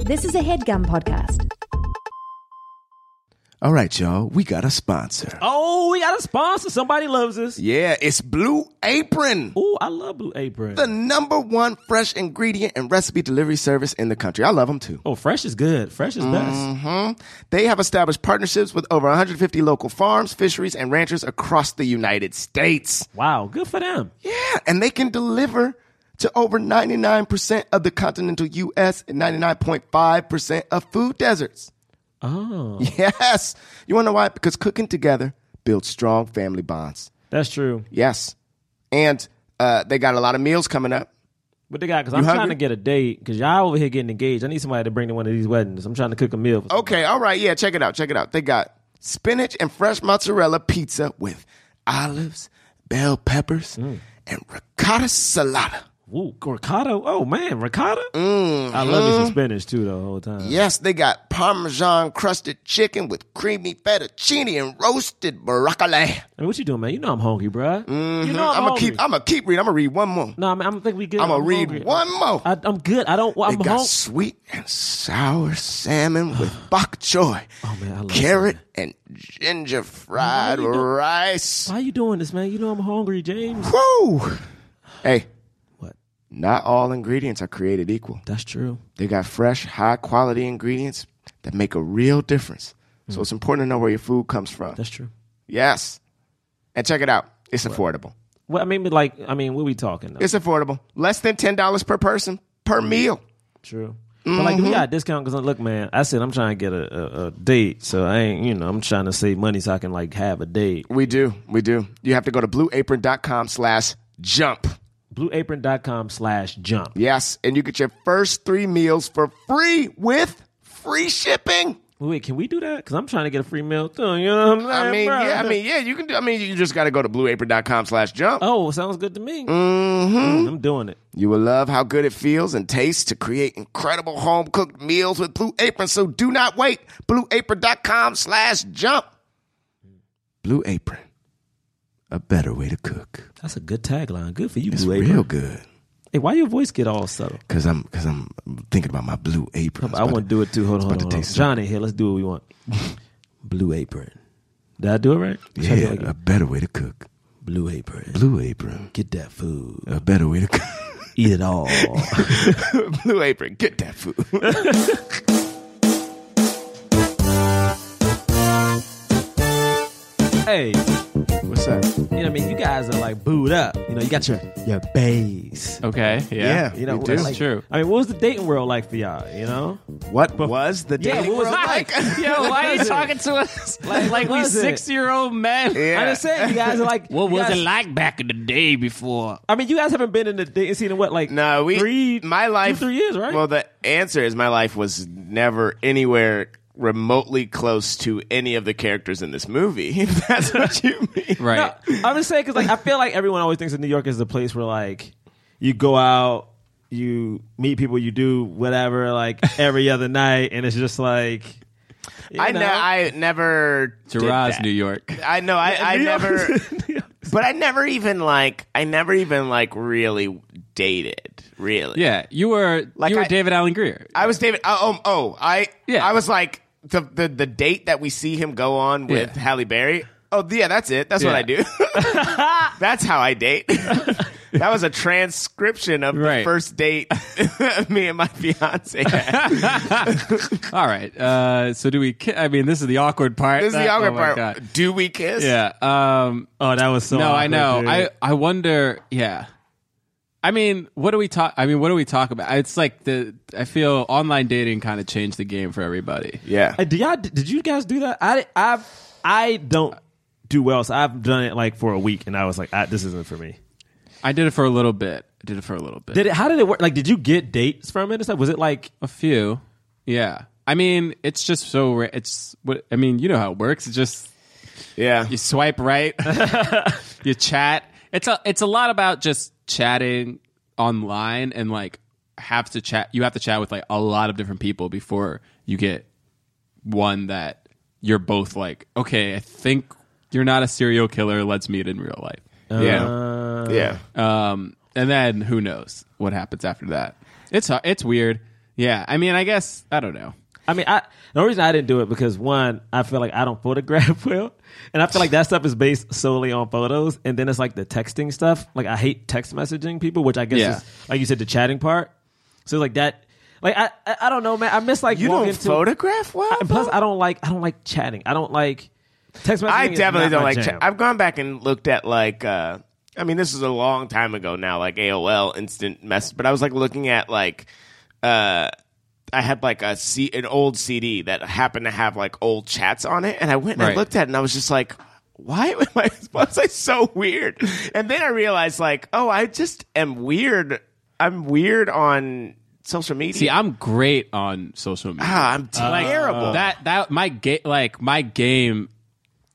This is a headgum podcast. All right, y'all, we got a sponsor. Oh, we got a sponsor. Somebody loves us. Yeah, it's Blue Apron. Ooh, I love Blue Apron. The number one fresh ingredient and recipe delivery service in the country. I love them too. oh, fresh is good. Fresh is best. hmm They have established partnerships with over 150 local farms, fisheries, and ranchers across the United States. Wow, good for them. Yeah, and they can deliver to over 99% of the continental U.S. and 99.5% of food deserts. Oh, Yes. You want to know why? Because cooking together builds strong family bonds. that's true. Yes. And uh, they got a lot of meals coming up. What they got? Because I'm trying hungry? to get a date. Because y'all over here getting engaged. I need somebody to bring to one of these weddings. I'm trying to cook a meal. for- Okay, all right. Yeah, check it out. Check it out. They got spinach and fresh mozzarella pizza with olives, bell peppers, and ricotta salata. Ooh, ricotta. Oh man, ricotta. Mm-hmm. I love me some spinach too. The whole time. Yes, they got parmesan crusted chicken with creamy fettuccine and roasted broccoli. I mean, what you doing, man? You know I'm hungry, bruh. You know I'm I'm, gonna hungry. Mm-hmm. keep. I'm gonna keep reading. I'm gonna read one more. no, I mean, I don't think we good. I'm gonna read hungry. one more. I, I'm good. I don't. I'm They got hungry. sweet and sour salmon with bok choy, Oh, man, I love carrot and ginger fried you doing- rice. Why you doing this, man? You know I'm hungry, James. Woo! Hey, What? not all ingredients are created equal. That's true. They got fresh, high quality ingredients that make a real difference. So it's important to know where your food comes from. That's true. Yes, and check it out. It's affordable. Well, I mean, but like, I mean, what we talking? Though? It's affordable. Less than ten dollars per person per meal. True. Mm-hmm. But like we got a discount because look, man, I said I'm trying to get a, a, a date, so I ain't, you know, I'm trying to save money so I can like have a date. We do. We do. You have to go to blueapron.com slash jump. Blueapron.com slash jump. Yes. And you get your first three meals for free with free shipping. Wait, can we do that? Because I'm trying to get a free meal too. You know what I'm saying? I mean, bro? yeah, I mean, yeah, you can do I mean you just gotta go to blueapron.com slash jump. oh, sounds good to me. Mm, hmm I'm doing it. You will love how good it feels and tastes to create incredible home cooked meals with Blue Apron. So do not wait. Blueapron.com slash jump. Blue Apron. A better way to cook. That's a good tagline. Good for you, It's Blue Apron. real good. Hey, why your voice get all subtle? Cause I'm, cause I'm thinking about my blue apron. I want to do it too. Hold on, about hold on. to hold on. taste Johnny, here, let's do what we want. Blue Apron. Did I do it right? Should I do it Yeah, again? a better way to cook. Blue Apron. Blue apron. Get that food. A better way to cook. Eat it all. blue apron. Get that food. hey. What's up? You know what I mean? You guys are like booed up. You know, you got your your bays. Okay. Yeah. Yeah. You know, We do. like- True. I mean, what was the dating world like for y'all? You know, What was the Yeah, dating what was world it like? Yo, why are you Was it? talking to us like, what we was it? six year old men? Yeah. I just saying you guys are like. What you was guys- it like back in the day before? I mean, you guys haven't been in the dating scene in what like no, we. three my life. two, three years right? Well, the answer is my life was never anywhere remotely close to any of the characters in this movie. If that's what you mean. Right. No, I'm just saying because like I feel like everyone always thinks that New York is the place where like you go out, you meet people, you do whatever like every other night, and it's just like you I know? know. I never. did Shiraz, that. New York. I know. I, I New York- never. New York- But I never even like. I never even like really dated. Really. Yeah, you were Like you were I- David Allen Greer. I was David. Oh, um, oh, I. Yeah. I was like the, the the date that we see him go on with Yeah. Halle Berry. Oh yeah, that's it. That's what Yeah. I do. that's how I date. that was a transcription of the Right. first date me and my fiance. Had. All right. Uh, so do we? Ki- I mean, this is the awkward part. This is the That- awkward oh my part. God. Do we kiss? Yeah. Um, Oh, that was so. no, I awkward, know. dude. I I wonder. Yeah. I mean, what do we talk? I mean, what do we talk about? It's like the I feel online dating kind of changed the game for everybody. Yeah. Hey, do y'all, did you guys do that? I I I don't do well, so I've done it like for a week, and I was like, I, this isn't for me. I did it for a little bit. I did it for a little bit. Did it? How did it work? Like, did you get dates from it? and stuff? Was it like A few. Yeah. I mean, it's just so. ra- It's what I mean. You know how it works. It's just Yeah. you swipe right, you chat. It's a. It's a lot about just chatting online and like have to chat. You have to chat with like a lot of different people before you get one that you're both like. Okay, I think you're not a serial killer. Let's meet in real life. Yeah. uh, yeah. Um, and then who knows what happens after that? It's it's weird. Yeah, I mean, I guess I don't know. I mean, I the only reason I didn't do it because one, I feel like I don't photograph well, and I feel like that stuff is based solely on photos, and then it's like the texting stuff. Like I hate text messaging people, which I guess Yeah. is like you said the chatting part. So it's like that, like I I, I don't know, man. I miss like You walking don't to- photograph well. and plus I don't like I don't like chatting. I don't like text messaging. I is definitely not don't my like. jam. Chat. I've gone back and looked at like. uh I mean, this is a long time ago now, like AOL instant message. But I was like looking at like. uh I had like a C, an old CD that happened to have like old chats on it, and I went and I Right. looked at it, and I was just like, "Why am I? Why was I so weird?" And then I realized, like, oh, I just am weird. I'm weird on social media. See, I'm great on social media. ah, I'm Uh, like terrible. that that my game like my game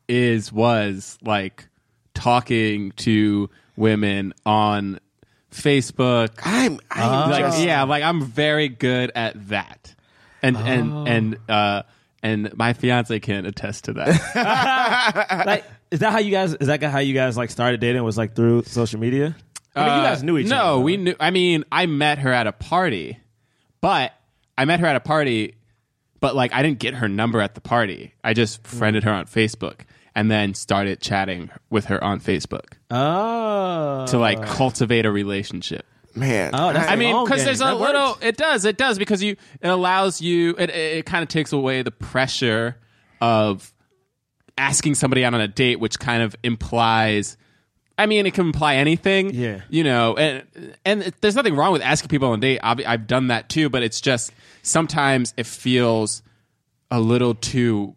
is was like talking to women on Facebook. I'm. I'm like just- yeah, like I'm very good at that. And and and uh and my fiance can attest to that. like is that how you guys is that how you guys like started dating was like through social media? I mean, you guys knew each Uh, no, other. No, though. we knew. I mean, I met her at a party, but I met her at a party, but like I didn't get her number at the party. I just Mm. friended her on Facebook and then started chatting with her on Facebook Oh. to like cultivate a relationship. man. Oh, that's I a mean, long because game. there's a That little. works. It does. It does because you. It allows you. It it, it kind of takes away the pressure of asking somebody out on a date, which kind of implies. I mean, it can imply anything. Yeah. You know, and and it- there's nothing wrong with asking people on a date. I've, I've done that too, but it's just sometimes it feels a little too.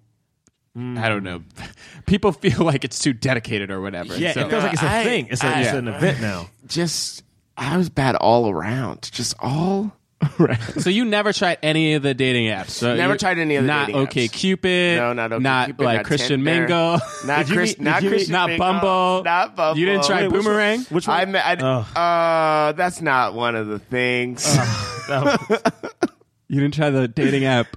I don't know. People feel like it's too dedicated or whatever. Yeah, So- it feels like it's a I- thing. It's, a, I- it's an event now. just I was bad all around. Just all around. So you never tried any of the dating apps? So Never you- tried any of the not dating apps. okay Cupid. No, not okay. Not Cupid, like not Christian Tinder, Mingle. Not, Did you Chris, meet- not did you meet- Christian not Mingle, Bumble. Not Bumble. You didn't try Wait, which one- Boomerang? Which one? Oh. I, met, I uh, that's not one of the things. You didn't try the dating app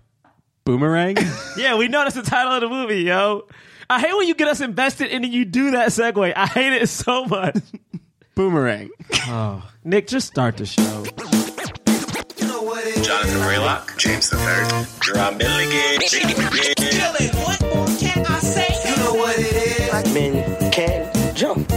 Boomerang? yeah, we know that's the title of the movie, yo. I hate when you get us invested and then you do that segue. I hate it so much. Boomerang. Nick, just start the show. Jonathan Raylock, James the Third, Drum Milligan. Dylan, what more can I say? You know what it is. black men can jump.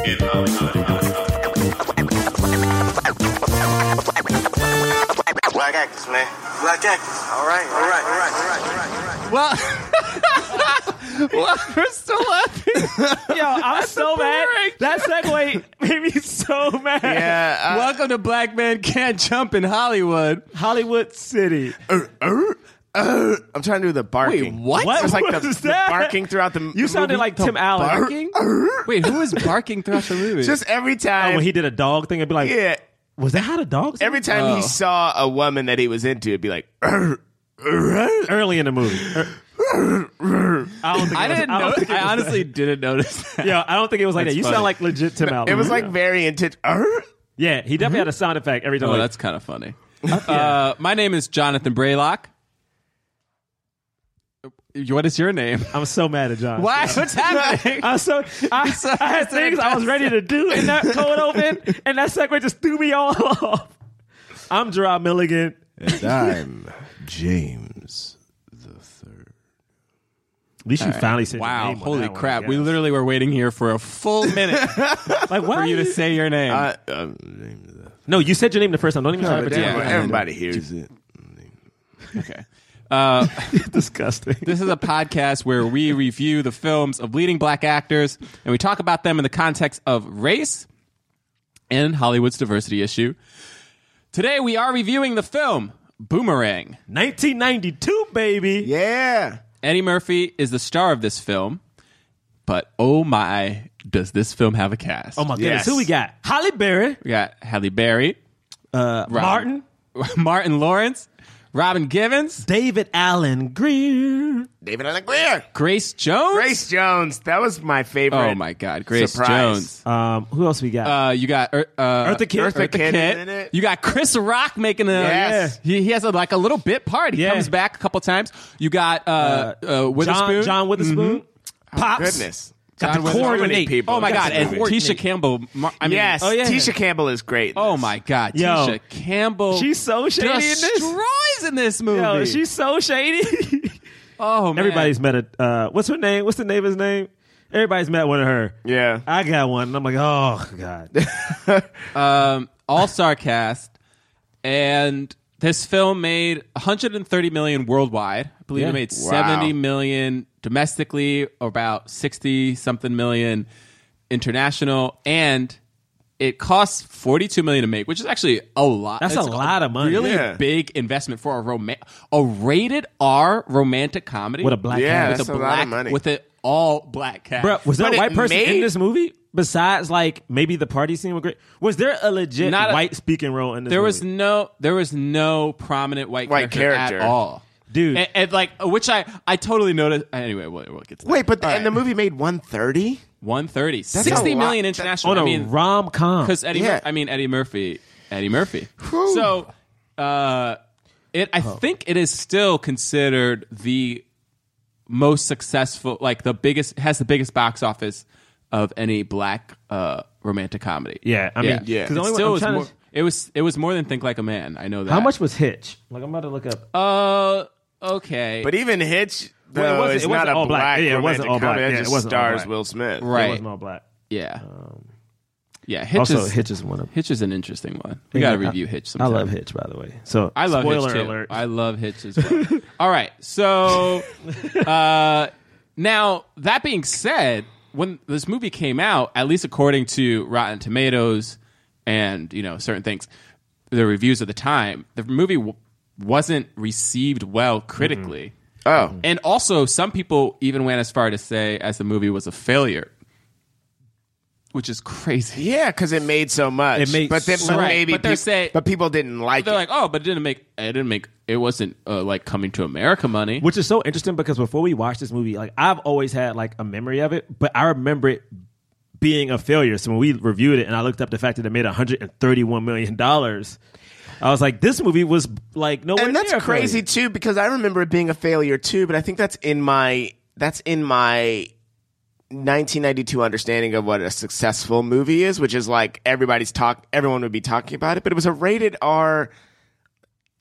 Black actors, man. Black actors. All right, all right, all right, all right, all right. Well, well, we're still laughing. Yo, I'm so mad. That segue made me so mad. yeah. uh, Welcome to Black Man Can't Jump in Hollywood. Hollywood City. er, er. I'm trying to do the barking. what? What It was like the, was the that? barking throughout the m- You sounded movie. like Tim Allen. bark- Wait, who was barking throughout the movie? Just every time. when Oh, he did a dog thing, I'd be like, yeah. was that how the dogs? Every time Oh. he saw a woman that he was into, it'd be like, er, er, early in the movie. Er- er. I don't think I it was- didn't I don't know. think it I was honestly didn't notice that. that. Yo, I don't think it was like That's that. You funny. sound like legit Tim Allen. It was like very intense. Er. yeah, he definitely had a sound effect every time. Oh, like, that's kind of funny. Uh, my name is Jonathan Braylock. What is your name? I'm so mad at John. Why? What's happening? I was so I, I had things I was ready to do in that cold open, and that segue just threw me all off. I'm Gerard Milligan. And I'm James. At least you finally said. your wow! name on Holy that one, crap! I we guess. literally were waiting here for a full minute like why for are Uh, you to say your name. I, I'm James. No, you said your name the first time. Don't even try to But pretend. yeah. everybody, um, everybody hears it. okay. Uh, Disgusting. this is a podcast where we review the films of leading black actors and we talk about them in the context of race and Hollywood's diversity issue. Today we are reviewing the film Boomerang. 1992, baby. Yeah. Eddie Murphy is the star of this film, but oh my, does this film have a cast? Oh my goodness, Yes. who we got? Holly Berry, We got Halle Berry, uh, Martin, Martin Lawrence, Robin Givens, David Allen Greer. David Allen Greer. Grace Jones. Grace Jones. That was my favorite. Oh my God, Grace Surprise. Jones. Um, who else we got? Uh, you got Ur- uh, Eartha Kitt. Eartha Eartha Kitt Kitt. in it. You got Chris Rock making a. Yes. Yeah. He, he has a, like a little bit part. He Yeah. comes back a couple times. You got uh, uh, Witherspoon. Mm-hmm. Oh, John John Witherspoon. Pops. Goodness. God, to whether- coordinate people. Oh my Got God! to And coordinate. Tisha Campbell. Mar- I mean, yes, Oh, yeah. Tisha Campbell is great. in oh this. my God! Yo. Tisha Campbell. She's so shady in this. Destroys in this movie. Yo, she's so shady. oh man. Everybody's met a uh, what's her name? What's the neighbor's name? Everybody's met one of her. Yeah. I got one. And I'm like, oh god. um, all star cast, and this film made 130 million worldwide. I believe Yeah. it made Wow. 70 million domestically, or about 60 something million international, and it costs 42 million to make, which is actually a lot. That's a It's lot of money. Really Yeah. big investment for a rom- a rated R romantic comedy With a black Yeah, cat. that's with a a lot black of money. with an all black cast. Bro, was there But a it white person in made- this movie besides like maybe the party scene with great? Was there a legit Not a- white speaking role in this? There was movie? no there was no prominent white, White character, character. at all. Dude. And, and, like which I I totally noticed anyway, we'll, we'll get to that. Wait, but the, and the movie made 130? 130 a 60 lot. million That- international. on a I mean rom com. cuz Eddie Yeah. Mur- I mean Eddie Murphy, Eddie Murphy. So uh it I Oh. think it is still considered the most successful like the biggest has the biggest box office of any black uh romantic comedy. Yeah, I mean, Yeah. 'cause the only It one- still I'm was trying to- more, it was it was more than Think Like a Man. I know that. How much was Hitch? Like I'm about to look up. Uh, okay. But even Hitch, though, Well, it wasn't- it's it not wasn't a all black, black. Yeah, it wasn't romantic all black. comedy. That Yeah, it just wasn't all stars black. Will Smith. It right. wasn't all black. yeah. yeah. Hitch um, also, is, Hitch is one of. Hitch is an interesting one. We got to review Hitch I sometime. love Hitch, by the way. So I love spoiler Hitch too. alert. I love Hitch as well. All right. So, uh, now that being said, when this movie came out, at least according to Rotten Tomatoes and you know certain things, the reviews at the time, the movie w- wasn't received well critically. Mm-hmm. Oh. And also, some people even went as far to say as the movie was a failure, which is crazy. Yeah, because it made so much. It made but then, so but much. maybe But they're peop- say- but people didn't like They're it. like, oh, but it didn't make it didn't make it wasn't uh, like coming to America money. which is so interesting because before we watched this movie, like I've always had like a memory of it, but I remember it being a failure. So when we reviewed it and I looked up the fact that it made 131 million dollars, I was like, this movie was like no, and that's crazy too because I remember it being a failure too. But I think that's in my that's in my 1992 understanding of what a successful movie is, which is like everybody's talk, everyone would be talking about it. But it was a rated R.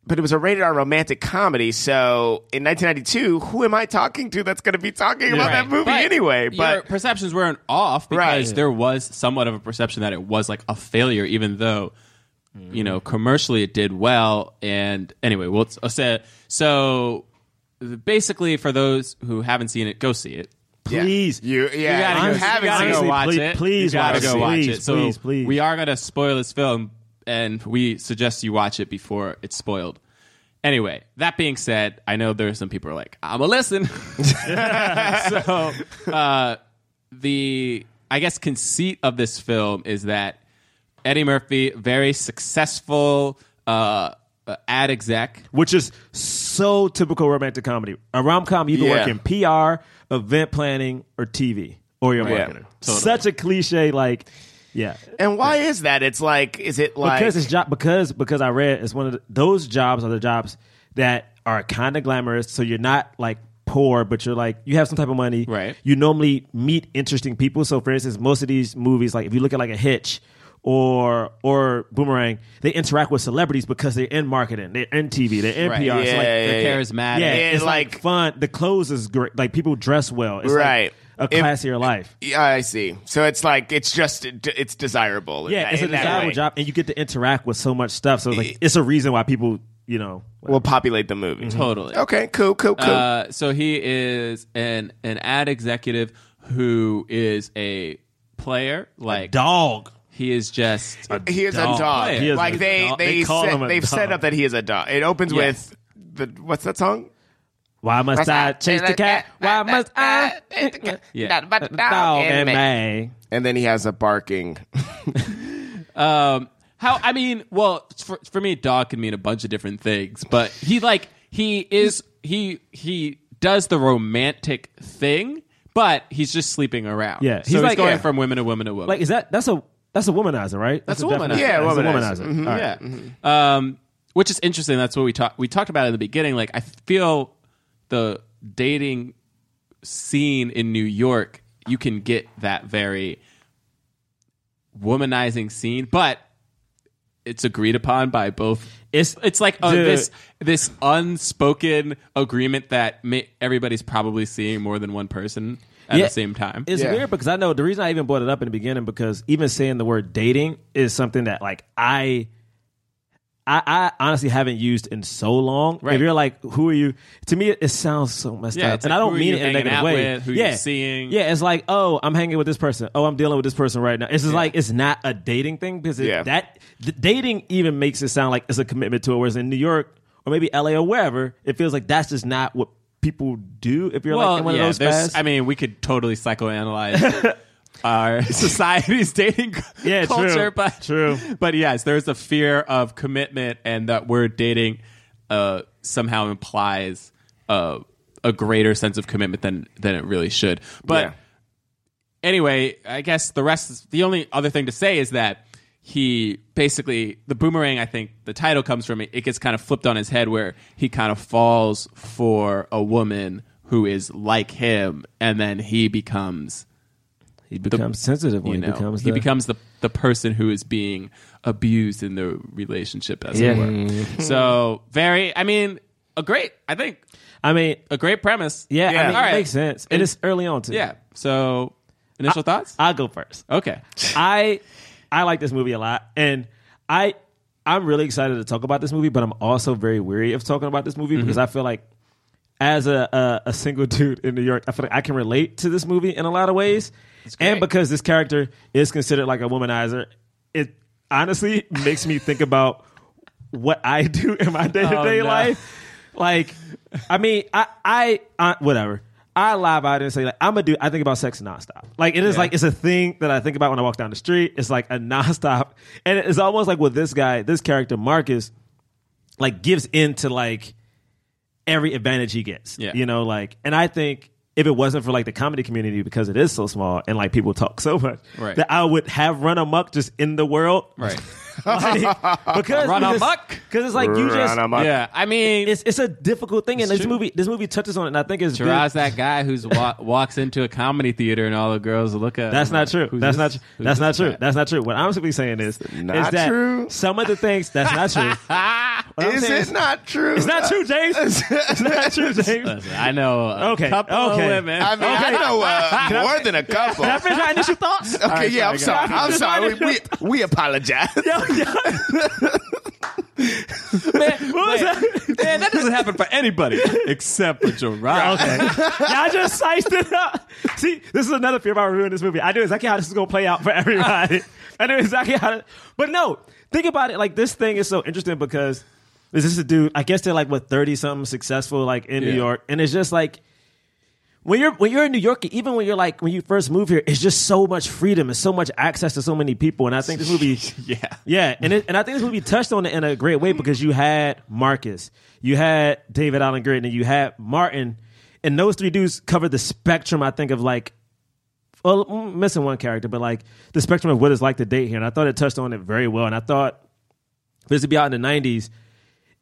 But it was a rated R romantic comedy, so in 1992, who am I talking to that's going to be talking about that movie anyway? your But perceptions weren't off because Right. there was somewhat of a perception that it was like a failure, even though you Mm-hmm. know commercially it did well. And anyway, well, it's- so, so basically, for those who haven't seen it, go see it. yeah. Please, you yeah, You gotta you go- haven't you gotta seen go Honestly, watch please- it. please you gotta watch go it. watch Please, it. So please, please. we are gonna spoil this film, and we suggest you watch it before it's spoiled. Anyway, that being said, I know there's some people who are like, "I'ma listen." so uh, the I guess conceit of this film is that Eddie Murphy, very successful uh, uh, ad exec, which is so typical romantic comedy. A rom com, you can Yeah. work in PR, event planning, or TV, or your Right. marketing. Totally. Such a cliche, like, yeah. And why is that? It's like, is it like because it's job because because I read it's one of the, those jobs are the jobs that are kind of glamorous. So you're not like poor, but you're like you have some type of money. Right. You normally meet interesting people. So for instance, most of these movies, like if you look at like a Hitch or or Boomerang, they interact with celebrities because they're in marketing, they're in TV, they're in Right. PR. so like, Yeah, they're yeah, yeah. charismatic. yeah, Yeah, it's like, like- fun. The clothes is great. Like people dress well. It's Right. Like a If- classier life. Yeah, I see. So it's like it's just it's desirable. in Yeah, that- it's a in that desirable way. job, and you get to interact with so much stuff. So like, it's a reason why people, you know, Will populate the movie. Mm-hmm. totally. Okay, cool, cool, cool. Uh, so he is an an ad executive who is a player. Like dog. he is just he is dog. a dog. He is like a they dog. they They call set, him a they've set dog. up that he is a dog. It opens Yes. with the what's that song? Why must Must I I chase the cat? Why must I? Yeah. but Dog and man. And then he has a barking. Um, how I mean, well, for, for me, dog can mean a bunch of different things, but he like he is he he does the romantic thing, but he's just sleeping around. Yeah, he's he's so like- he's going yeah. from woman to woman to woman. Like, is that that's a that's a womanizer, right? That's a definition. womanizer. Yeah, That's a womanizer. womanizer. Mm-hmm. All right. yeah, um, which is interesting. That's what we talked we talked about in the beginning. Like I feel the dating scene in New York you can get that very womanizing scene, but it's agreed upon by both. It's- it's like uh, Dude. this this unspoken agreement that ma- everybody's probably seeing more than one person at Yeah. the same time. It's Yeah. weird because I know the reason I even brought it up in the beginning because even saying the word dating is something that like I I, I honestly haven't used in so long. Right. If you're like, who are you? To me, it, it sounds so messed Yeah, up, it's and like, I who don't are mean you it in a hanging negative out way. with? Who you yeah, seeing? Yeah, it's like, oh, I'm hanging with this person. Oh, I'm dealing with this person right now. It's just like it's not a dating thing because it, Yeah. that the dating even makes it sound like it's a commitment to it. Whereas in New York or maybe LA or wherever, it feels like that's just not what people do. If you're like in one of those there's- fads. I mean, we could totally psychoanalyze our society's dating cu- Yeah, true. culture, but True. But yes, there's a fear of commitment, and that word dating uh, somehow implies uh, a greater sense of commitment than than it really should. But Yeah. anyway, I guess the rest is the only other thing to say is that he basically the boomerang I think the title comes from it, it gets kind of flipped on his head where he kind of falls for a woman who is like him and then he becomes He becomes sensitive you when know he becomes he the, becomes the the person who is being abused in the relationship as Yeah. it were. So very I mean a great I think I mean, a great premise. yeah, I mean, All right. it makes sense, and it's early on too. Yeah. So initial thoughts? I'll go first. okay. I I like this movie a lot, and I I'm really excited to talk about this movie, but I'm also very weary of talking about this movie Mm-hmm. because I feel like as a, a a single dude in New York, I feel like I can relate to this movie in a lot of ways, and because this character is considered like a womanizer, it honestly makes me think about what I do in my day to day no. life. Like, I mean, I, I, I whatever. I lie about it and say like I'm a dude. I think about sex nonstop. Like it is like it's a thing that I think about when I walk down the street. It's like a nonstop, and it's almost like with this guy, this character Marcus, like gives in to like every advantage he gets. Yeah. You know, like, and I think if it wasn't for like the comedy community because it is so small and like people talk so much, Right. that I would have run amok just in the world. Right. Like, because Run because- amok? Because it's like you just Run amok. Yeah. I mean it's it's a difficult thing, and It's this true. movie this movie touches on it. And I think it's good. Shiraz, that guy who's wa- walks into a comedy theater and all the girls look at. That's him like, not true. "Who's That's this? not true. Who's That's this not true. guy?" That's not true. What I'm simply saying is, not is that true. some of the things that's not true. What I'm Is saying it not true? It's not true, James. it's not true, James. Listen, I know a Okay, couple okay. of women. I mean, I know uh, more than a couple. Can I finish my initial thoughts? Okay, yeah, I'm sorry. I'm Just sorry. wanted We, we, we apologize. man, What was that? man, that doesn't happen for anybody except for Gerard. Okay. Y'all just sized it up. See, this is another fear about ruining this movie. I knew exactly how this is going to play out for everybody. I knew exactly how to. But no, think about it. Like, this thing is so interesting because this is a dude, I guess they're like, what, 30 something successful, like in New Yeah. York. And it's just like, when you're when you're in New York, even when you're like when you first move here, it's just so much freedom and so much access to so many people. And I think this movie, Yeah. yeah, and it, and I think this movie touched on it in a great way because you had Marcus, you had David Allen Greer, and you had Martin, and those three dudes covered the spectrum. I think of like, well, mm, missing one character, but like the spectrum of what it's like to date here. And I thought it touched on it very well. And I thought if this would be out in the '90s,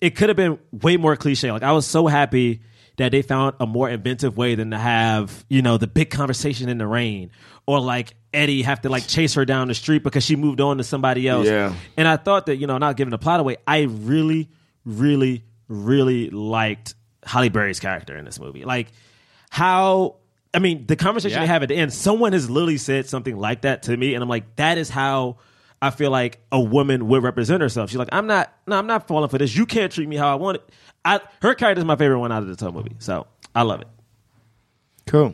it could have been way more cliche. Like I was so happy that they found a more inventive way than to have you know the big conversation in the rain or like Eddie have to like chase her down the street because she moved on to somebody else. Yeah. And I thought that you know not giving the plot away, I really, really, really liked Holly Berry's character in this movie. Like how. I mean, the conversation Yeah. they have at the end, someone has literally said something like that to me, and I'm like, that is how I feel like a woman would represent herself. She's like, I'm not, no, I'm not falling for this. You can't treat me how I want it. I, her character is my favorite one out of the whole movie, so I love it. Cool.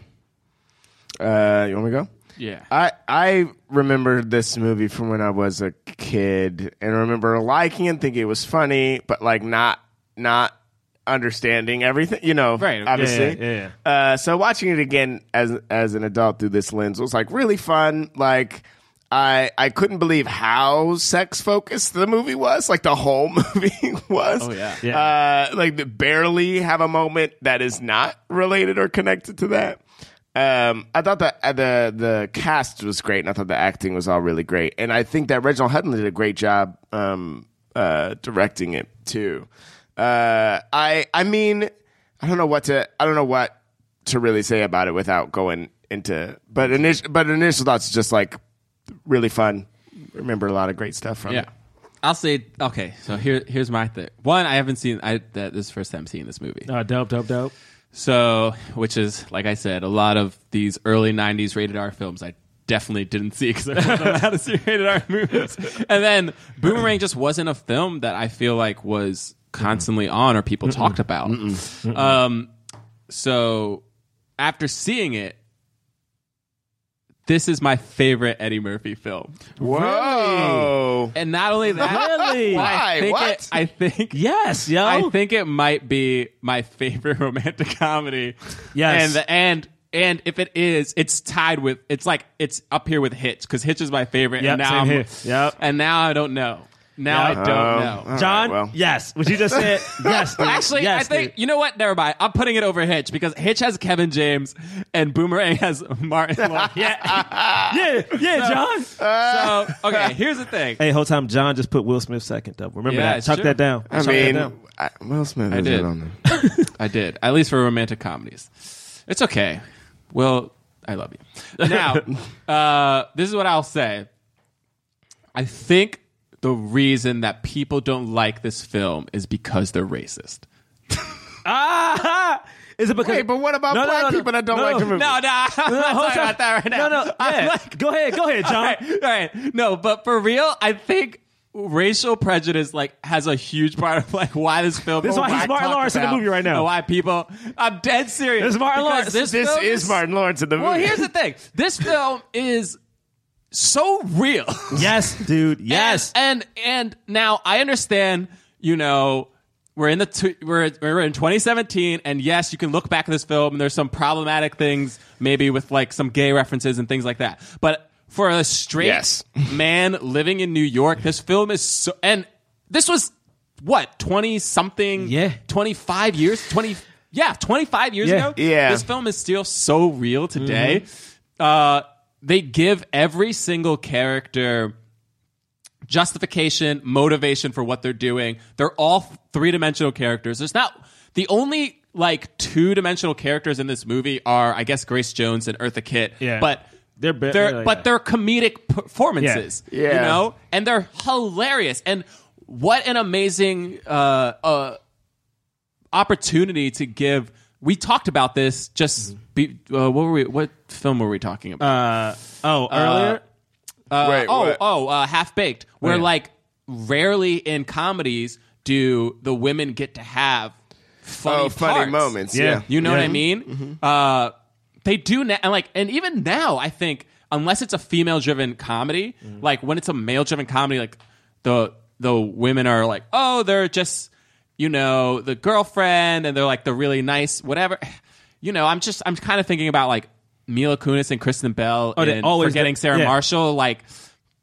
Uh, you want me to go? Yeah. I I remember this movie from when I was a kid, and I remember liking and thinking it was funny, but like not not understanding everything. You know, Right. Yeah, Obviously, yeah, yeah, Uh, so watching it again as as an adult through this lens was like really fun. Like. I, I couldn't believe how sex focused the movie was. Like the whole movie was. Oh, yeah. Yeah. Uh, like the barely have a moment that is not related or connected to that. Um, I thought that uh, the the cast was great, and I thought the acting was all really great, and I think that Reginald Hudlin did a great job um, uh, directing it too. Uh, I I mean, I don't know what to I don't know what to really say about it without going into. But initial, but initial thoughts just like really fun. Remember a lot of great stuff from Yeah. it. I'll say okay. So here, here's my thing. One, I haven't seen. I that this is the first time seeing this movie. Uh, dope, dope, dope. So, which is like I said, a lot of these early '90s rated R films I definitely didn't see because I wasn't allowed to see rated R movies. And then Boomerang just wasn't a film that I feel like was constantly on or people talked about. Um, so, after seeing it, this is my favorite Eddie Murphy film. Whoa! And not only that, Really? I Why? think What? It, I think Yes, yo. I think it might be my favorite romantic comedy. Yes. And the and and if it is, it's tied with it's like it's up here with Hitch because Hitch is my favorite. Yep, and now same I'm, here. Yep. And now I don't know. Now Yep. Oh. I don't Um, know. all John, right, well. yes. What you just said, yes. dude. Actually, yes, I think dude. you know what. Never mind. I'm putting it over Hitch because Hitch has Kevin James and Boomerang has Martin. Lawrence. Yeah, yeah, yeah, John. so okay, here's the thing. Hey, whole time John just put Will Smith second up. Remember Yeah, that. it's Chuck true. that down. I Chuck that mean, down. I, Will Smith is did. it on there. I did, at least for romantic comedies. It's okay. Well, I love you. Now, uh, this is what I'll say. I think the reason that people don't like this film is because they're racist. ah, is it because? Wait, but what about No, no, black no, no. people that don't No, like no. the movie? No, no, hold I'm not talking on. about that right now. No, no, I'm yeah. like- go ahead, go ahead, all John. right, all right. No, but for real, I think racial prejudice like has a huge part of like why this film. This is why he's I Martin talked Lawrence in the about movie right now. and Why people? I'm dead serious. This is Martin Because Lawrence. This film is Martin Lawrence in the movie. Well, here's the thing. This film is so real. Yes, dude. Yes. And and, and now I understand, you know, we're in the t- we're we're in 2017 and yes, you can look back at this film and there's some problematic things maybe with like some gay references and things like that. But for a straight Yes. man living in New York, this film is so and this was what, 20 something, Yeah. 25 years, 20 yeah, 25 years Yeah. Mm-hmm. ago. Yeah. This film is still so real today. Uh, they give every single character justification, motivation for what they're doing. They're all three dimensional characters. There's not the only like two dimensional characters in this movie are, I guess, Grace Jones and Eartha Kitt. Yeah. but They're ba- yeah, yeah. but they're comedic performances. Yeah. Yeah. you know, and they're hilarious. And what an amazing uh, uh, opportunity to give. We talked about this just. Be, uh, what were we? What film were we talking about? uh, oh, earlier. Uh, Wait, oh, what? oh, uh, half baked. Where yeah. like rarely in comedies do the women get to have funny, oh, funny parts. moments. Yeah. Yeah. Mm-hmm. You know what Yeah. I mean? Uh, they do now, and like, and even now, I think unless it's a female-driven comedy, Mm-hmm. like when it's a male-driven comedy, like the the women are like, oh, they're just you know the girlfriend, and they're like the really nice whatever. You know, I'm just I'm kind of thinking about like Mila Kunis and Kristen Bell Oh, they and always- forgetting Sarah yeah. Marshall. Like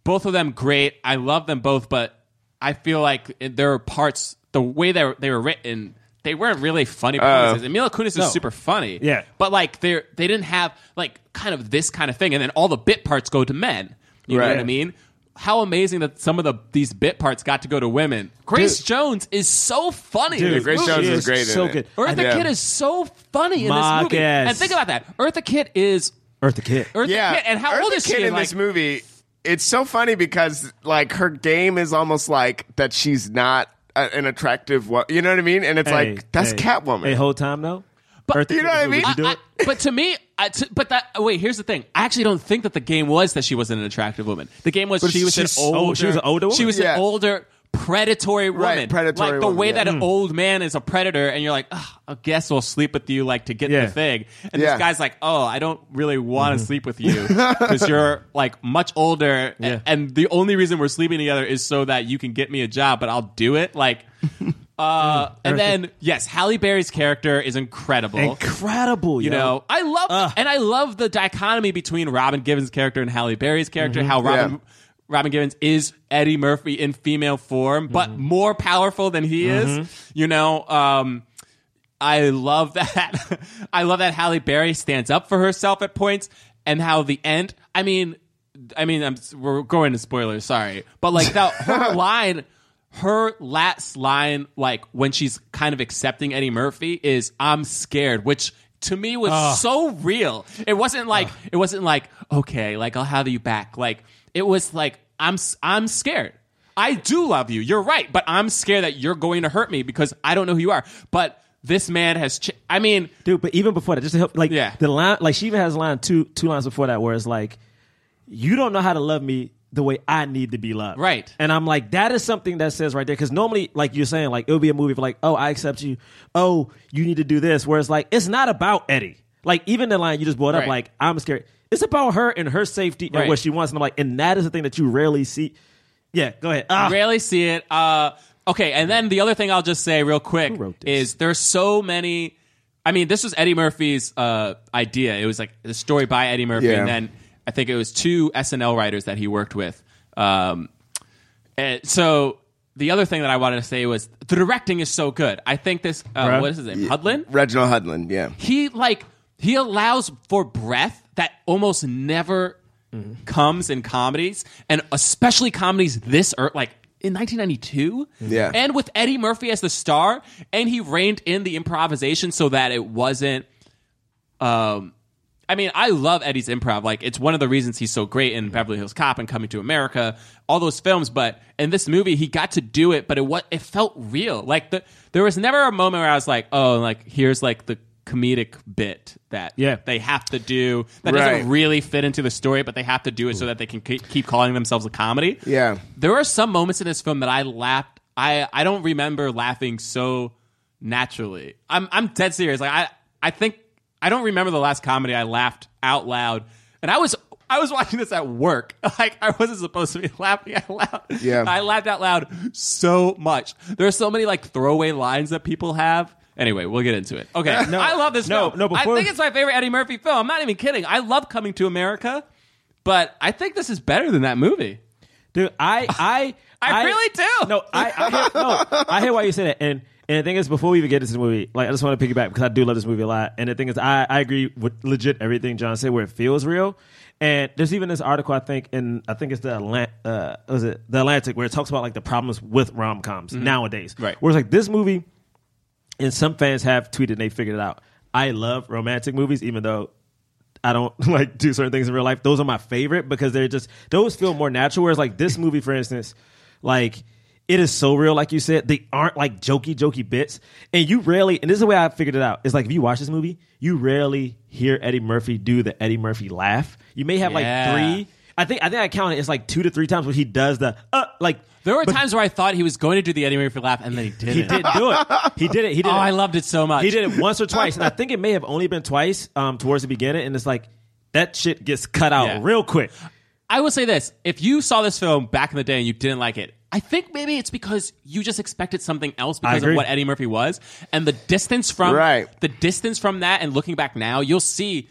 both of them, great. I love them both, but I feel like there are parts the way they were, they were written. They weren't really funny Oh. performances. and Mila Kunis is No. super funny. Yeah. But like they are they didn't have like kind of this kind of thing, and then all the bit parts go to men. You know Right. what I mean? How amazing that some of the these bit parts got to go to women. Grace Jones is so funny. in Dude, this Grace movie. Jones She is, is great. in so it. good. Eartha Yeah. Kitt is so funny in My this movie. guess. And think about that. Eartha Kitt is Eartha Kitt. Eartha Yeah. Kitt. And how Eartha old is she? Kitt in Like, this movie? It's so funny because like her game is almost like that she's not a, an attractive wo- You know what I mean? And it's Hey, like that's hey. Catwoman. Hey, whole time though. But- Eartha You Kitt know what I is- mean? Would you do I- it? I- but to me, I, to, but that wait. Here's the thing. I actually don't think that the game was that she wasn't an attractive woman. The game was she was an she's- older. oh, she was an older woman? She was Yeah. an older predatory woman. Right, predatory Like the woman, way yeah. that Hmm. an old man is a predator, and you're like, "Ugh, I guess we'll sleep with you, like to get Yeah. Mm-hmm. the thing. And Yeah. this guy's like, Oh, I don't really want to sleep with you because you're like much older, Yeah. and, and the only reason we're sleeping together is so that you can get me a job, but I'll do it. Like. Uh, and then yes, Halle Berry's character is incredible. Incredible. You yo. know, I love Ugh. and I love the dichotomy between Robin Givens' character and Halle Berry's character. How Robin Yeah. Robin Givens is Eddie Murphy in female form, but more powerful than he is. You know, um, I love that. I love that Halle Berry stands up for herself at points, and how the end. I mean, I mean, I'm, we're going to spoilers. Sorry, but like that her line, her last line, like when she's kind of accepting Eddie Murphy is "I'm scared," which to me was so real. It wasn't like it wasn't like okay, like I'll have you back. Like it was like I'm s- I'm scared. I do love you. You're right, but I'm scared that you're going to hurt me because I don't know who you are. But this man has. Ch- I mean, dude. But even before that, just to help, like Yeah. the line, like she even has a line two two lines before that where it's like, you don't know how to love me the way I need to be loved, Right. And I'm like, that is something that says right there because normally, like you're saying, like it would be a movie for like, oh, I accept you, oh, you need to do this. Whereas like it's not about Eddie. Like even the line you just brought up, Right. like I'm scared. It's about her and her safety and Right. what she wants. And I'm like, and that is the thing that you rarely see. Yeah, go ahead. Ah, rarely see it. Uh, okay, and then the other thing I'll just say real quick Who wrote this? is there's so many. I mean, this was Eddie Murphy's uh, idea. It was like the story by Eddie Murphy, Yeah. and then I think it was two SNL writers that he worked with. Um, and so the other thing that I wanted to say was the directing is so good. I think this uh, Brad? what is his name Hudlin Reginald Hudlin, yeah. he like he allows for breath that almost never comes in comedies and especially comedies this ear like in 1992 Yeah. and with eddie murphy as the star and he reined in the improvisation so that it wasn't um I mean, I love Eddie's improv. Like, it's one of the reasons he's so great in Beverly Hills Cop and Coming to America, all those films. But in this movie, he got to do it, but it what it felt real. Like the there was never a moment where I was like, oh, like here's like the comedic bit that Yeah. they have to do that Right. doesn't really fit into the story, but they have to do it so that they can ke- keep calling themselves a comedy. Yeah. there are some moments in this film that I laughed. I I don't remember laughing so naturally. I'm I'm dead serious. Like I I think I don't remember the last comedy I laughed out loud, and I was. I was watching this at work. Like I wasn't supposed to be laughing out loud. Yeah. I laughed out loud so much. There are so many like throwaway lines that people have. Anyway, we'll get into it. Okay. No. I love this No, film. no, before- I think it's my favorite Eddie Murphy film. I'm not even kidding. I love Coming to America, but I think this is better than that movie. Dude, I, I, I really do. No, I, I hear, no, I hear why you say that. And and the thing is, before we even get into this movie, like I just want to piggyback because I do love this movie a lot. And the thing is, I, I agree with legit everything John said, where it feels real. And there's even this article I think in I think it's the Atlant, uh, what was it the Atlantic where it talks about like the problems with rom coms nowadays. Mm-hmm. Right. Whereas like this movie, and some fans have tweeted they figured it out. I love romantic movies, even though I don't like do certain things in real life. Those are my favorite because they're just those feel more natural. Whereas like this movie, for instance, like it is so real, like you said, they aren't like jokey jokey bits, and you rarely. And this is the way I figured it out. It's like if you watch this movie, you rarely hear Eddie Murphy do the Eddie Murphy laugh. You may have Yeah. like three. I think I think I counted. It's like two to three times where he does the uh like. There were but times where I thought he was going to do the Eddie Murphy laugh, and then he didn't. he didn't do it. He did it. He did. it. Oh, I loved it so much. He did it once or twice, and I think it may have only been twice um, towards the beginning. And it's like that shit gets cut out Yeah. real quick. I will say this: if you saw this film back in the day and you didn't like it, I think maybe it's because you just expected something else because of agree. what Eddie Murphy was, and the distance from Right. the distance from that, and looking back now, you'll see.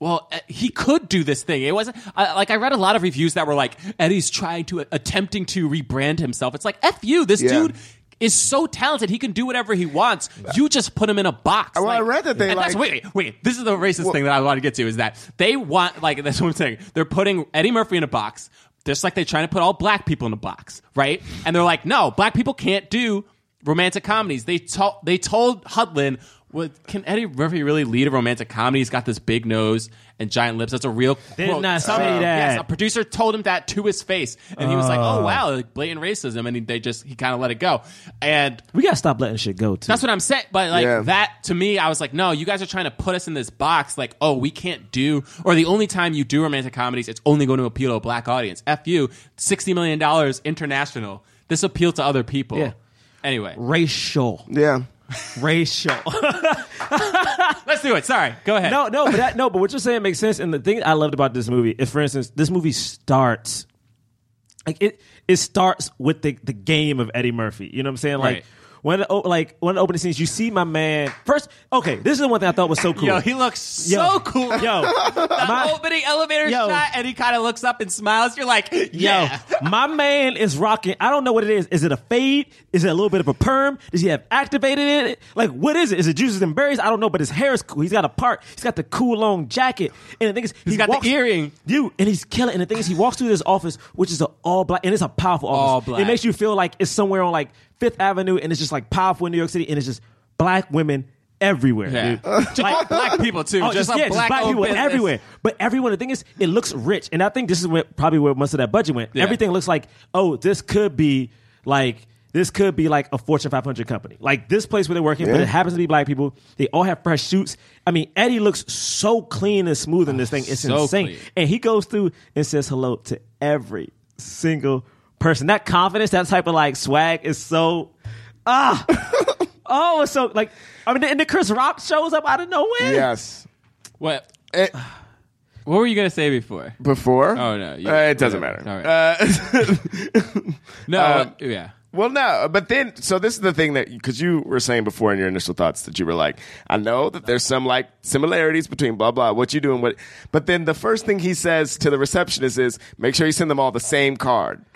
Well, eh, he could do this thing. It wasn't I like I read a lot of reviews that were like Eddie's trying to uh, attempting to rebrand himself. It's like f you, this Yeah. dude is so talented. He can do whatever he wants. You just put him in a box. Well, I Like- read that they and that's- like- wait, wait, wait. This is the racist thing that I want to get to is that they want like that's what I'm saying. They're putting Eddie Murphy in a box, just like they're trying to put all black people in a box, right? And they're like, no, black people can't do romantic comedies. They told they told Hudlin, well, can Eddie Murphy really lead a romantic comedy? He's got this big nose and giant lips. That's a real Did quote. not say Somebody- that. Yes, a producer told him that to his face, and he was like, oh wow, like blatant racism, and he, they just he kind of let it go. And We gotta stop letting shit go. Too. that's what I'm saying. But like Yeah. that to me, I was like, no, you guys are trying to put us in this box. Like, oh, we can't do, or the only time you do romantic comedies, it's only going to appeal to a black audience. F you, sixty million dollars international. This appeal to other people. Yeah. Anyway, racial, Yeah. racial. let's do it. Sorry, go ahead. no, no, but that, no, but what you're saying makes sense. And the thing I loved about this movie is, for instance, this movie starts like it. It starts with the the game of Eddie Murphy. You know what I'm saying? Like. Right. One of the, o- like one of the opening scenes, you see my man first. Okay, this is one thing I thought was so cool. yo, he looks Yo. so cool. Yo, my- Opening elevator Yo. shot, and he kind of looks up and smiles. You're like, yeah. Yo, my man is rocking. I don't know what it is. Is it a fade? Is it a little bit of a perm? Does he have activated in it? Like, what is it? Is it juices and berries? I don't know, but his hair is cool. He's got a part. He's got the cool long jacket. And the thing is, he's got the earring. Dude, and he's killing. And the thing is, he walks through this office, which is an all black, and it's a powerful office. All black. It makes you feel like it's somewhere on like Fifth Avenue, and it's just like powerful in New York City, and it's just black women everywhere, Yeah. dude. Just Like- black people too. Oh, just, just, like yeah, just black, black, owned people business. everywhere. But everyone, the thing is, it looks rich, and I think this is where, probably where most of that budget went. Yeah. Everything looks like, oh, this could be like this could be like a Fortune 500 company, like this place where they're working. But Yeah. it happens to be black people. They all have fresh suits. I mean, Eddie looks so clean and smooth in this thing. It's Ah, so insane. clean. And he goes through and says hello to every single person. That confidence, that type of like swag, is so ah. Oh, it's so like I mean, and the Chris Rock shows up out of nowhere. Yes. What? Eh, What were you gonna say before? before? Oh, no, you- Uh, it doesn't whatever. matter. Uh, No. Uh, yeah. Well, no, but then so this is the thing that because you were saying before in your initial thoughts that you were like, I know that there's some like similarities between blah blah what you do and what, but then the first thing he says to the receptionist is make sure you send them all the same card.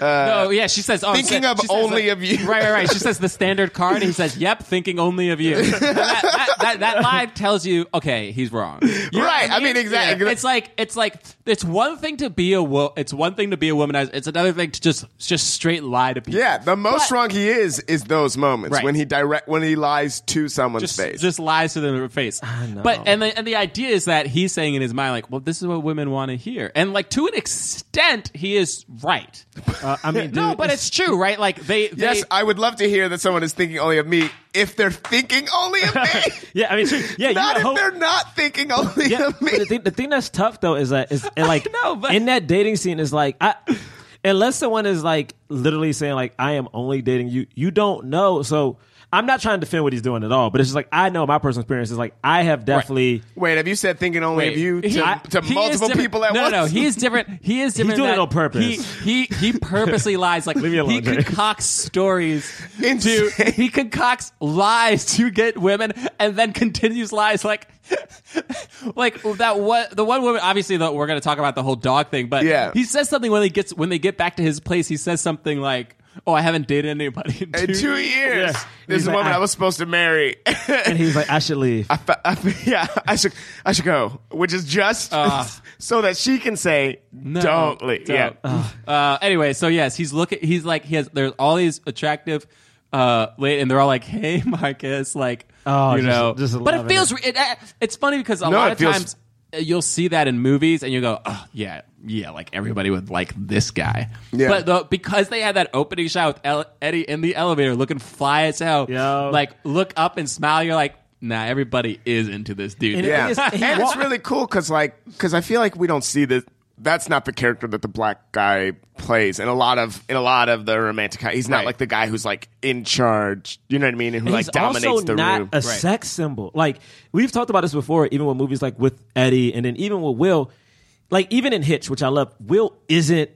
No, yeah, she says. Oh, Uh, thinking she- of she says, only like- of you. Right, right, right. She says the standard card, and he says, "Yep, thinking only of you." that, that, that, that line tells you, okay, he's wrong. You know Right, what I mean, exactly. It's like it's like it's one thing to be a wo- it's one thing to be a womanizer. It's another thing to just just straight lie to people. Yeah, the most But- wrong he is is those moments Right. when he direct when he lies to someone's just, face. just lies to them in their face. know. But and the, and the idea is that he's saying in his mind like, well, this is what women want to hear, and like to an extent, he is right. Uh, I mean, no, dude, but it's, it's true, right? Like they, they yes, I would love to hear that someone is thinking only of me if they're thinking only of me. yeah. I mean, it's true. yeah, Not you if hope, they're not thinking only yeah. of but The me. thing, the thing that's tough though is that is and, like know, but- in that dating scene is like I. Unless someone is like literally saying like I am only dating you, you don't know. So I'm not trying to defend what he's doing at all, but it's just like I know my personal experience is like I have definitely Wait, have you said thinking only Wait, of you to, he- I- to he is multiple different. people at no, once? No, no, he is different. He is different. doing in it that on purpose. He he, he purposely lies. Like Leave me he alone, James. concocts stories. Insane. To, he concocts lies to get women, and then continues lies like. like that what the one woman obviously the, we're going to talk about the whole dog thing but Yeah. he says something when he gets when they get back to his place he says something like oh i haven't dated anybody in two, in two years. Yeah. This is He's the like, woman I, I- was supposed to marry. and he's like I should leave. I fe- I fe- yeah, I should, I should go, which is just Ah. so that she can say, "Don't leave." don't. Yeah, Ah. Uh, anyway, so yes, he's looking. He's like he has. There's all these attractive, uh, late, and they're all like, "Hey, Marcus," like, Oh, you just- know. just but it loving feels. It. uh it's funny because a No, lot it of feels- times uh, you'll see that in movies, and you go, "Oh, yeah, yeah," like everybody would like this guy. Yeah. But the, because they had that opening shot with El- Eddie in the elevator, looking fly as hell, Yo. like look up and smile. You're like, nah, everybody is into this dude. And it- yeah. He is- he and it's walk- really cool because, like, because I feel like we don't see this. That's not the character that the black guy plays in a lot of in a lot of the romantic. He's not Right. like the guy who's like in charge. You know what I mean? And who And like dominates also the not room. a sex symbol. Like we've talked about this before, even with movies like with Eddie, and then even with Will. Like even in Hitch, which I love, Will isn't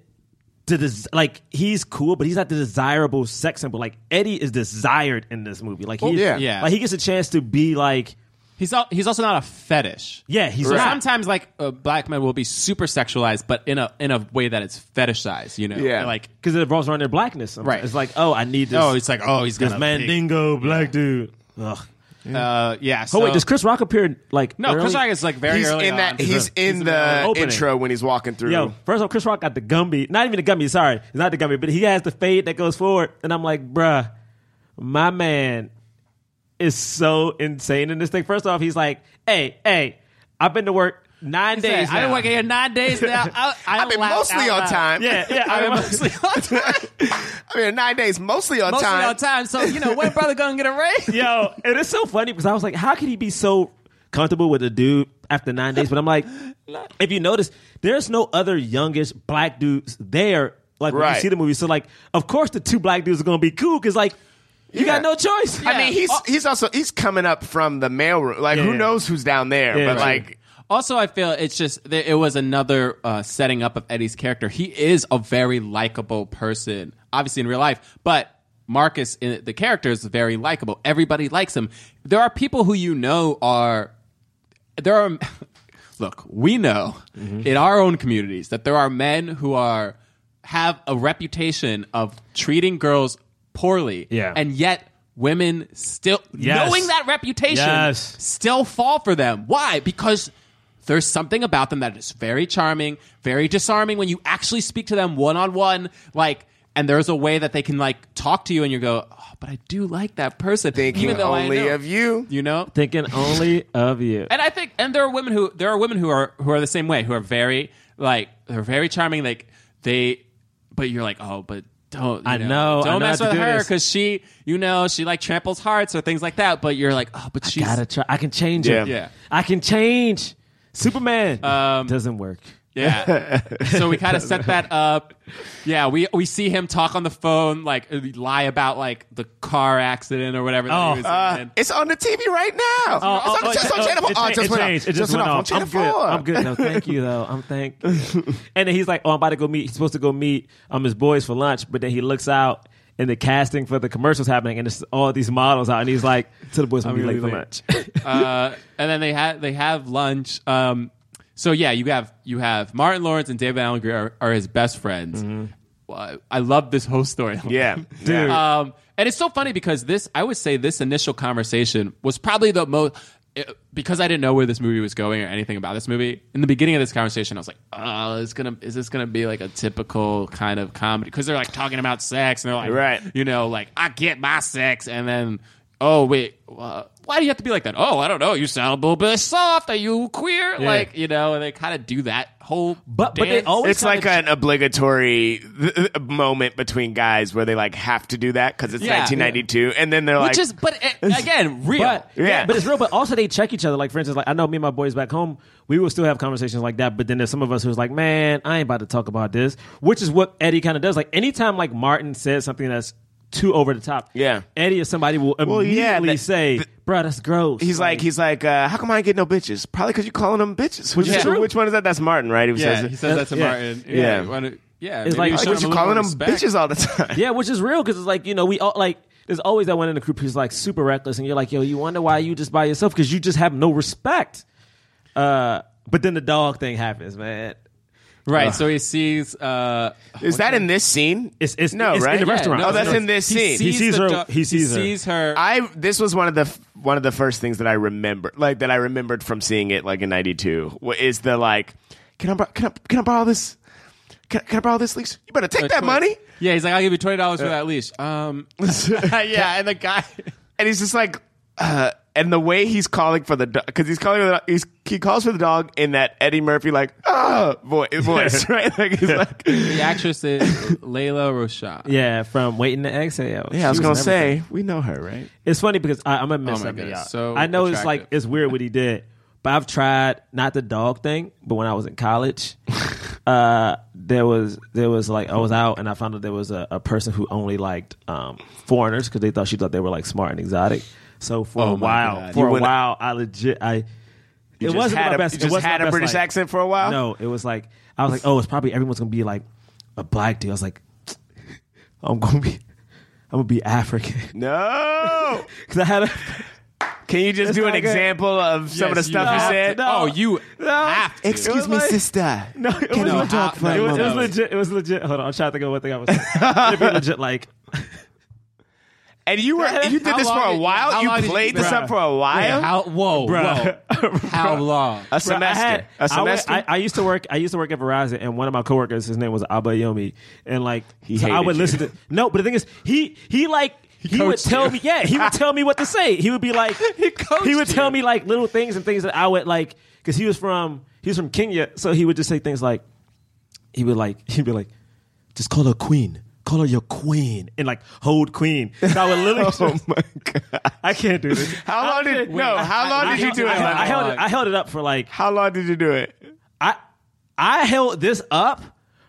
the des- like he's cool, but he's not the desirable sex symbol. Like Eddie is desired in this movie. Like he, yeah. Yeah. like he gets a chance to be like, He's al- he's also not a fetish. yeah, he's So not. sometimes like uh, black men will be super sexualized, but in a in a way that it's fetishized. You know, Yeah. Like because it revolves around their blackness. sometimes. Right. It's like, oh, I need this. oh, it's like oh, he's this gonna Mandingo black dude. Ugh. Uh, yeah. Oh wait, does Chris Rock appear like No, Chris early? Rock is like very he's early in that. on. He's a- in he's the an opening. intro when he's walking through. Yo, first off, Chris Rock got the Gumby. Not even the Gumby, sorry. It's not the Gumby, but he has the fade that goes forward. And I'm like, bruh, my man is so insane in this thing. First off, he's like, hey, hey, I've been to work nine Say, days. I've been now." working here nine days now. I, I I've been laugh mostly out on loud. time. Yeah, yeah. I've I'm- been mostly on time. I mean, nine days mostly on mostly time. on time. So you know, when brother gonna get a raise? Yo, and it's so funny because I was like, how could he be so comfortable with a dude after nine days? But I'm like, if you notice, there's no other youngish black dudes there. Like when Right. you see the movie, so like, of course, the two black dudes are gonna be cool because like, you Yeah. got no choice. Oh. I mean, Oh. he's he's also he's coming up from the mailroom. Like, Yeah, who yeah. knows who's down there? Yeah, but right. like, Also, I feel it's just that it was another uh, setting up of Eddie's character. He is a very likable person, obviously in real life, but Marcus, in, the character, is very likable. Everybody likes him. There are people who you know are there are look we know Mm-hmm. in our own communities that there are men who are have a reputation of treating girls poorly Yeah. and yet women still Yes. knowing that reputation Yes. still fall for them why because there's something about them that is very charming very disarming when you actually speak to them one-on-one like and there's a way that they can like talk to you and you go, oh, but I do like that person, Thinking even though I only know, of you. You know, Thinking only of you. and I think and there are women who there are women who are who are the same way who are very like they're very charming like they but you're like oh but don't you I know, I don't know mess I have with to do her this. because she you know she like tramples hearts or things like that but you're like oh but she's Gotta try. I can change it. Yeah. Um, Yeah. I can change. Superman doesn't work. yeah so we kind of set that up yeah we we see him talk on the phone like uh, lie about like the car accident or whatever that he was in. It's on the TV right now. it's on, oh, it's just oh, on channel it four. Oh, cha- it just it went off. changed. It Just went off on channel I'm good. four. I'm good though. Thank you though. I'm thank. and then he's like, "Oh, I'm about to go meet. He's supposed to go meet um his boys for lunch, but then he looks out." And the casting for the commercials happening, and it's all these models out, and he's like, "To the boys, I'm, gonna be late for really lunch." uh, and then they had they have lunch. Um, so yeah, you have you have Martin Lawrence and David Allen Greer are, are his best friends. Well, I I love this whole story. Yeah. Dude. Um, and it's so funny because this, I would say, this initial conversation was probably the most. Because I didn't know where this movie was going or anything about this movie, in the beginning of this conversation, I was like, "Oh, it's gonna is this gonna be like a typical kind of comedy?" Because they're like talking about sex and they're like, Right. You know, like I get my sex, and then oh wait, uh, why do you have to be like that? Oh, I don't know. You sound a little bit soft. Are you queer? Like you know, and they kind of do that whole. But- but they dance. always It's like an obligatory moment between guys where they like have to do that because it's Yeah. 1992, and then they're like, which is, but uh, again, real. But Yeah. yeah. but it's real. But also, they check each other. Like for instance, like I know me and my boys back home, we will still have conversations like that. But then there's some of us who's like, man, I ain't about to talk about this, which is what Eddie kind of does. Like anytime like Martin says something that's too over the top, Yeah. Eddie or somebody will immediately yeah, that- say, bro, that's gross. he's like, he's like, uh, how come I ain't get no bitches? Probably because you calling them bitches. Which, Yeah. is True. which one is that? That's Martin, right? Who Yeah, says it? he says that to Yeah. Martin. Yeah. why don't- yeah. It's maybe like, you "Why show Like, what him you a little calling more them respect." bitches all the time? yeah, which is real because it's like you know we all like. There's always that one in the group who's like super reckless, and you're like, yo, you wonder why you just by yourself because you just have no respect. Uh, but then the dog thing happens, man. right? So he sees. Uh, Is that in this scene? It's it's no, it's right? in the Yeah, restaurant. no, Oh, that's no, in this he scene. He sees sees the her- dog- he sees her. sees her. I this was one of the f- one of the first things that I remember, like that I remembered from seeing it, like in '92, is the like, can I bor- can I can I borrow this? Can, can I borrow this lease? You better take that money. Yeah, he's like, I'll give you twenty dollars for that leash. Um, yeah, and the guy. And he's just like, uh, and the way he's calling for the dog, because he's calling for the dog, he's, he calls for the dog in that Eddie Murphy like ah voice, voice right? Like he's like, The actress is Layla Rochon. Yeah, from waiting to exhale. yeah, I was She gonna in everything. say we know her, right? it's funny because I, Oh I'm gonna miss my something, goodness, y'all. so I know it's attractive. like it's weird what he did, but I've tried not the dog thing, but when I was in college, uh, there was there was like I was out and I found out there was a, a person who only liked um, foreigners because they thought she thought they were like smart and exotic. So for a Oh my while, God. for You a went- while, I legit I. it just wasn't had my a- best. you it just wasn't my had a best, British like- accent for a while? No, it was like I was like, oh, it's probably everyone's gonna be like a black dude. I was like, I'm gonna be, I'm gonna be African No, because I had a. can you just It's do an not good. example of some of the Yes, stuff you have said? to- no. Oh, you have to. It was like- sister. No, it was, we legit. talk for a it, was, it was moment? legit. It was legit. Hold on, I'm trying to think of one thing I was. saying. It'd be legit, like And you were you did How this for long a did- while. how long You did you- played this Bruh. up for a while. How? Whoa, Bruh. whoa. How long? a Bruh, I semester. had- a I was- semester. I, I used to work. I used to work at Verizon, and one of my coworkers, his name was Abayomi, and like He so I hated would you. listen to. No, but the thing is, he he like. He, would coached tell you. me, yeah, he would tell me what to say. He would be like, he, coached would tell you. me like little things and things that I would like, because he was from he was from Kenya, so he would just say things like, he would like he'd be like, just call her queen, call her your queen, and like hold queen. So I would literally, oh my god! I can't do this. How long did no? How long did you do it? I, I Lemon? held it. I held it up for like How long did you do it? I I held this up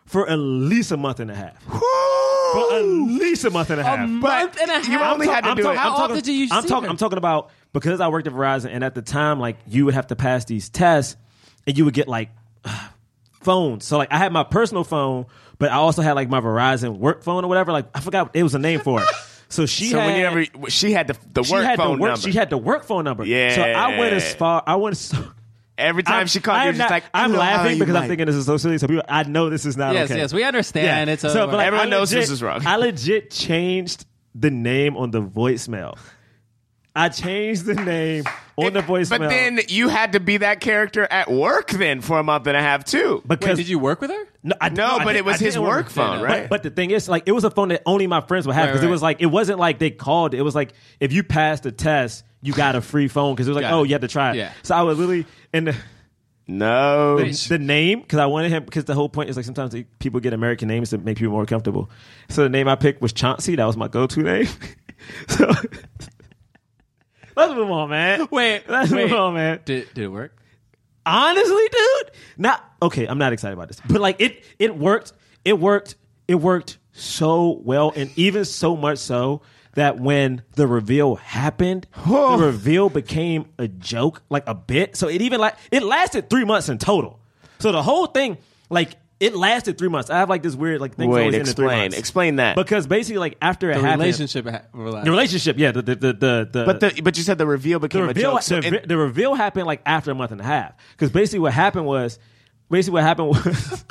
for at least a month and a half. For at least a month and a half. uh, But and a you half. only had to I'm do talk- it. How I'm talking- often did you I'm see talking. her? I'm talking about because I worked at Verizon, and at the time, like you would have to pass these tests, and you would get like phones. So like I had my personal phone, but I also had like my Verizon work phone or whatever. Like I forgot it was a name for it. So she So had, when you ever she had the the she work had phone the work number. she had the work phone number. So I went as Yeah. far. I went. So, Every time she called, I you am were not- just like, I I'm know how laughing you because I'm like- thinking this is so silly. So people, I know this is not Yes, okay. yes, we understand. It's uh, so, over. but like, Everyone I knows this legit- is wrong. I legit changed the name on the voicemail. I changed the name on the voicemail. But then you had to be that character at work then for a month and a half too. because Wait, did you work with her? No, I, No, I but did- it was I did his order- work phone, But- right? But the thing is, like, it was a phone that only my friends would have Right, because it right. was like it wasn't like they called. It was like if you passed the test, you got a free phone because it was like, Got oh, it. you had to try it. Yeah. So I was literally in the. no. the name because I wanted him because the whole point is like sometimes they- people get American names to make people more comfortable. So the name I picked was Chauncey. That was my go-to name. so let's move on, man. Wait, let's wait. move on, man. Did, did it work? Honestly, dude, not okay. I'm not excited about this, but like it, it worked. It worked. It worked so well, and even so much so that when the reveal happened, the reveal became a joke, like a bit. So it even like it lasted three months in total. So the whole thing, like. It lasted three months. I have like this weird like thing. Wait, always end in three explain. months. Explain that. because basically like after it The happened, relationship ha- relaxed. the relationship, yeah, the the the, the, the But the, but you said the reveal became the a reveal, joke. So the, it- re- the reveal happened like after a month and a half. Because basically what happened was, basically what happened was,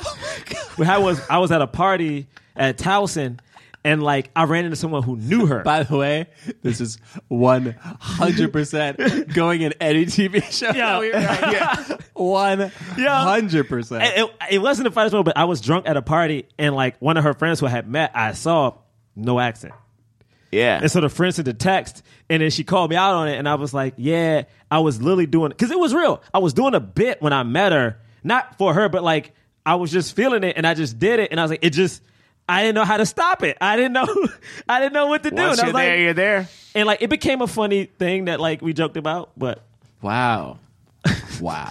what happened was I was at a party at Towson, and like I ran into someone who knew her. By the way, this is one hundred percent going in any TV show. Yeah. one hundred percent. it, it- it wasn't the finest moment, but I was drunk at a party, and like one of her friends who I had met, I saw no accent. yeah. And so the friend sent the text, and then she called me out on it, and I was like, "Yeah, I was literally doing because it was real. I was doing a bit when I met her, not for her, but like I was just feeling it, and I just did it, and I was like, it just." I didn't know how to stop it. I didn't know. I didn't know what to do. Once and you're I was there, like, you're there. and like it became a funny thing that like we joked about. But Wow, wow,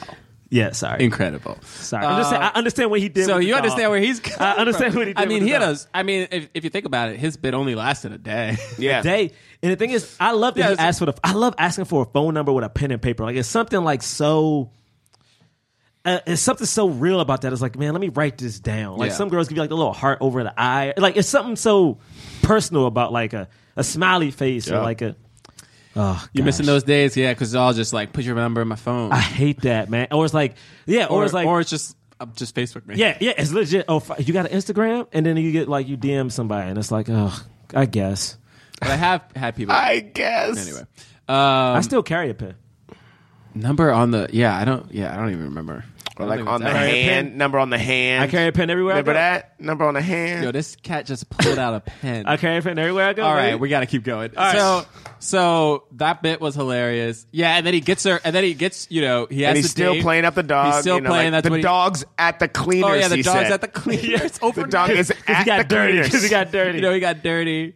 yeah, sorry, incredible. sorry. I'm just saying. I understand what he did. So with the you dog. understand where he's. I coming understand from. what he did. I mean, with he the had dog. a. I mean, if, if you think about it, his bit only lasted a day. Yeah. day. And the thing is, I love that Yeah, he it's- asked for the. I love asking for a phone number with a pen and paper. Like it's something like so. Uh, it's something so real about that. It's like, man, let me write this down. Like Yeah. some girls give you like the little heart over the eye. Like it's something so personal about like a a smiley face Yeah. or like a. Oh, You're missing gosh. those days, yeah, because it's all just like put your number in my phone, I hate that, man. Or it's like, yeah, or, it's like, or it's just uh, just Facebook. Man. yeah, yeah, it's legit. Oh, fi- you got an Instagram, and then you get like you DM somebody, and it's like, oh, I guess but I have had people. I guess. anyway, um, I still carry a pen. number on the yeah. I don't. Yeah, I don't even remember. Or I like don't on even- the Sorry. hand, number on the hand. I carry a pen everywhere. I Remember go. that? Number on the hand. Yo, this cat just pulled out a pen. I carry a pen everywhere I go. All baby. right, we got to keep going. right. so, so that bit was hilarious. Yeah, and then he gets her, and then he gets, you know, he has and to he's still date. playing up the dog. He's still you know, playing. like, that's the what he- dog's at the cleaners. Oh yeah, the he dog's said. at the cleaners. Over The dog is Because at he got the dirty. cleaners. Because he got dirty. You know, he got dirty.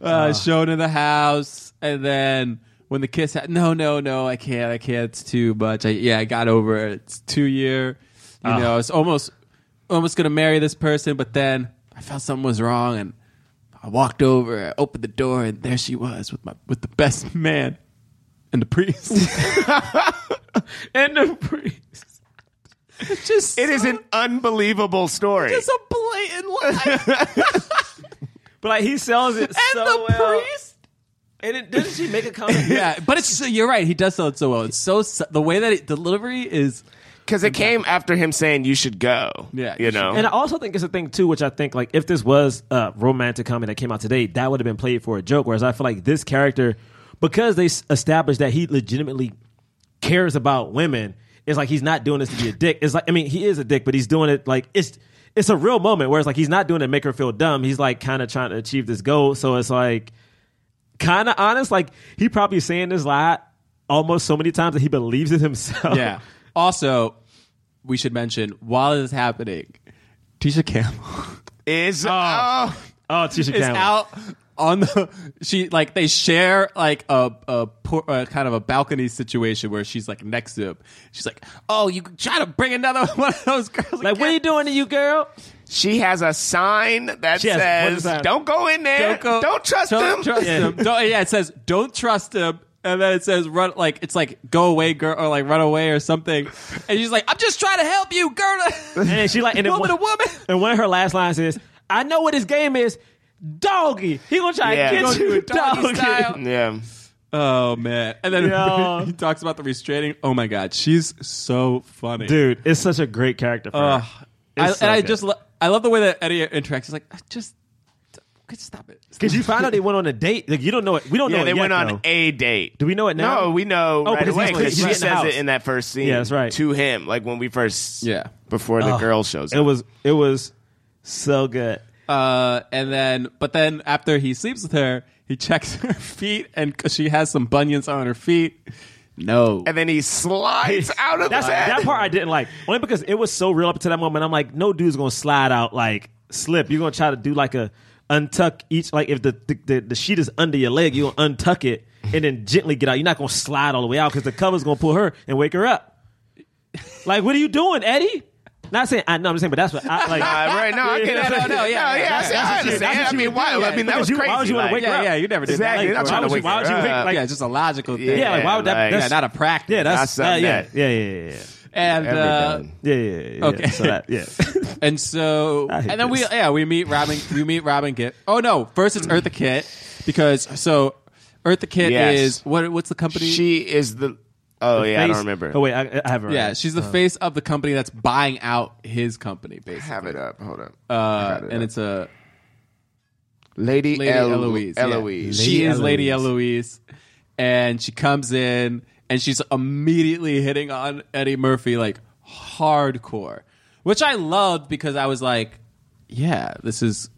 Uh, Shown in the house, and then when the kiss, ha- no, no, no, I can't, I can't. It's too much. I, yeah, I got over it. It's two year. You know, it's almost, almost gonna marry this person, but then I felt something was wrong, and I walked over, I opened the door, and there she was with my with the best man. And the priest, and the priest. just It is an unbelievable story. it's a blatant lie. But like he sells it and so the well. priest, And it, doesn't she make a comment? yeah, but it's so, you're right. He does sell it so well. It's so su- the way that it, delivery is. Because it came after him saying you should go. Yeah, You you should- know? And I also think it's a thing too, which I think like if this was a romantic comedy that came out today, that would have been played for a joke. Whereas I feel like this character, because they s- established that he legitimately cares about women, it's like he's not doing this to be a dick. It's like I mean, he is a dick, but he's doing it like it's it's a real moment. Whereas like he's not doing it to make her feel dumb. He's like kind of trying to achieve this goal. So it's like kind of honest. Like he probably saying this lie almost so many times that he believes it himself. Yeah. also, we should mention while this is happening, Tisha Campbell is. Oh. oh. Oh, Tisha is Campbell. out on the. She like they share like a a, por- a kind of a balcony situation where she's like next to him. She's like, "Oh, you try to bring another one of those girls." Like, what are you doing to you, girl? She has a sign that She has- what says, is that? "Don't go in there. Don't, go- trust don't him." Trust Yeah. him. Don't- yeah, it says don't trust him. And then it says run like it's like go away girl or like run away or something. And she's like, I'm just trying to help you, girl. And then she like and then woman to one- woman. And one of her last lines is, "I know what this game is, doggy. He gonna try Yeah. to He get gonna you, do it doggy style." Yeah. Oh man. And then Yo. he talks about the restraining. Oh my god, she's so funny. Dude, it's such a great character. For Ugh. her. I, It's so and I good. just lo- I love the way that Eddie interacts. He's like, I just Could you stop it? Because you found out they went on a date. Like you don't know it. We don't Yeah, know. they it yet, went on though. a date. Do we know it now? No, we know Oh, right because he's away clear- because he's she in the says house. it in that first scene. Yeah, that's right. To him, like when we first, Yeah. before the Oh, girl shows It up. was. It was so good. Uh, and then, but then after he sleeps with her, he checks her feet, and 'cause she has some bunions on her feet. No, and then he slides out of That's bed. that part I didn't like. Only because it was so real up to that moment. I'm like, no dude's gonna slide out like slip. You're gonna try to do like a untuck each like if the the, the, the sheet is under your leg, you're gonna untuck it and then gently get out. You're not gonna slide all the way out because the cover's gonna pull her and wake her up. Like, what are you doing, Eddie? Not saying I know I'm just saying, but that's what I like. Uh, right? No, I Yeah, can't. yeah, understand. no, no, yeah, no, yeah, yeah. I, that's see, I what you- that's understand. what I you mean, would why? do, yeah. I mean, that Because was you- crazy. why would you wanna like- wake her yeah, up? yeah, you never did Exactly. that. That's why Like, why to would you, wake why would you her wake, up. like yeah, just a logical. Thing. Yeah, like, why would that- like- Yeah, that's- not a practice. yeah, that's Not uh, something yeah, that- yeah, yeah, yeah, and Every uh, day. yeah, yeah, yeah, yeah, yeah. Okay. So that, yeah, and so I and hate then we this. yeah we meet Robin we meet Robin Kit. Oh no, first it's Eartha Kit because so Eartha Kit Yes. is what what's the company? She is the. Oh yeah, I don't Face- remember. Oh wait, I, I have it. Right. yeah, she's the face of the company that's buying out his company basically. Have it up. Hold up. Uh, and it's a Lady, Lady El- Eloise. yeah. Eloise. She is Lady Eloise. Eloise. And she comes in and she's immediately hitting on Eddie Murphy like hardcore, which I loved because I was like, yeah, this is,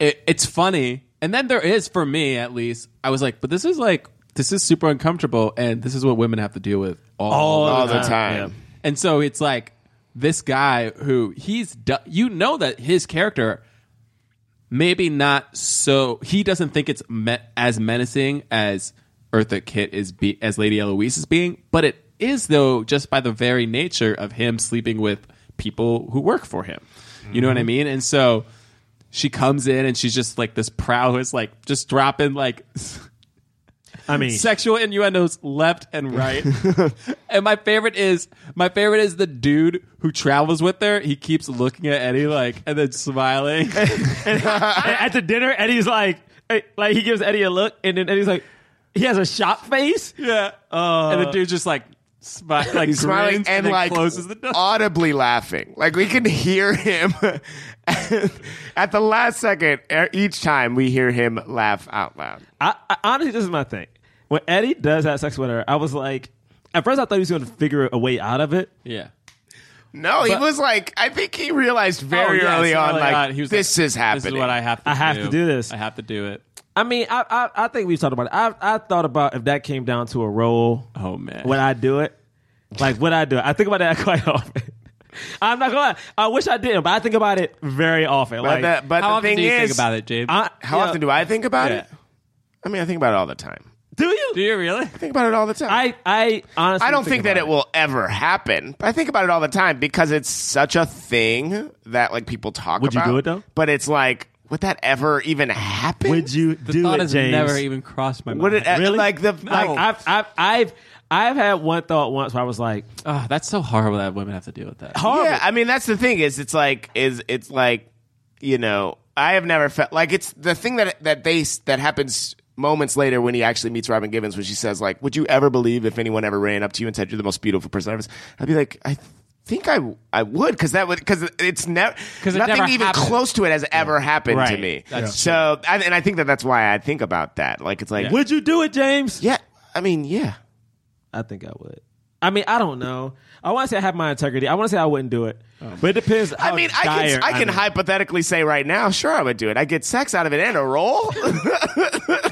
it, it's funny. And then there is, for me at least, I was like, but this is like, this is super uncomfortable. And this is what women have to deal with all, all the the time. Yeah. and so it's like this guy who he's do- you know that his character maybe not so he doesn't think it's me- as menacing as Eartha Kitt is be- as Lady Eloise is being, but it is though just by the very nature of him sleeping with people who work for him. You know what I mean? And so she comes in and she's just like this prowess, like just dropping like I mean, sexual innuendos left and right. and my favorite is my favorite is the dude who travels with her. He keeps looking at Eddie like and then smiling. And at the dinner, Eddie's like, hey, like he gives Eddie a look, and then Eddie's like, he has a shock face. yeah. and the dude just like smi- like Uh, He's smiling grins and, then like closes the door. audibly laughing. Like we can hear him at the last second. er, Each time we hear him laugh out loud. I, I honestly, this is my thing. When Eddie does have sex with her, I was like, at first I thought he was going to figure a way out of it. Yeah. No, he was like. I think he realized very Oh, yes, early on. Like he was this is happening. This is what I have to I do. have to do this. I have to do it. I mean, I I, I think we've talked about it. I I thought about if that came down to a role, Oh man. would I do it? Like, would I do it? I think about that quite often. I'm not gonna. Lie. I wish I didn't, but I think about it very often. But like, the, but How the often thing do you is, think about it, James? I, How often do I think about it? Yeah. I mean, I think about it all the time. do you? do you really? I think about it all the time. I I honestly, I don't think, that about it will ever happen. But I think about it all the time because it's such a thing that like people talk Would you about. do it, though? But it's like, would that ever even happen? Would you The do thought it, has James? never even crossed my mind. Would it e- Really? like the Like, like? I've, I've, I've, I've had one thought once where I was like, oh, that's so horrible that women have to deal with that. horrible. Yeah, I mean that's the thing is it's like is it's like you know I have never felt like it's the thing that that they that happens moments later when he actually meets Robin Givens when she says like would you ever believe if anyone ever ran up to you and said you're the most beautiful person ever I'd be like I think I I would because that would because it's never 'Cause it nothing never even happened. close to it has ever happened to Right. me so I, and I think that that's why I think about that like it's like yeah, Would you do it, James? yeah I mean yeah I think I would. I mean, I don't know. I want to say I have my integrity. I want to say I wouldn't do it, but it depends. I how mean, I dire can I can am. hypothetically say right now, sure, I would do it. I get sex out of it and a roll.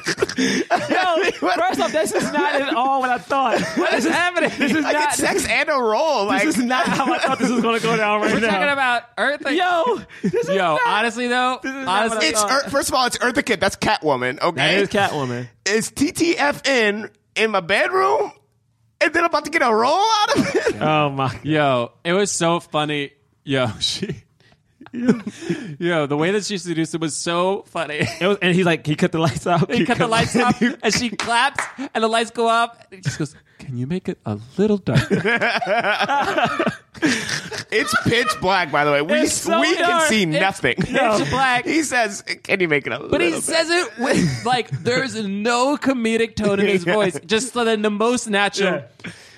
No, first off, this is not at all what I thought. What is happening? This is I not. get sex and a roll. Like, This is not how I thought this was going to go down right We're now. talking about Eartha. yo. This is Yo, not- honestly though, This is not honestly, what I It's Ear- first of all, it's Eartha Kitt. That's Catwoman. Okay, uh, that is Catwoman. It's TTFN in my bedroom, and then I'm about to get a roll out of it. Oh my. Yo, it was so funny. Yo, she. Yo, the way that she seduced him was so funny. It was, and he's like, he cut the lights out. He cut the lights off, and she claps, and the lights go up. And she goes, "Can you make it a little darker?" It's pitch black, by the way. We It's so we can dark. see It's nothing. pitch black. He says, "Can you make it a But he little bit?" says it with like there's no comedic tone in his voice, just so then the most natural.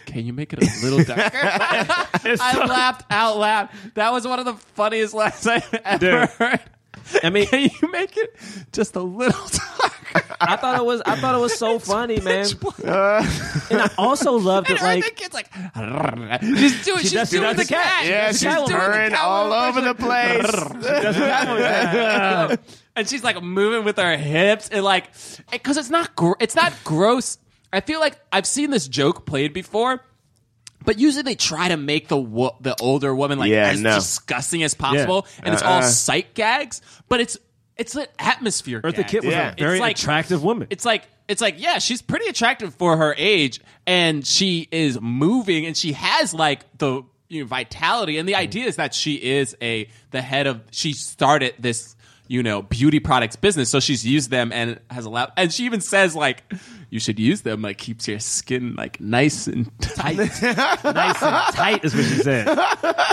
Can you make it a little darker? I laughed out loud. That was one of the funniest laughs I ever Dude. heard. I mean, Can you make it just a little darker? I thought it was I thought it was so funny, man. Uh, And I also loved And it like, like the kid's like, she's doing, she's does- she doing does the the cat. cat. yeah, she's doing the purring cat all one over the place. and she's like moving with her hips and like because it's not gr- it's not gross i feel like i've seen this joke played before but usually they try to make the wo- the older woman like Yeah, as no. Uh-uh. disgusting as possible and it's all sight gags but it's it's an atmosphere Eartha gag. Kitt was Yeah. a very It's like- attractive woman. it's like it's like yeah she's pretty attractive for her age and she is moving and she has like the you know, vitality and the idea is that she is a the head of she started this you know beauty products business so she's used them and has allowed and she even says like you should use them like keeps your skin like nice and tight nice and tight is what she said.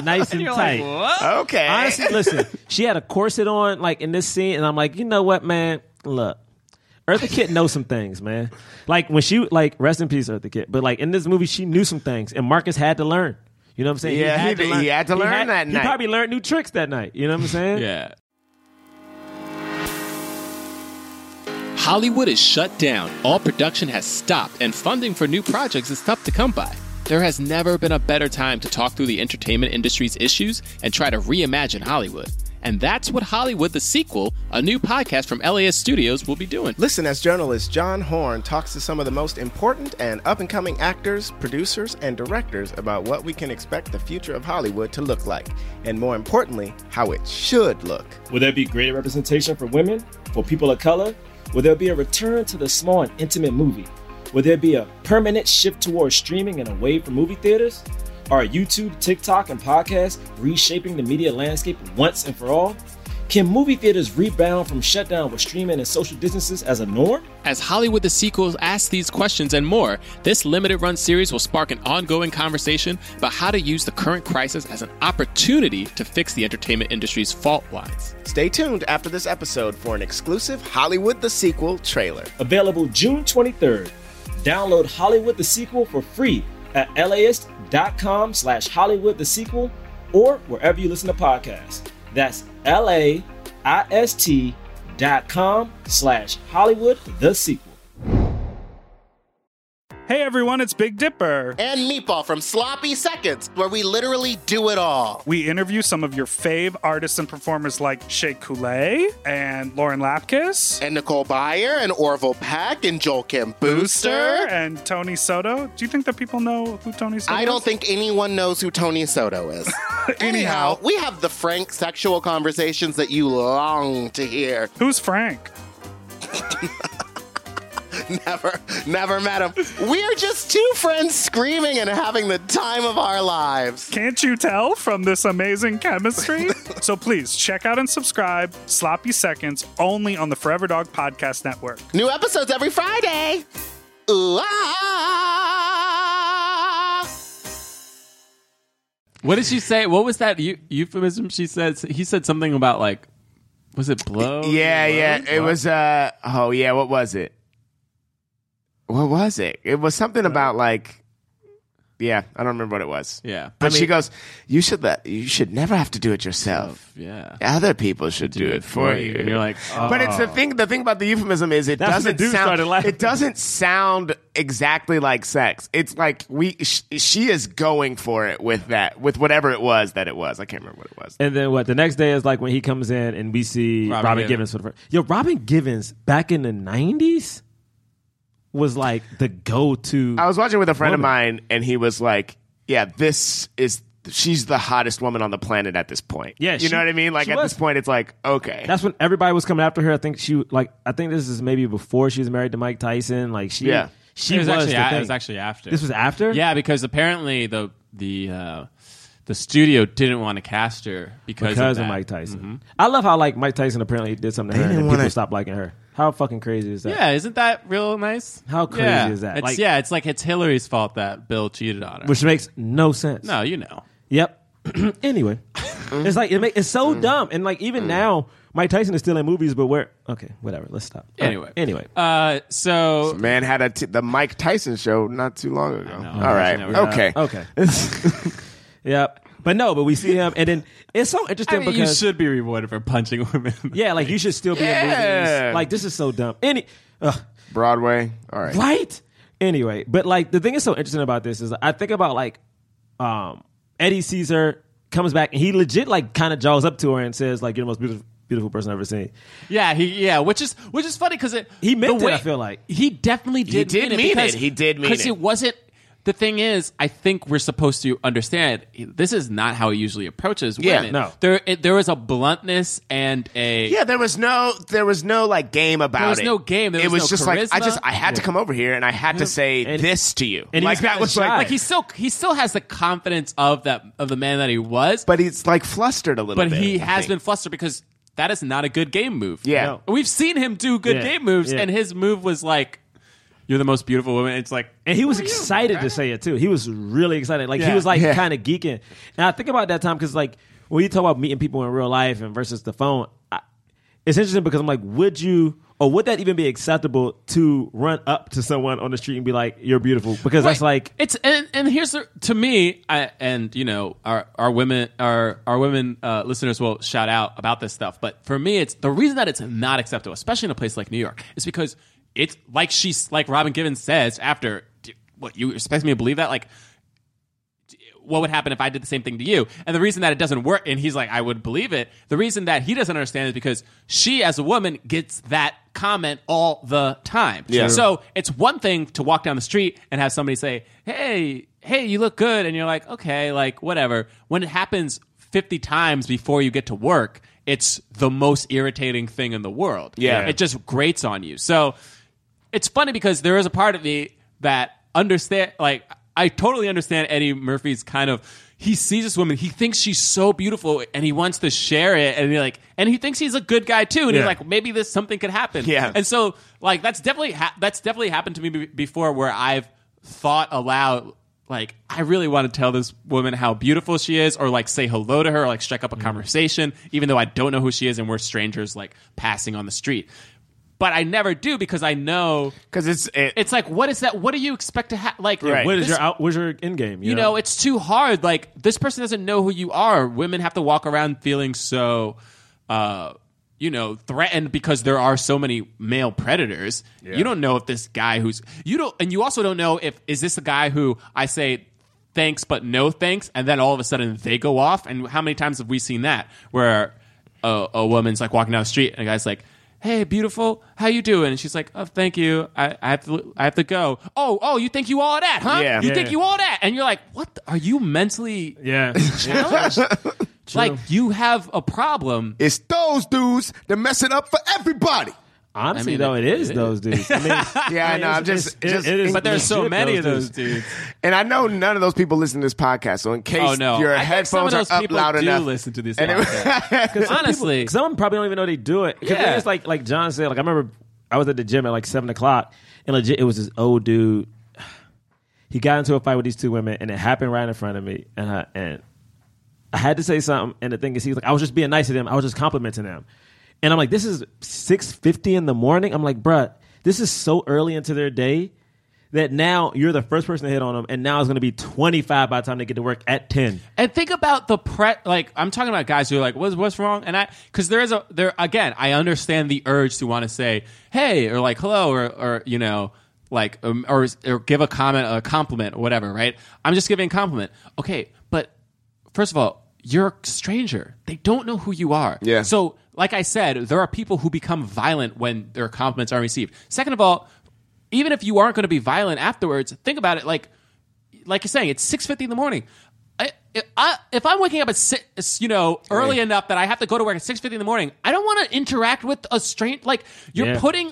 Nice and, You're like, tight. what? Okay. Honestly, listen, she had a corset on like in this scene, and I'm like, you know what, man? Look, Eartha Kitt knows some things, man. Like when she like rest in peace, Eartha Kitt. But like in this movie, she knew some things, and Marcus had to learn. You know what I'm saying? Yeah, he did- he had to learn that he night. probably learned new tricks that night. You know what I'm saying? yeah Hollywood is shut down, all production has stopped, and funding for new projects is tough to come by. There has never been a better time to talk through the entertainment industry's issues and try to reimagine Hollywood. And that's what Hollywood the Sequel, a new podcast from LAS Studios, will be doing. Listen as journalist John Horn talks to some of the most important and up and coming actors, producers, and directors about what we can expect the future of Hollywood to look like, and more importantly, how it should look. Will there be greater representation for women, for people of color? Will there be a return to the small and intimate movie? Will there be a permanent shift towards streaming and away from movie theaters? Are YouTube, TikTok, and podcasts reshaping the media landscape once and for all? Can movie theaters rebound from shutdown with streaming and social distances as a norm? As Hollywood the Sequel asks these questions and more, this limited run series will spark an ongoing conversation about how to use the current crisis as an opportunity to fix the entertainment industry's fault lines. Stay tuned after this episode for an exclusive Hollywood the Sequel trailer. Available June 23rd. Download Hollywood the Sequel for free at las.com slash Hollywood the Sequel or wherever you listen to podcasts. That's L-A-I-S-T dot com slash Hollywood the Sequel. Hey everyone, it's Big Dipper. And Meatball from Sloppy Seconds, where we literally do it all. We interview some of your fave artists and performers like Shea Coulee and Lauren Lapkus. And Nicole Byer and Orville Peck and Joel Kim Booster. And Tony Soto. Do you think that people know who Tony Soto I is? don't think anyone knows who Tony Soto is. Anyhow, we have the frank sexual conversations that you long to hear. Who's Frank? Never, never met him. We're just two friends screaming and having the time of our lives. Can't you tell from this amazing chemistry? so please check out and subscribe Sloppy Seconds only on the Forever Dog Podcast Network. New episodes every Friday. Ooh, ah. what did she say what was that eu- euphemism she said he said something about like was it blow yeah, Blow? yeah. It What? was uh oh yeah, what was it? What was it? It was something about like yeah, I don't remember what it was. yeah But she goes, "You should let you should never have to do it yourself. yeah Other people should do, it for you." And you're like, but it's the thing. The thing about the euphemism is it That's when the doesn't dude sound. started laughing. It doesn't sound exactly like sex. It's like we sh- she is going for it with that with whatever it was that it was. I can't remember what it was. And then what? The next day is like when he comes in and we see Robin Robin, Givens. Givens. for the first. Yo, Robin Givens back in the '90s was like the go-to. I was watching with a friend of Woman. mine, and he was like, "Yeah, this is she's the hottest woman on the planet at this point." Yeah, you she- know what I mean. Like she at was. this point, it's like okay, That's when everybody was coming after her. I think she like. I think this is maybe before she was married to Mike Tyson. Like she, Yeah. she it was, actually, the a- it thing. was actually after. This was after. yeah, because apparently the the uh, the studio didn't want to cast her because, because of, of that. Mm-hmm. Mike Tyson. I love how like Mike Tyson apparently did something to her and then people stopped liking her. How fucking crazy is that? Yeah, isn't that real nice? How crazy Yeah. is that? It's, Like- yeah, it's like it's Hillary's fault that Bill cheated on her. which makes no sense. no, you know. Yep. anyway, it's like it make, it's so dumb, and like even now, Mike Tyson is still in movies, but where? Okay, whatever. Let's stop. All right, Anyway, anyway, Uh, so man had a t- the Mike Tyson show not too long ago. All right, Never- okay, okay. yep. But no, but we see him, and then it's so interesting I mean, you because should be rewarded for punching women. yeah, like you should still be in Yeah. movies. Like this is so dumb. Any ugh. Broadway. All right. right? Anyway, but like the thing is so interesting about this is I think about like um Eddie Caesar comes back and he legit like kind of jaws up to her and says like you're the most beautiful beautiful person I've ever seen. Yeah, he yeah, which is which is funny because it he meant it, I feel like. he definitely did. He did mean it. because- He did mean 'cause it. wasn't. The thing is, I think we're supposed to understand this is not how he usually approaches Yeah, women. no. there it, there was a bluntness and a Yeah, there was no there was no like game about was it. no game. There it was was no just like I charisma. just I had to come over here and I had to say And- this to you. and he like was that kinda was shy. like like he still he still has the confidence of that of the man that he was, but he's like flustered a little but bit. he I has been think. flustered because that is not a good game move. Yeah. No. we've seen him do good Yeah, game moves, yeah. and his move was like, "You're the most beautiful woman." It's like And he was excited to say it too. He was really excited. Like he Yeah. was like Yeah. kind of geeking. And I think about that time because like when you talk about meeting people in real life and versus the phone, I, it's interesting because I'm like, would you or would that even be acceptable to run up to someone on the street and be like, "You're beautiful"? Because that's Right. like it's and, and here's the, to me I, and you know our our women our our women uh, listeners will shout out about this stuff but for me it's the reason that it's not acceptable especially in a place like New York is because it's like she's like Robin Givens says after "D- what you expect me to believe that like d- what would happen if I did the same thing to you? And the reason that it doesn't work, and he's like, I would believe it. The reason that he doesn't understand is because she, as a woman, gets that comment all the time. Yeah. So so it's one thing to walk down the street and have somebody say, "Hey, hey, you look good," and you're like, "Okay, like whatever." When it happens 50 times before you get to work, it's the most irritating thing in the world. Yeah. It just grates on you. So it's funny because there is a part of me that understand like I totally understand Eddie Murphy's kind of he sees this woman, he thinks she's so beautiful and he wants to share it and he like and he thinks he's a good guy too and he's Yeah. like maybe this something could happen. Yeah. And so like that's definitely ha- that's definitely happened to me be- before where I've thought aloud like I really want to tell this woman how beautiful she is or like say hello to her or like strike Mm. up a conversation even though I don't know who she is and we're strangers like passing on the street. But I never do because I know because it's it, it's like what is that what do you expect to have like Right. what is this- your out? What's your end game? you know, it's too hard. Like this person doesn't know who you are. Women have to walk around feeling so, uh, you know, threatened because there are so many male predators. You don't know if this guy who's you don't, and you also don't know if is this the guy who I say thanks but no thanks, and then all of a sudden they go off. And how many times have we seen that where a, a woman's like walking down the street and a guy's like. Hey, beautiful, how you doing? And she's like, "Oh, thank you. I, I have to. I have to go. Oh, oh, you think you all that, huh? Yeah. You Yeah. think you all that?" And you're like, "What? the- are you mentally yeah. challenged? like you have a problem?" it's those dudes that mess it up for everybody. Honestly, I mean, though, it- it is it those dudes. I mean, Yeah, I know. it's- I'm just, it's- just it is- But there's so Legit, many those of those dudes. and I know none of those people listen to this podcast. So in case Oh no, your I think some headphones of are those up people loud do enough, Listen to this. and podcast. it, Honestly, Some of them probably don't even know they do it. Yeah. Yeah. It's like like John said. Like I remember I was at the gym at like seven o'clock, and legit, it was this old dude. He got into a fight with these two women, and it happened right in front of me. And I and I had to say something. And the thing is, he's like, I was just being nice to them. I was just complimenting them. And I'm like, this is six fifty in the morning. I'm like, bruh, this is so early into their day. That now you're the first person to hit on them, and now it's going to be 25 by the time they get to work at 10. and think about the pre like i'm talking about guys who are like what's, what's wrong and i because there is a there again i understand the urge to want to say hey or like hello or or you know like um, or or give a comment a compliment or whatever right i'm just giving a compliment okay but first of all you're a stranger they don't know who you are Yeah. so like i said there are people who become violent when their compliments aren't received second of all even if you aren't going to be violent afterwards think about it like like you're saying, it's six fifty in the morning. I, if I, if I'm waking up at six, you know, early enough that I have to go to work at six fifty in the morning, I don't want to interact with a stranger. Like you're Yeah. putting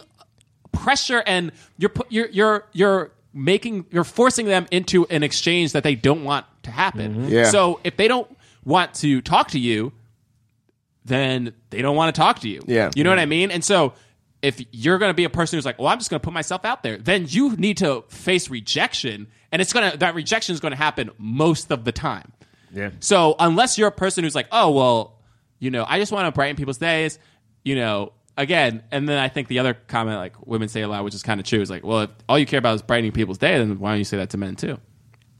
pressure and you're put you're you're you're making you're forcing them into an exchange that they don't want to happen. Yeah. So if they don't want to talk to you, then they don't want to talk to you. Yeah. You know what I mean? And so if you're going to be a person who's like, well, I'm just going to put myself out there, then you need to face rejection. And it's going to, that rejection is going to happen most of the time. Yeah. So unless you're a person who's like, oh, well, you know, I just want to brighten people's days, you know, again. And then I think the other comment, like women say a lot, which is kind of true, is like, well, if all you care about is brightening people's day, then why don't you say that to men too?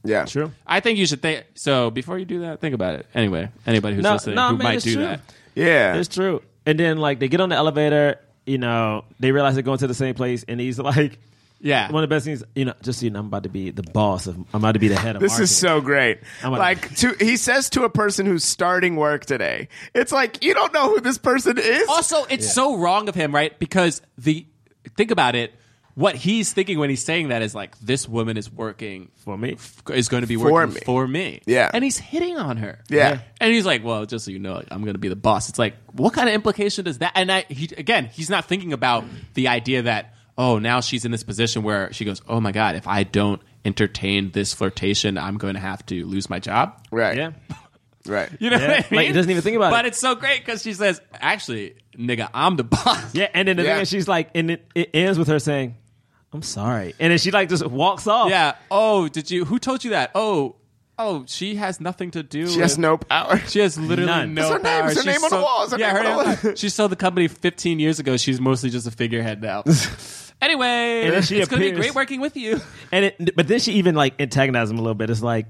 Yeah, true. I think you should think. So before you do that, think about it. Anyway, anybody who's listening who man, might it's do true. that. Yeah. It's true. And then like they get on the elevator, you know, they realize they're going to the same place and he's like Yeah. One of the best things, you know, just so you know, I'm about to be the boss of I'm about to be the head of This marketing. is so great. I'm gonna- like to he says to a person who's starting work today, it's like you don't know who this person is. Also, it's so wrong of him, right? Because the think about it. What he's thinking when he's saying that is like, this woman is working for me. is going to be For working me. for me. Yeah. and he's hitting on her. Yeah. and he's like, well, just so you know, like, I'm going to be the boss. It's like, what kind of implication does that? And I, he, again, he's not thinking about the idea that oh, now she's in this position where she goes, oh my god, if I don't entertain this flirtation, I'm going to have to lose my job. right, Yeah. right. You know Yeah. what I Like, mean? he doesn't even think about but it. it's so great because she says, actually, nigga, I'm the boss. Yeah, and then the Yeah. thing is she's like and it, it ends with her saying, I'm sorry. And then she like just walks off. Yeah. Oh, did you? Who told you that? Oh, oh, she has nothing to do. She has with- no power. She has literally None. no That's her name. power. It's her She's name on the so- wall. It's her yeah, name on the wall. She sold the company 15 years ago. She's mostly just a figurehead now. anyway, And then she it's going to be appears. great working with you. And it, but then she even like antagonized him a little bit. It's like,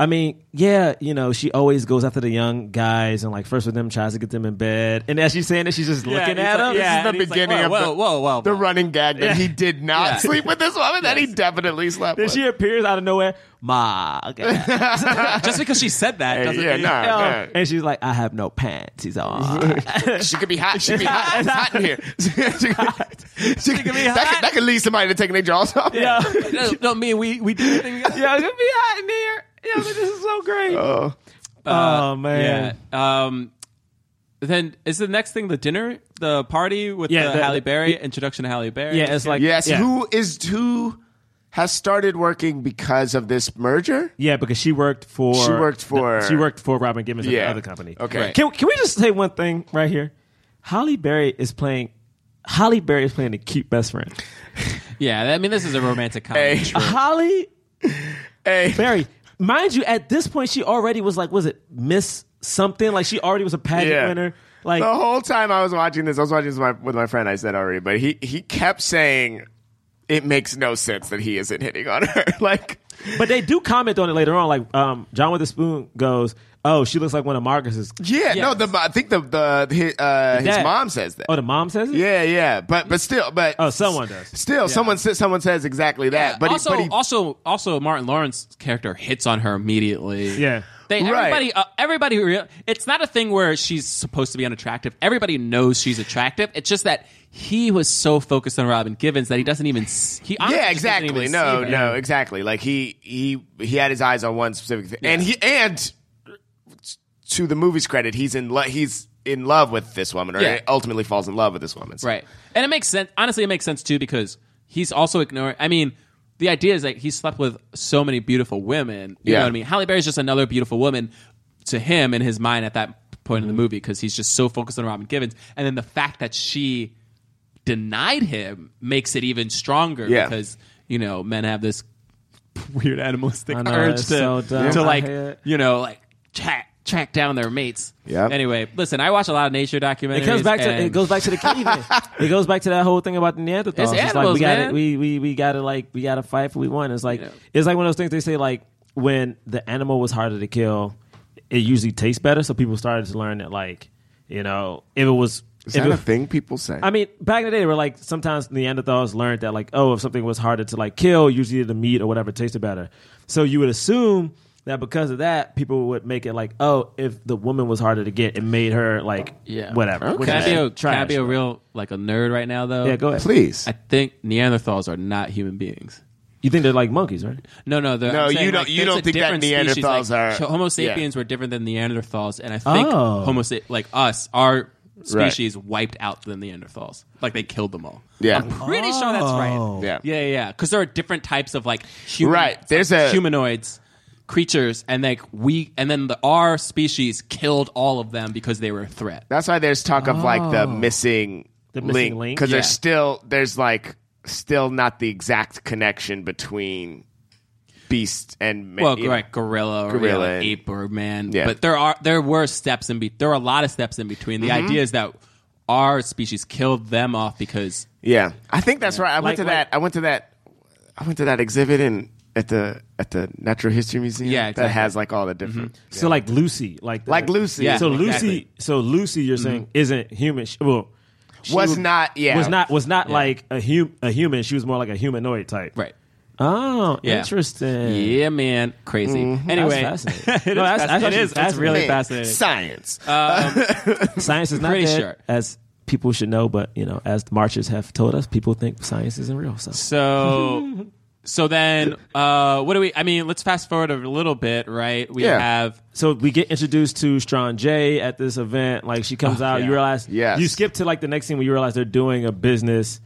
I mean, yeah, you know, she always goes after the young guys and like first with them, tries to get them in bed. And as she's saying it, she's just looking he's at like- him. yeah, the and he's like, beginning of whoa, the- whoa, whoa, whoa, the whoa. running gag that he did not Yeah. sleep with this woman that he definitely slept Then with. she appears out of nowhere, ma. okay." Just because she said that doesn't yeah, mean- nah, nah. and she's like, I have no panties on. She could be hot. She could be hot. It's hot in here. she could, she could- be That hot. could, that could lead somebody to taking their jaws off. yeah, No, no, me and we we do anything. yeah, it's gonna be hot in here. Yeah, but this is so great. Oh. oh man, Yeah. Um, then is the next thing the dinner, the party with Yeah, the, the- Halle Berry introduction to Halle Berry? yeah. it's like Yes. yeah. Who is who has started working because of this merger? Yeah, because she worked for She worked for- she worked for Robin Gibbons at Yeah. the other company. Okay. Right. Can can we just say one thing right here? Holly Berry is playing Holly Berry is playing the cute best friend. yeah. I mean, this is a romantic comedy. Hey. trope. Holly Hey. Berry, mind you, at this point she already was like, was it Miss something? Like she already was a pageant Yeah. winner. Like the whole time I was watching this, I was watching this with my, with my friend. I said already, but he he kept saying it makes no sense that he isn't hitting on her. like, but they do comment on it later on. Like um, John with the spoon goes, "Oh, she looks like one of Marcus's." yeah, no. The I think the the his, uh, his dad. mom says that. Oh, the mom says it. yeah, yeah, but but still, but Oh, someone does. Still, someone says someone says exactly that. But also, he, but he, also, also, Martin Lawrence's character hits on her immediately. Yeah. They, Right. everybody, uh, everybody. Real, it's not a thing where she's supposed to be unattractive. Everybody knows she's attractive. It's just that he was so focused on Robin Givens that he doesn't even. s- He honestly yeah, just doesn't exactly. even No, see her. no, exactly. Like he he he had his eyes on one specific thing, and he and to the movie's credit, he's in lo- he's in love with this woman, or Yeah. ultimately falls in love with this woman. So- Right. And it makes sense. Honestly, it makes sense too because he's also ignoring. I mean, the idea is that he slept with so many beautiful women. You Yeah. know what I mean? Halle Berry's just another beautiful woman to him in his mind at that point Mm-hmm. in the movie because he's just so focused on Robin Givens. And then the fact that she denied him makes it even stronger Yeah. because, you know, men have this weird animalistic I know, urge to, it's so dumb. to I like, hate it. you know, like track, track down their mates. Yep. Anyway, listen, I watch a lot of nature documentaries. It comes back to it and- goes back to the caveman. it goes back to that whole thing about the Neanderthals. It's like animals, we gotta man. we we we gotta like we gotta fight for we won. It's like You know. it's like one of those things they say like when the animal was harder to kill, it usually tastes better. So people started to learn that like you know if it was Is if that it- a thing people say? I mean, back in the day, they were like sometimes Neanderthals learned that like, oh, if something was harder to like kill, usually the meat or whatever tasted better. So you would assume that because of that, people would make it like, oh, if the woman was harder to get, it made her like, Yeah. whatever. Which Can I is be a, trash. can I be a real like a nerd right now though? yeah, go ahead. Please, I think Neanderthals are not human beings. You think they're like monkeys, right? No, no, they're- No, I'm saying, you don't- like, you there's don't a think that different species. Like, Neanderthals are- so Homo yeah. sapiens were different than Neanderthals, and I think Oh. Homo sa- like us, our species wiped out the Neanderthals. Like they killed them all. Yeah. I'm pretty sure that's Oh. right. Yeah. yeah, yeah. Because there are different types of like human, Right, there's a- humanoids creatures, and like we, and then the our species killed all of them because they were a threat. that's why there's talk of like Oh. the missing The missing link? because Yeah. there's still there's like still not the exact connection between beast and man. well, you know. like gorilla or Gorilla yeah, like and- ape or man. Yeah. But there are there were steps in be- there are a lot of steps in between. Mm-hmm. The idea is that our species killed them off because Yeah, I think that's right. I went Like- to like- that. I went to that. I went to that exhibit in at the at the Natural History Museum Yeah, that exactly. Mm-hmm. has like all the different. So like Lucy, like the- Like Lucy, Yeah, so Lucy, exactly. so Lucy, you're saying isn't human. She, well, she Was not- yeah. was not was not Yeah. like a hum, a human. She was more like a humanoid type, right? Oh, Yeah. interesting. Mm. Yeah, man, crazy. Mm-hmm. Mhm. Anyway, That's fascinating. No, that's- That's it is. That's really fascinating. Uh, fascinating. Science. science is not Pretty dead, sure. as people should know, but you know, as the marchers have told us, people think science isn't real. So, So, so then, uh, what do we? I mean, let's fast forward a little bit, right? We have so we get introduced to Strong J at this event. Like she comes Oh, out, yeah. you realize, Yes. you skip to like the next scene where you realize they're doing a business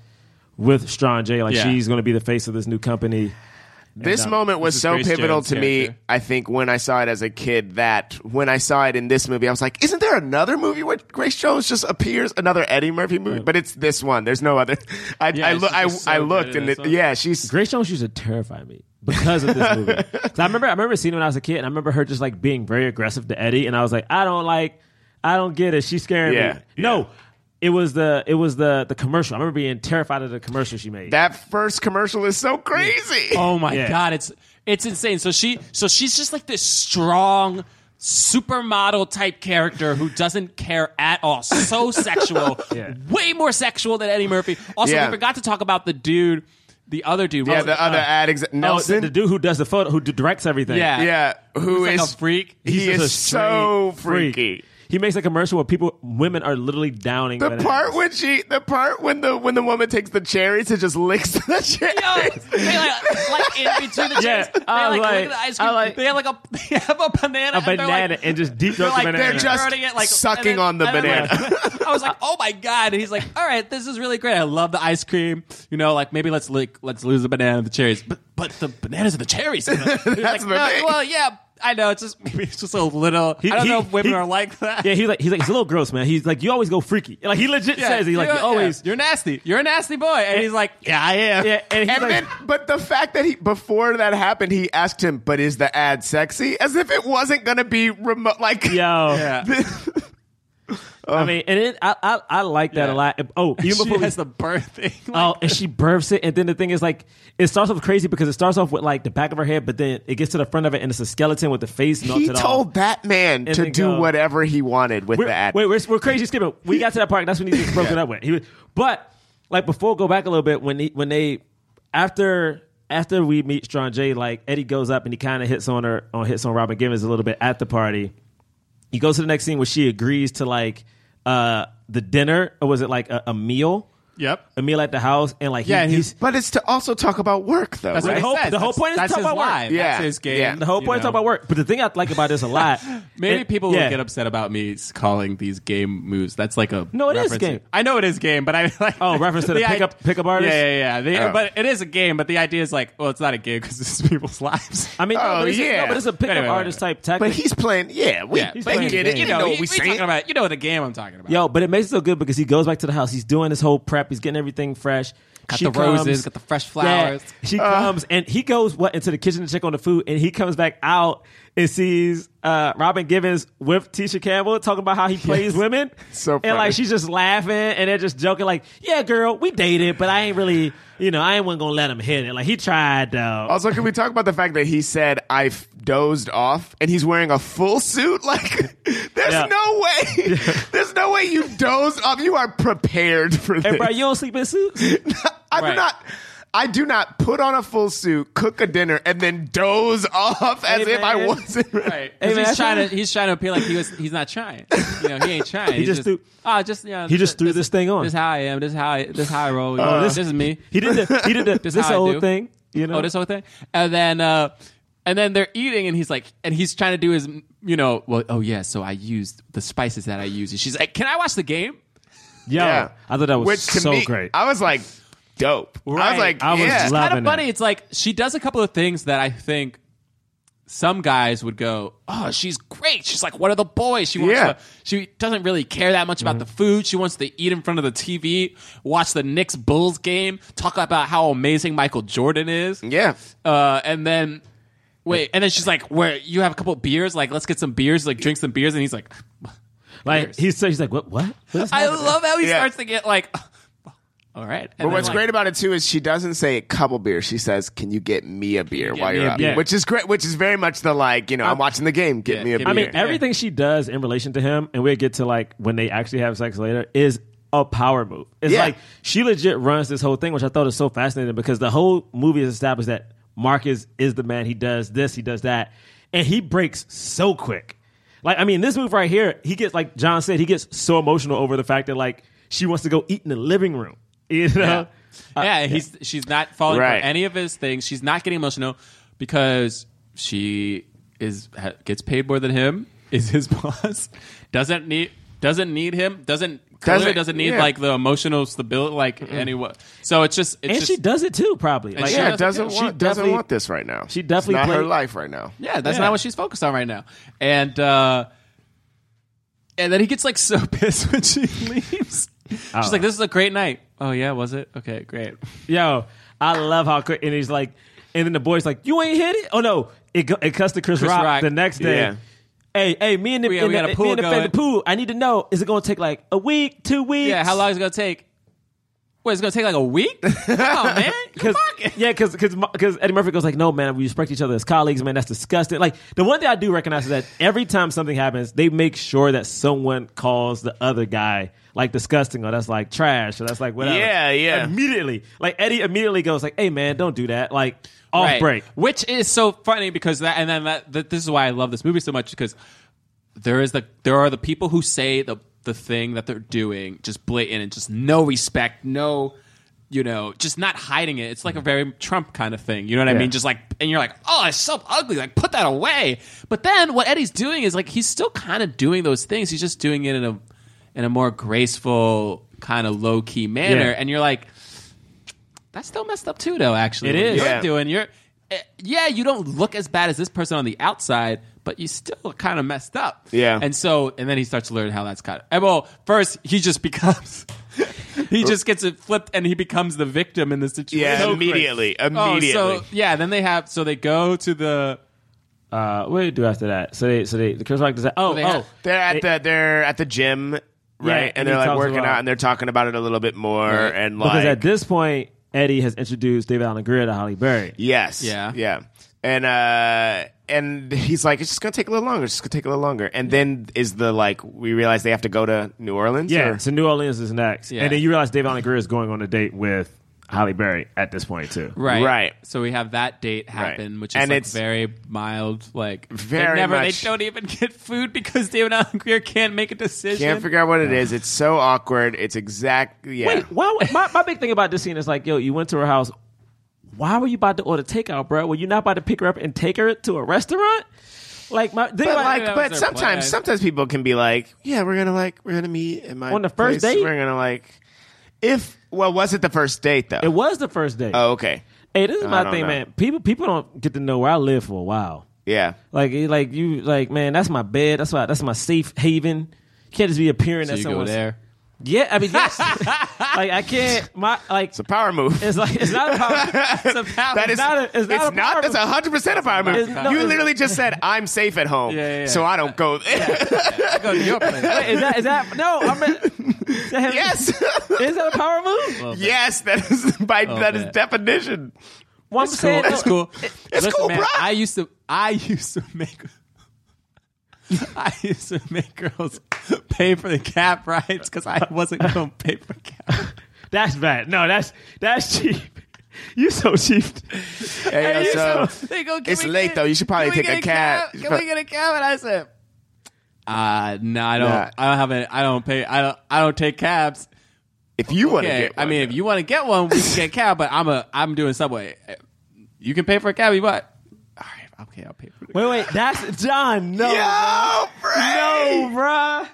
with Strong J. Like Yeah. she's going to be the face of this new company. This And, um, moment was this is so Grace pivotal Jones' to me. character. I think when I saw it as a kid, that when I saw it in this movie, I was like, "Isn't there another movie where Grace Jones just appears? Another Eddie Murphy movie? But it's this one. There's no other." I I, loo- Oh. she's I, just so I good looked in and this it, one. yeah, she's Grace Jones used to terrify me because of this movie. 'Cause I remember I remember seeing it when I was a kid, and I remember her just like being very aggressive to Eddie, and I was like, I don't like, I don't get it. She's scaring Yeah, me. No, it was the it was the the commercial. I remember being terrified of the commercial she made. that first commercial is so crazy. Oh my Yeah. god, it's it's insane. So she so she's just like this strong supermodel type character who doesn't care at all. So sexual. Yeah. Way more sexual than Eddie Murphy. Also, Yeah. we forgot to talk about the dude, the other dude. What Yeah, was the it? other ad ex- oh, Nelson, uh, the, dude who does the photo, who d- directs everything. Yeah. Yeah. who He's like is- a freak? he He's just is a straight so freak. freaky. He makes a commercial where people, women are literally downing The bananas. part when she, the part when the when the woman takes the cherries and just licks the cherries. They like, like in between the Yeah, chairs. They I like, like- look at the ice cream. I like- they have like a they have a banana. a and they're, banana like, and just deep throat the like, banana. they're just Throwing it, like, sucking and then- on the and then, like, I was like, oh my god! And he's like, all right, this is really great. I love the ice cream. You know, like maybe let's lick, let's lose the banana and the cherries. But but the bananas and the cherries. And he's like, the "No, thing." well, yeah, I know. It's just it's just a little. I don't know if women he- are like that. Yeah, he's like he's like he's a little gross, man. He's like you always go freaky. Like he legit Yeah, says he's like you're- you always yeah, you're nasty. You're a nasty boy, and he's like, yeah, I am. Yeah, and he's And like, then, but the fact that he before that happened, he asked him, "But is the ad sexy?" As if it wasn't going to be remote. Like, yo, I mean, and it, I, I I like that a lot. Oh, even she before we- has the birth thing. oh, and she burps it, and then the thing is like it starts off crazy because it starts off with like the back of her head, but then it gets to the front of it, and it's a skeleton with the face he melted off. told that man And to then do go- whatever he wanted with We're- the ad. Wait, we're, we're crazy skipping. We got to that part. That's when he just broken up with. He was, but like before, go back a little bit when he, when they after after we meet Strong J, like Eddie goes up and he kind of hits on her on hits on Robin Givens a little bit at the party. He goes to the next scene where she agrees to like uh the dinner or was it like a, a meal? Yep, a meal at the house and like he- Yeah, he's but it's to also talk about work though. the right? whole, the whole point is that's to talk his about life. work. That's Yeah. his game, The whole you point is to know. talk about work. But the thing I like about this a lot, Maybe it- people yeah. will get upset about me calling these game moves. That's like a No, it is reference- game. I know it is game, but I like oh reference to the, pickup pickup artist. Yeah, yeah, yeah. The- Oh. But it is a game. But the idea is like, well, it's not a game because it's people's lives. I mean, no, but it's, no, but it's a pickup Oh, Anyway, whatever. artist type tactic. But he's playing. Yeah, we Yeah, they but get it. You know, we, we talking about. You know the game I'm talking about. Yo, but it makes it so good because he goes back to the house. He's doing his whole prep. He's getting everything fresh. Got the roses, got the fresh flowers. Uh. Yeah, she comes and he goes what into the kitchen to check on the food, and he comes back out and sees uh, Robin Givens with Tisha Campbell talking about how he plays women. So and funny. like she's just laughing and they're just joking like, "Yeah, girl, we dated, but I ain't really, you know, I ain't one gonna let him hit it. Like he tried though. Also, can we talk about the fact that he said I f- dozed off and he's wearing a full suit? Like, there's Yeah. no way. there's no way you dozed off. You are prepared for this. Hey, bro, you don't sleep in suits. I Right. do not. I do not put on a full suit, cook a dinner, and then doze off as Hey, if I man. wasn't Right. 'Cause Hey, man, he's that's trying right. to he's trying to appear like he was he's not trying. You know, he ain't trying. He He's just threw- Oh, just yeah. He just threw this, thing on. This is how I am. This is how I, this is how I roll. Oh, this, this- this is me. he did the- he did the- is this how I whole do. thing, you know? Oh, this whole thing. And then uh, and then they're eating, and he's like, and he's trying to do his, you know, well, oh yeah. So I used the spices that I used, and she's like, can I watch the game? Yo, I thought that was Which to so me, great. I was like, dope. I was like, I was yeah. It's kind loving of funny. It's like she does a couple of things that I think some guys would go, "Oh, she's great. She's like one of the boys. She wants Yeah. to, she doesn't really care that much about the food. She wants to eat in front of the TV, watch the Knicks Bulls game, talk about how amazing Michael Jordan is. Yeah. Uh, and then wait, and then she's like, "Where you have a couple of beers? Like, let's get some beers. Like, drink some beers." And he's like, Like he's so he's like, what? What? What is I happening? love how he Yeah. starts to get like All right. And But then, what's like, great about it too is she doesn't say a couple beers. She says, "Can you get me a beer while me you're a up?" beer. Which is great. Which is very much the like you know I'm watching the game. Get yeah, me a give beer. me I mean, everything she does in relation to him, and we'll get to like when they actually have sex later, is a power move. It's Yeah. like she legit runs this whole thing, which I thought is so fascinating because the whole movie is established that Marcus is the man. He does this, he does that, and he breaks so quick. Like, I mean, this move right here, he gets like John said, he gets so emotional over the fact that like she wants to go eat in the living room. You know, Uh, Yeah, yeah he's she's not falling Right. for any of his things. She's not getting emotional because she is ha- gets paid more than him. Is his boss doesn't need doesn't need him doesn't clearly Doesn't- doesn't, need yeah. like the emotional stability like anyone. So it's just it's and just, she does it too, probably. Like, yeah, she doesn't doesn't want, get- she doesn't definitely- want this right now. she definitely it's not her played- life right now. Yeah, that's Yeah. not what she's focused on right now. And uh and then he gets like so pissed when she leaves. She's like, "This is a great night." Oh yeah, was it? Okay, great. Yo, I love how quick. And he's like, and then the boy's like, "You ain't hit it." Oh no, it go, it cuts to Chris, Chris Rock, Rock. the next day. Yeah. Hey, hey, me and the, We- and we got the- a pool me and the, going. the pool. I need to know: is it going to take like a week, two weeks? Yeah, how long is it gonna take? Wait, it's gonna take like a week? oh man, Cause, come on. yeah, because because Eddie Murphy goes like, no man, we respect each other as colleagues, man. That's disgusting. Like the one thing I do recognize is that every time something happens, they make sure that someone calls the other guy like disgusting or that's like trash or that's like whatever. Yeah, yeah. Immediately, like Eddie immediately goes like, hey man, don't do that. Like off Right. break. which is so funny because that and then that, that this is why I love this movie so much because there is the there are the people who say the the thing that they're doing just blatant and just no respect, no you know, just not hiding it. It's like a very Trump kind of thing. You know what I mean? Just like and you're like, "Oh, it's so ugly. Like put that away." But then what Eddie's doing is like he's still kind of doing those things. He's just doing it in a in a more graceful kind of low-key manner Yeah. and you're like that's still messed up too, though. Actually, It What is. You're Yeah. doing. You're, eh, yeah. You don't look as bad as this person on the outside, but you still kind of messed up. Yeah. And so, and then he starts to learn how that's got. And well, first he just becomes. he just gets it flipped, and he becomes the victim in the situation. Yeah, So immediately, great. Oh, immediately. so yeah. Then they have. So they go to the. Uh, what do they do after that? So they, so they, the Chris Rock does that. Oh, They oh, have- They're at the they're at the gym, right? and and he they're like talks working about- out, and they're talking about it a little bit more, Right. and like because at this point, Eddie has introduced David Allen Greer to Holly Berry. Yes. Yeah. Yeah. And uh and he's like, it's just gonna take a little longer. It's just gonna take a little longer. And then is the like we realize they have to go to New Orleans. Yeah, or- so New Orleans is next, Yeah. and then you realize David Allen Greer is going on a date with Holly Berry at this point too. Right. Right. So we have that date happen, which is And like it's- very mild. Like they Very never. much- They don't even get food because David Allen Greer can't make a decision. Can't figure out what it is. It's so awkward. It's exactly yeah. Wait, why? My, my big thing about this scene is like, yo, you went to her house. Why were you about to order takeout, bro? Were you not about to pick her up and take her to a restaurant? Like my, think but about- like, uh, that but was their plan. sometimes, sometimes people can be like, "Yeah, we're gonna like, we're gonna meet at my On the first place. date? We're gonna like, if well, was it the first date though? it was the first date. oh, okay, hey, this is I my don't thing, know. man. People, people don't get to know where I live for a while. yeah, Like, it- like you, like man, that's my bed. That's why. That's my safe haven. You can't just be appearing So at you go someone's. there. Yeah, I mean, yes. like I can't. My like. it's a power move. It's like it's not about. It's a power that is not a- it's not a power that's move. hundred percent a power move. It's not- you literally just said I'm safe at home, Yeah, yeah, yeah. so I don't go. go to your place. Is that is that no? I mean, is that- yes, Is that a power move? yes, that is by that is bit. definition. Well, I'm It's cool. saying It's cool. It's Listen, cool, man, bro. I used to. I used to make. I used to make girls pay for the cab rides because I wasn't going to pay for cab. That's bad. No, that's that's cheap. You so cheap. Hey, yo, you so- They go. "Can It's we late, get- though. You should probably can we take a get cab." You should Can we get a cab? And I said, uh, no, I don't. Nah. I don't have any. I don't pay. I don't. I don't take cabs. If you want to Okay. get, I one, mean, if you want to get one, we can get a cab. But I'm a. I'm doing subway. You can pay for a cab. You want? All right. Okay. I'll pay for. it. Wait, wait. That's John. No, yo, no, Frank, bruh.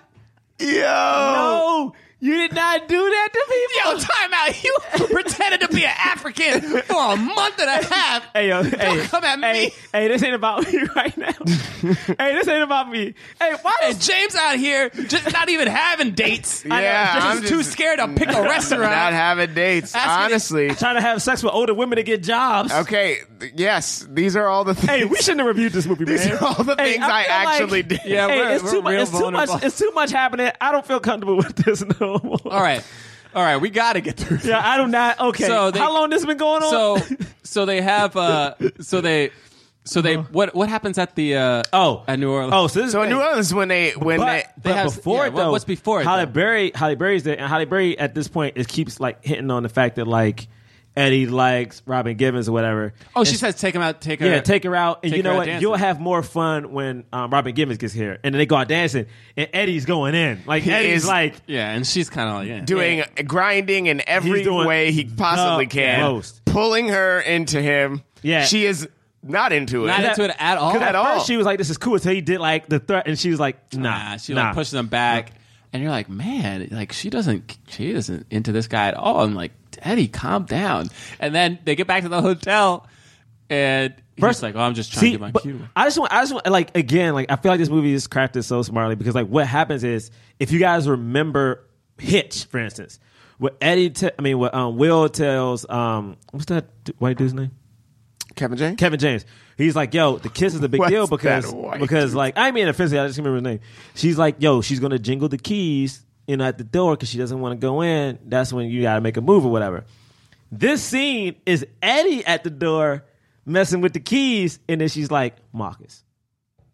yo, No, you did not do that to people. Yo, time out. You pretended to be an African for a month and a half. Hey, yo, hey, come at hey, me. Hey, this ain't about me right now. hey, this ain't about me. Hey, why And James out here just not even having dates. I know. Yeah, just I'm too just- scared to pick a restaurant. not having dates. Asking if- Honestly, trying to have sex with older women to get jobs? okay, th- yes, these are all the things. Hey, we shouldn't have reviewed this movie, These man. are all the Hey, things I, feel like- actually did. Yeah, hey, we're- it's we're too much. real It's too much. vulnerable. It's too much happening. I don't feel comfortable with this no more. All right. All right, we got to get through. Yeah, I do not. Okay, So they- how long this been going on? So so they have uh so they so they what what happens at the uh oh at New Orleans? oh, so this So is in New Orleans, when they when but, they, but they have- before yeah, it what- though, what's before it, Halle though? Berry, Halle Berry's there, and Halle Berry at this point it keeps like hitting on the fact that like Eddie likes Robin Givens or whatever. oh, she says take him out, take her. yeah, take her out, and take you know her out what? dancing. You'll have more fun when um, Robin Givens gets here, and then they go out dancing, and Eddie's going in. Like He Eddie's is- like Yeah, and she's kind of like yeah. doing grinding in every He's doing way he possibly the can, most. pulling her into him. Yeah. she is not into it. Not into it at all. 'Cause at at all. first she was like, "This is cool." So he did like the threat, and she was like, "Nah, Nah, she nah. like pushes them back, and you're like, man, like she doesn't, she isn't into this guy at all. I'm like, Eddie, calm down. And then they get back to the hotel, and First- he's like, oh, I'm just trying See, to get my but cue. I just want, I just want, like, again, like, I feel like this movie is crafted so smartly because, like, what happens is, if you guys remember Hitch, for instance, what Eddie, te- I mean, what um, Will tells, um, what's that d- white dude's name? Kevin James. Kevin James. He's like, yo, the kiss is a big What's deal that because white because like I mean offensive. I just can't remember his name. She's like, yo, she's gonna jingle the keys, you know, at the door because she doesn't want to go in. That's when you gotta make a move or whatever. This scene is Eddie at the door messing with the keys, and then she's like, Marcus,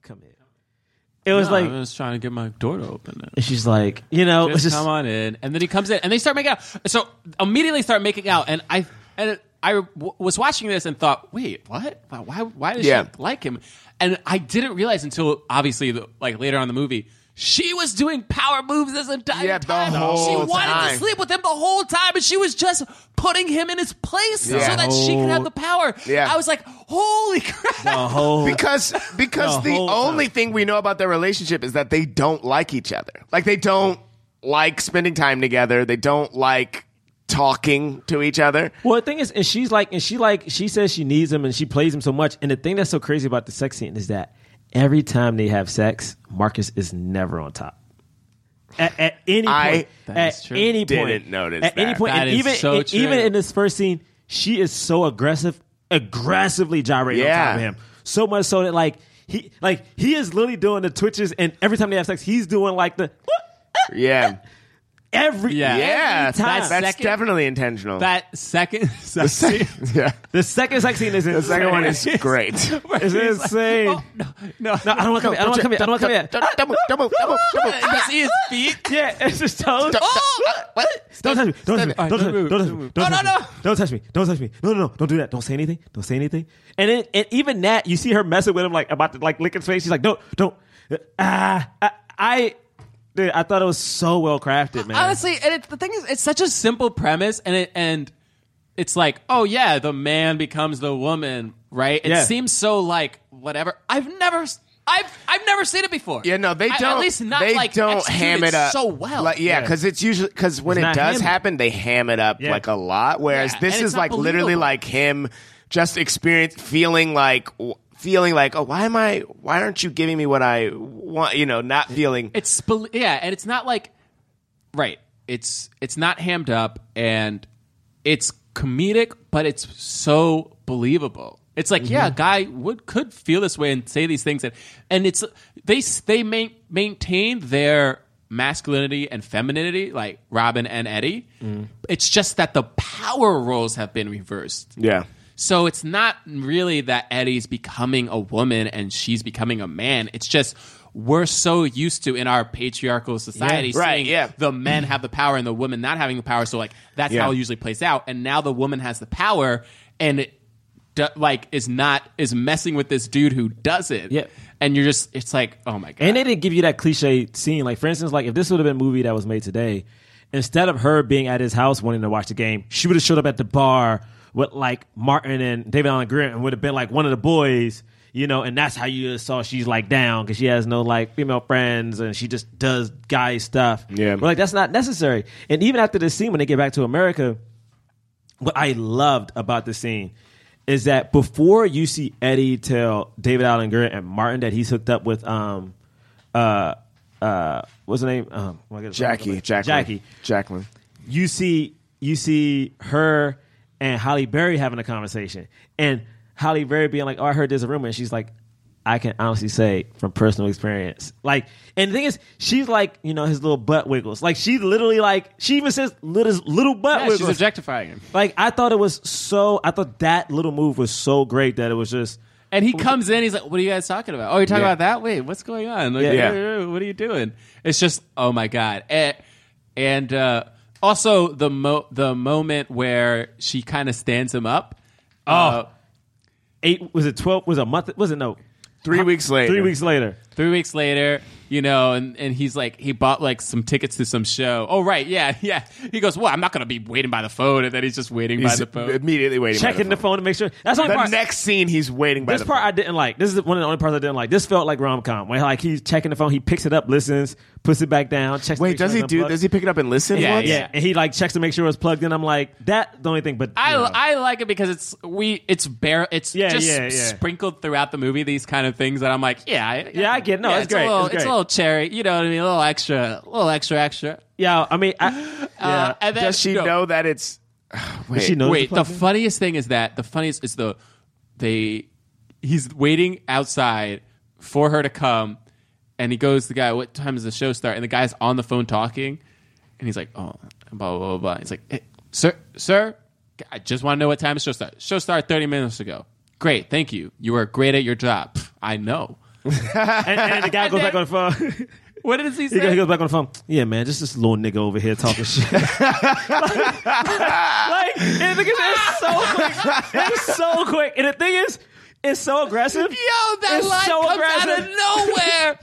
come in. It was No, like, I was trying to get my door to open. and she's like, you know, it's Just, just come on in, and then he comes in, and they start making out. So immediately start making out, and I and I w- was watching this and thought, wait, what? Why? Why, why does Yeah. she like him? And I didn't realize until obviously the, like later on in the movie. She was doing power moves this entire Yeah, the time. she whole wanted time. to sleep with him the whole time, and she was just putting him in his place Yeah. so that she could have the power. Yeah. I was like, holy crap! a whole. because because The the, whole time. only thing we know about their relationship is that they don't like each other. Like they don't like spending time together. They don't like talking to each other. Well, the thing is, and she's like, and she like, she says she needs him, and she plays him so much. And the thing that's so crazy about the sex scene is that every time they have sex, Marcus is never on top. At, at any I point, That is at true. any point, Didn't notice at any that. point, That and is even so and even true. in this first scene, she is so aggressive, aggressively gyrating on Yeah. top of him, so much so that like he like he is literally doing the twitches, and every time they have sex, he's doing like the Yeah, every Yeah. yeah. every time. That's, that's Second- definitely intentional. That second, the second, yeah, the second sex scene is the second one is insane. great. It's insane. Oh, no, "Oh, No, I don't want to come No, in. I don't want to come Ah, in. I don't want to come in. Don't- don't move, don't move, don't move, don't move. you see his feet. Yeah, it's just toes. ah, What? Don't touch me. Don't touch me. All right, Don't touch don't me. move, Don't touch don't me. move. Don't Oh, touch no, me. Don't touch me. Don't touch me. No, no, no. Don't do that. Don't say anything. Don't say anything. And then, and even that, you see her messing with him, like about to like lick his face. She's like, don't, don't. Ah, I, I, dude, I thought it was so well crafted, man. Honestly, and it, the thing is, it's such a simple premise, and it and it's like, oh yeah, the man becomes the woman, right? It Yeah. seems so like whatever. I've never, s- I've I've never seen it before. Yeah, no, they I- don't. at least not they like don't executed ham it up so well. Like, yeah, because it's usually because when It's it not does hammed. happen, they ham it up Yeah. like a lot. Whereas Yeah, this and is it's not like literally believable. like him just experience feeling like w- feeling like oh why am I why aren't you giving me what I want you know not feeling It's spel- yeah, and it's not like right. It's it's not hammed up, and it's comedic, but it's so believable. It's like yeah, a Mm-hmm. guy would could feel this way and say these things, and and it's they s- they ma- maintain their masculinity and femininity, like Robin and Eddie. Mm. It's just that the power roles have been reversed. yeah So it's not really that Eddie's becoming a woman and she's becoming a man. It's just we're so used to in our patriarchal society Yeah. Right, seeing yeah. the men have the power and the woman not having the power. So like that's Yeah. how it usually plays out. And now the woman has the power and it do, like is not is messing with this dude who doesn't. Yeah. And you're just it's like oh my god. And they didn't give you that cliche scene. Like, for instance, like if this would have been a movie that was made today, instead of her being at his house wanting to watch the game, she would have showed up at the bar with like Martin and David Allen Greer and would have been like one of the boys, you know. And that's how you saw she's like down because she has no like female friends and she just does guy stuff. Yeah. but like that's not necessary. And even after this scene, when they get back to America, what I loved about the scene is that before you see Eddie tell David Allen Greer and Martin that he's hooked up with um uh uh what's the name um oh my goodness, Jackie Jacqueline Jackie Jacqueline you see you see her and Holly Berry having a conversation and Holly Berry being like oh I heard there's a rumor and she's like I can honestly say from personal experience. Like, and the thing is, she's like, you know, his little butt wiggles. Like, she literally, like, she even says little, little butt Yeah, wiggles. she's objectifying him. Like, I thought it was so, I thought that little move was so great that it was just. And he comes in, he's like, "What are you guys talking about? Oh, you're talking Yeah. about that? Wait, what's going on? Like, Yeah. "Hey, what are you doing?" It's just, oh my god. And, and uh, also the mo- the moment where she kind of stands him up. Oh, eight was it twelve? Was it a month? Was it no? Three weeks later. Three weeks later. Three weeks later, you know, and, and he's like, he bought like some tickets to some show. Oh, right. Yeah. Yeah. He goes, Well, I'm not going to be waiting by the phone. And then he's just waiting by He's the phone. immediately waiting. by Checking the phone to make sure. That's the the part. next scene, he's waiting by this the part I didn't like. This is one of the only parts I didn't like. This felt like rom com. Where like he's checking the phone, he picks it up, listens, puts it back down, checks. to Wait, make sure does he it's do? unplugged. Does he pick it up and listen? Yeah, once? yeah. And he like checks to make sure it's plugged in. I'm like, that the only thing. But I, you know. I like it because it's we it's bare it's Yeah, just yeah, yeah. sprinkled throughout the movie these kind of things that I'm like yeah I- Yeah, I get- no, it's a great, little, it's great. a little cherry you know what I mean a little extra a little extra extra yeah, I mean, I, yeah. uh, and then, Does she no, know that it's? Wait, she knows wait the the, plugged in? funniest thing is that the funniest is the they he's waiting outside for her to come and he goes to the guy what time does the show start and the guy's on the phone talking and he's like oh blah blah blah blah he's like "Eh, sir sir i just want to know what time the show starts show started 30 minutes ago great thank you you are great at your job "Pff, i know and, and the guy goes back on the phone. what does he He say goes, he goes back on the phone. Yeah, man, just this little nigga over here talking shit. like, like, and the thing is, it's so quick. It's so quick. And the thing is, it's so aggressive. Yo, that it's line so comes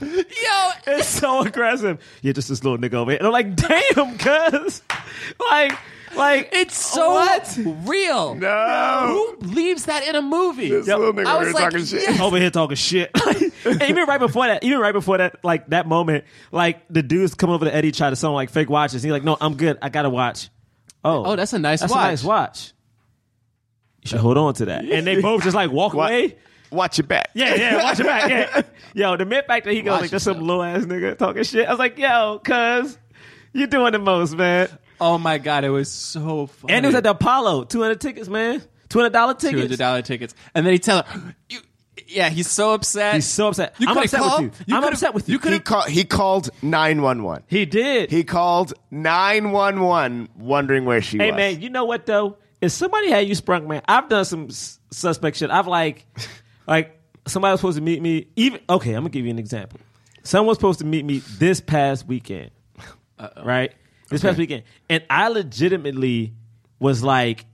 aggressive. out of nowhere. Yo, It's so aggressive. Yeah, just this little nigga over here. And I'm like, damn, cuz. Like, like It's so what? real. No. Who leaves that in a movie? This little nigga I over was here like, talking shit. yes. over here talking shit. And even right before that, even right before that, like that moment, like the dude's coming over to Eddie, try to sell him like fake watches. He's like, "No, I'm good. I got a watch." Oh, Oh, that's a nice that's watch. a nice watch. You should hold on to that. And they both just like walk Wa- away. Watch your back. Yeah, yeah, watch it back. Yeah. Yo, the mere fact that he goes Watch like, "That's some low ass nigga talking shit," I was like, "Yo, cuz." You're doing the most, man. Oh my god, it was so funny. And it was at the Apollo. 200 tickets, man. $200 two tickets. hundred dollar tickets, and then he tells her, "You." Yeah, he's so upset. He's so upset. You I'm could've upset called. with you. I'm could've- upset with you. You could He have. called. He called nine one one. He did. He called nine one one, wondering where she Hey was. man, you know what though? If somebody had you sprung, man, I've done some s- suspect shit. I've like, like somebody was supposed to meet me. Even okay, I'm gonna give you an example. Someone was supposed to meet me this past weekend, right? This past weekend, and I legitimately was like,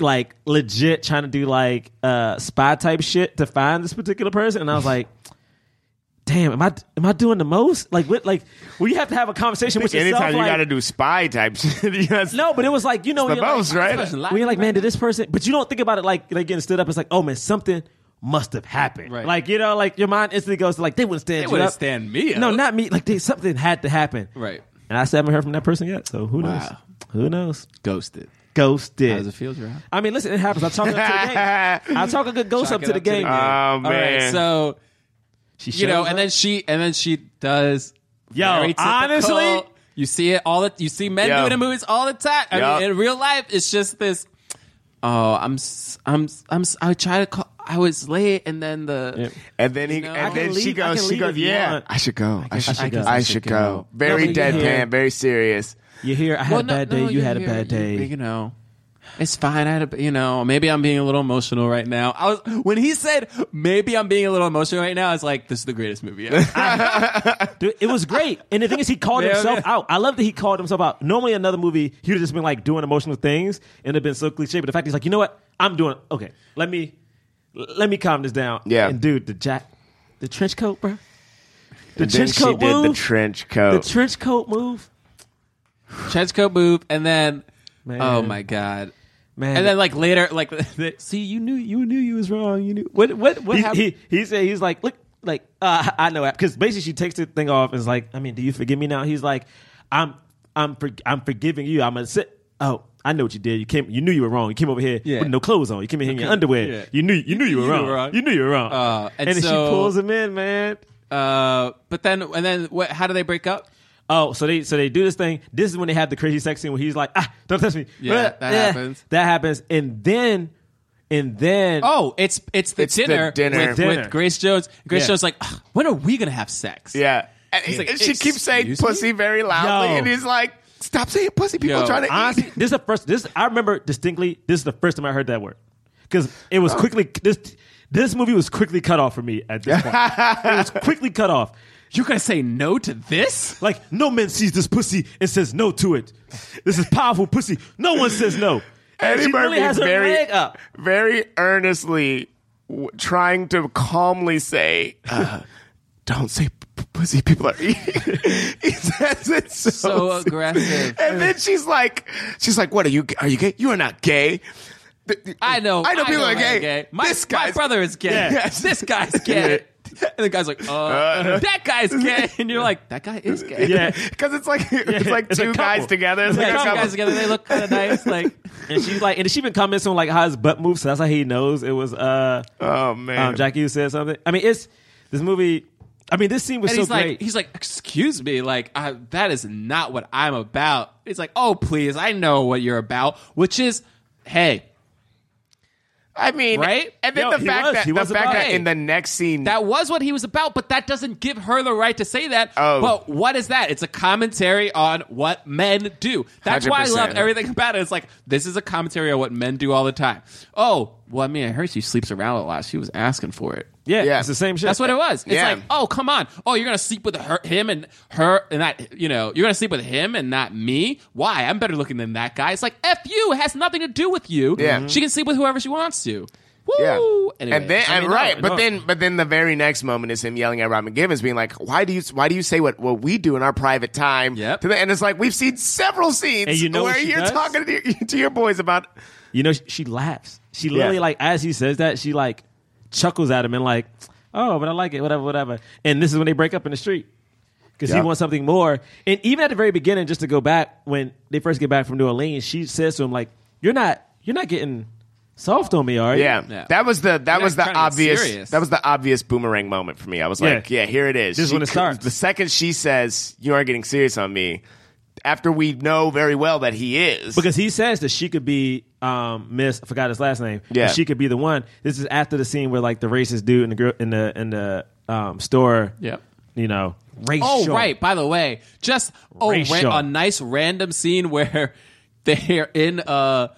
like legit trying to do like uh spy type shit to find this particular person, and I was like. Damn, am I am I doing the most? Like, what? Like, we have to have a conversation with yourself. Anytime you like- got to do spy type shit, that's no, but it was like you know the you're like- most, right? where you're like, man, did this person? But you don't think about it like like getting stood up. It's like, oh man, something must have happened. Right. Like you know, like your mind instantly goes to like they wouldn't stand. They you wouldn't up. stand me No, up. not me. Like they, something had to happen. Right. And I still haven't heard from that person yet. So who knows? Wow. Who knows? Ghosted. Ghosted. How does it feel, Gerard? I mean, listen, it happens. I talk it up to the game. I talk a good ghost Chalk up it to the up to the game. game. Oh All right, man. so she you know, shows and up. then she and then she does. Yo, very typical- honestly- you see it all. The, you see men Yo. do it in movies all the time. I Yup. mean, in real life, it's just this. Oh, I'm, s- I'm, s- I'm. s- I try to call. I was late, and then the. and then he, know, I and can then she leave- I goes, can she leave goes, if you yeah, want. I should go. I should, I I guess should, I should go. go. Very No, but you deadpan, hear- very serious. you hear I had Well, a no, bad no, day. you had a here, bad day. You, you know, it's fine. I had a, you know, maybe I'm being a little emotional right now. I was when he said maybe I'm being a little emotional right now. I was like, this is the greatest movie ever. Dude, it was great. And the thing is, he called Yeah, himself yeah. out. I love that he called himself out. Normally, another movie, he would have just been like doing emotional things and it'd been so cliche. But the fact he's like, you know what? I'm doing okay. Let me let me calm this down. Yeah. And dude, the jack, the trench coat, bro. The And then trench she coat did the Oh. move. trench The coat. trench coat move. Chechko move, and then Man. oh my god, Man. And then like later, like they- see, you knew you knew you was wrong. You knew what what what he, happened. he, he said he's like look like uh, I know because basically she takes the thing off and is like I mean do you forgive me now he's like I'm I'm for, I'm forgiving you I'm gonna sit oh I know what you did you came you knew you were wrong you came over here Yeah. with no clothes on you came in here in your underwear yeah. you knew you knew you were, wrong. you knew you were wrong Uh, and then she so- pulls him in man uh, but then and then what? How do they break up? Oh, so they so they do this thing. This is when they have the crazy sex scene where he's like, ah, don't touch me. Yeah, that Yeah, happens. That happens. And then And then oh, it's it's the, It's the dinner, dinner. With, Dinner. with Grace Jones. Grace Yeah. Jones like, "Ugh, when are we gonna have sex? Yeah. And, He's like, and she keeps saying "Excuse me?" pussy very loudly, Yo. and he's like, "Stop saying pussy. People Yo, are trying to honestly, eat." this is the first. This I remember distinctly. This is the first time I heard that word because it Oh. was quickly this. This movie was quickly cut off for me at this point. it was quickly cut off. You're gonna say no to this? Like no man sees this pussy and says no to it. This is powerful pussy. No one says no. Eddie she Murphy really has her very, leg up. very earnestly w- trying to calmly say, uh, "Don't say p- p- pussy." People are eating. he says it so, So aggressive. and then she's like, "She's like, what are you? Are you gay? You are not gay." Th- th- I know. I know people are I'm gay. My, this my guy's brother is gay. Yeah. This guy's gay. And the guy's like, uh, Uh-huh. that guy's gay. And you're like, that guy is gay. Yeah. because it's like it's like it's a two couple. guys together. It's Like, like a two couple. guys together, they look kind of nice. Like, And she's like, and she been commenting on like how his butt moves. So that's how he knows it was. Uh, Oh man, um, Jackie who said something. I mean, it's this movie. I mean, this scene was and so he's great. like, he's like, excuse me, like I, that is not what I'm about. He's like, oh please, I know what you're about, which is, hey, I mean, Right? And then Yo, the he fact was- that he the was fact about that it. in the next scene, that was what he was about, but that doesn't give her the right to say that. Oh. But what is that? It's a commentary on what men do. That's why I love 100%. everything about it. It's like this is a commentary on what men do all the time. Oh, well, I mean, I heard she sleeps around a lot. She was asking for it. yeah, Yeah. it's the same shit. That's what it was. It's Yeah. like, oh, come on. Oh, you're gonna sleep with her, him, and her, and that. You know, you're gonna sleep with him and not me. Why? I'm better looking than that guy. It's like, f you. It has nothing to do with you. Yeah. She can sleep with whoever she wants to. Woo. yeah, Anyway, and then I and mean, right, no, but no. then but then the very next moment is him yelling at Robin Givens, being like, "Why do you why do you say what what we do in our private time?" Yep. To the, and it's like we've seen several scenes And you know what where she you're does? talking to your, to your boys about. you know, she, she laughs. She literally like as he says that, she like chuckles at him and like, oh, but I like it, whatever, whatever. And this is when they break up in the street because Yeah. he wants something more. And even at the very beginning, just to go back when they first get back from New Orleans, she says to him like, "You're not, you're not getting soft on me, are you?" Yeah, Yeah. that was the that not was the trying to get obvious serious. that was the obvious boomerang moment for me. I was Yeah. like, yeah, here it is. This is She when it cou- starts. The second she says you aren't getting serious on me, after we know very well that he is, Because he says that she could be um, Miss, I forgot his last name. but Yeah. she could be the one. This is after the scene where like the racist dude in the girl in the in the um, store. Yep. You know, racial. Oh right! By the way, just oh, a, Racial. ra- a nice random scene where they're in a,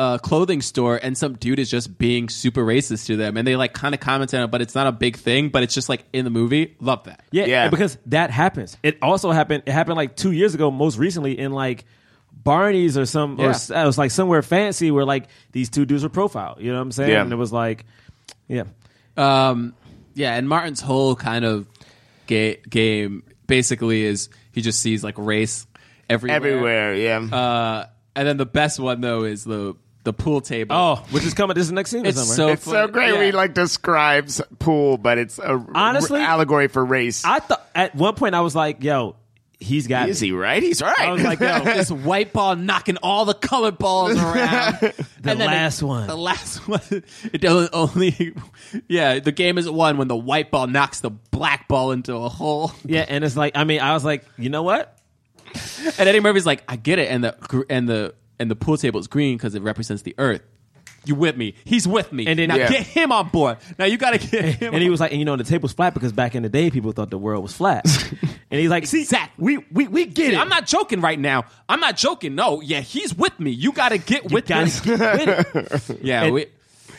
a clothing store and some dude is just being super racist to them, and they like kind of comment on it, but it's not a big thing. But it's just like in the movie. Love that. Yeah, Yeah. and because that happens. It also happened. It happened like two years ago, most recently in like Barney's or some, or Yeah. s- it was like somewhere fancy where like these two dudes were profiled. You know what I'm saying? Yeah. And it was like, yeah, Um, yeah, and Martin's whole kind of ga- game basically is he just sees like race everywhere. everywhere. Yeah, Uh, and then the best one though is the the pool table. oh, which is coming. This is the next scene. or It's something, so right? It's so funny. great. Yeah. We like describes pool, but it's a r- Honestly, allegory for race. I thought at one point I was like, yo, he's got Is me. he right? He's right. I was like, yo, Oh, this white ball knocking all the colored balls around. the last one. The last one. It doesn't only. Yeah, the game is won when the white ball knocks the black ball into a hole. yeah, and it's like, I mean, I was like, you know what? And Eddie Murphy's like, I get it. And the gr- and the and the pool table is green because it represents the earth. You with me? He's with me. And then- now Yeah. get him on board. Now you got to get him. And he was like, and you know, the table's flat because back in the day, people thought the world was flat. and he's like, see, Exactly. we we we get it. I'm not joking right now. I'm not joking. No, yeah, he's with me. You got to get You with guys this. get with it. Yeah, And- we,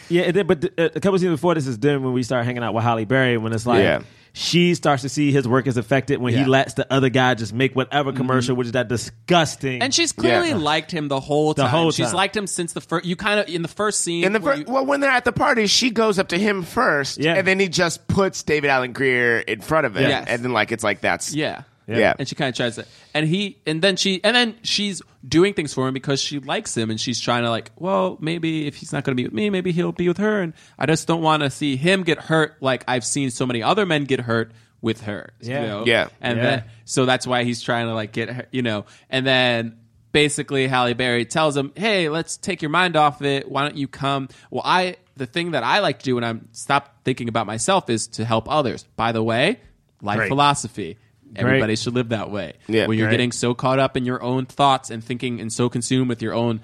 Yeah, and then, but uh, a couple of seasons before this is then when we start hanging out with Holly Berry when it's like Yeah. she starts to see his work is affected when he Yeah. lets the other guy just make whatever Mm-hmm. commercial, which is that disgusting. And she's clearly Yeah. liked him the whole The time. whole she's time. liked him since the first. You kind of in the first scene. in the where fir- you- well, when they're at the party, she goes up to him first, Yeah. and then he just puts David Allen Greer in front of him, Yes. and then like it's like that's yeah. yeah. yeah. And she kind of tries to, and he, and then she, and then she's doing things for him because she likes him, and she's trying to like, well, maybe if he's not going to be with me, maybe he'll be with her, and I just don't want to see him get hurt like I've seen so many other men get hurt with her. you Yeah. know? Yeah. And Yeah. then so that's why he's trying to like get her, you know, and then basically Halle Berry tells him, "Hey, let's take your mind off it. Why don't you come? Well, I the thing that I like to do when I'm stop thinking about myself is to help others. By the way, life philosophy. Everybody should live that way. Yeah, when you're right. getting so caught up in your own thoughts and thinking and so consumed with your own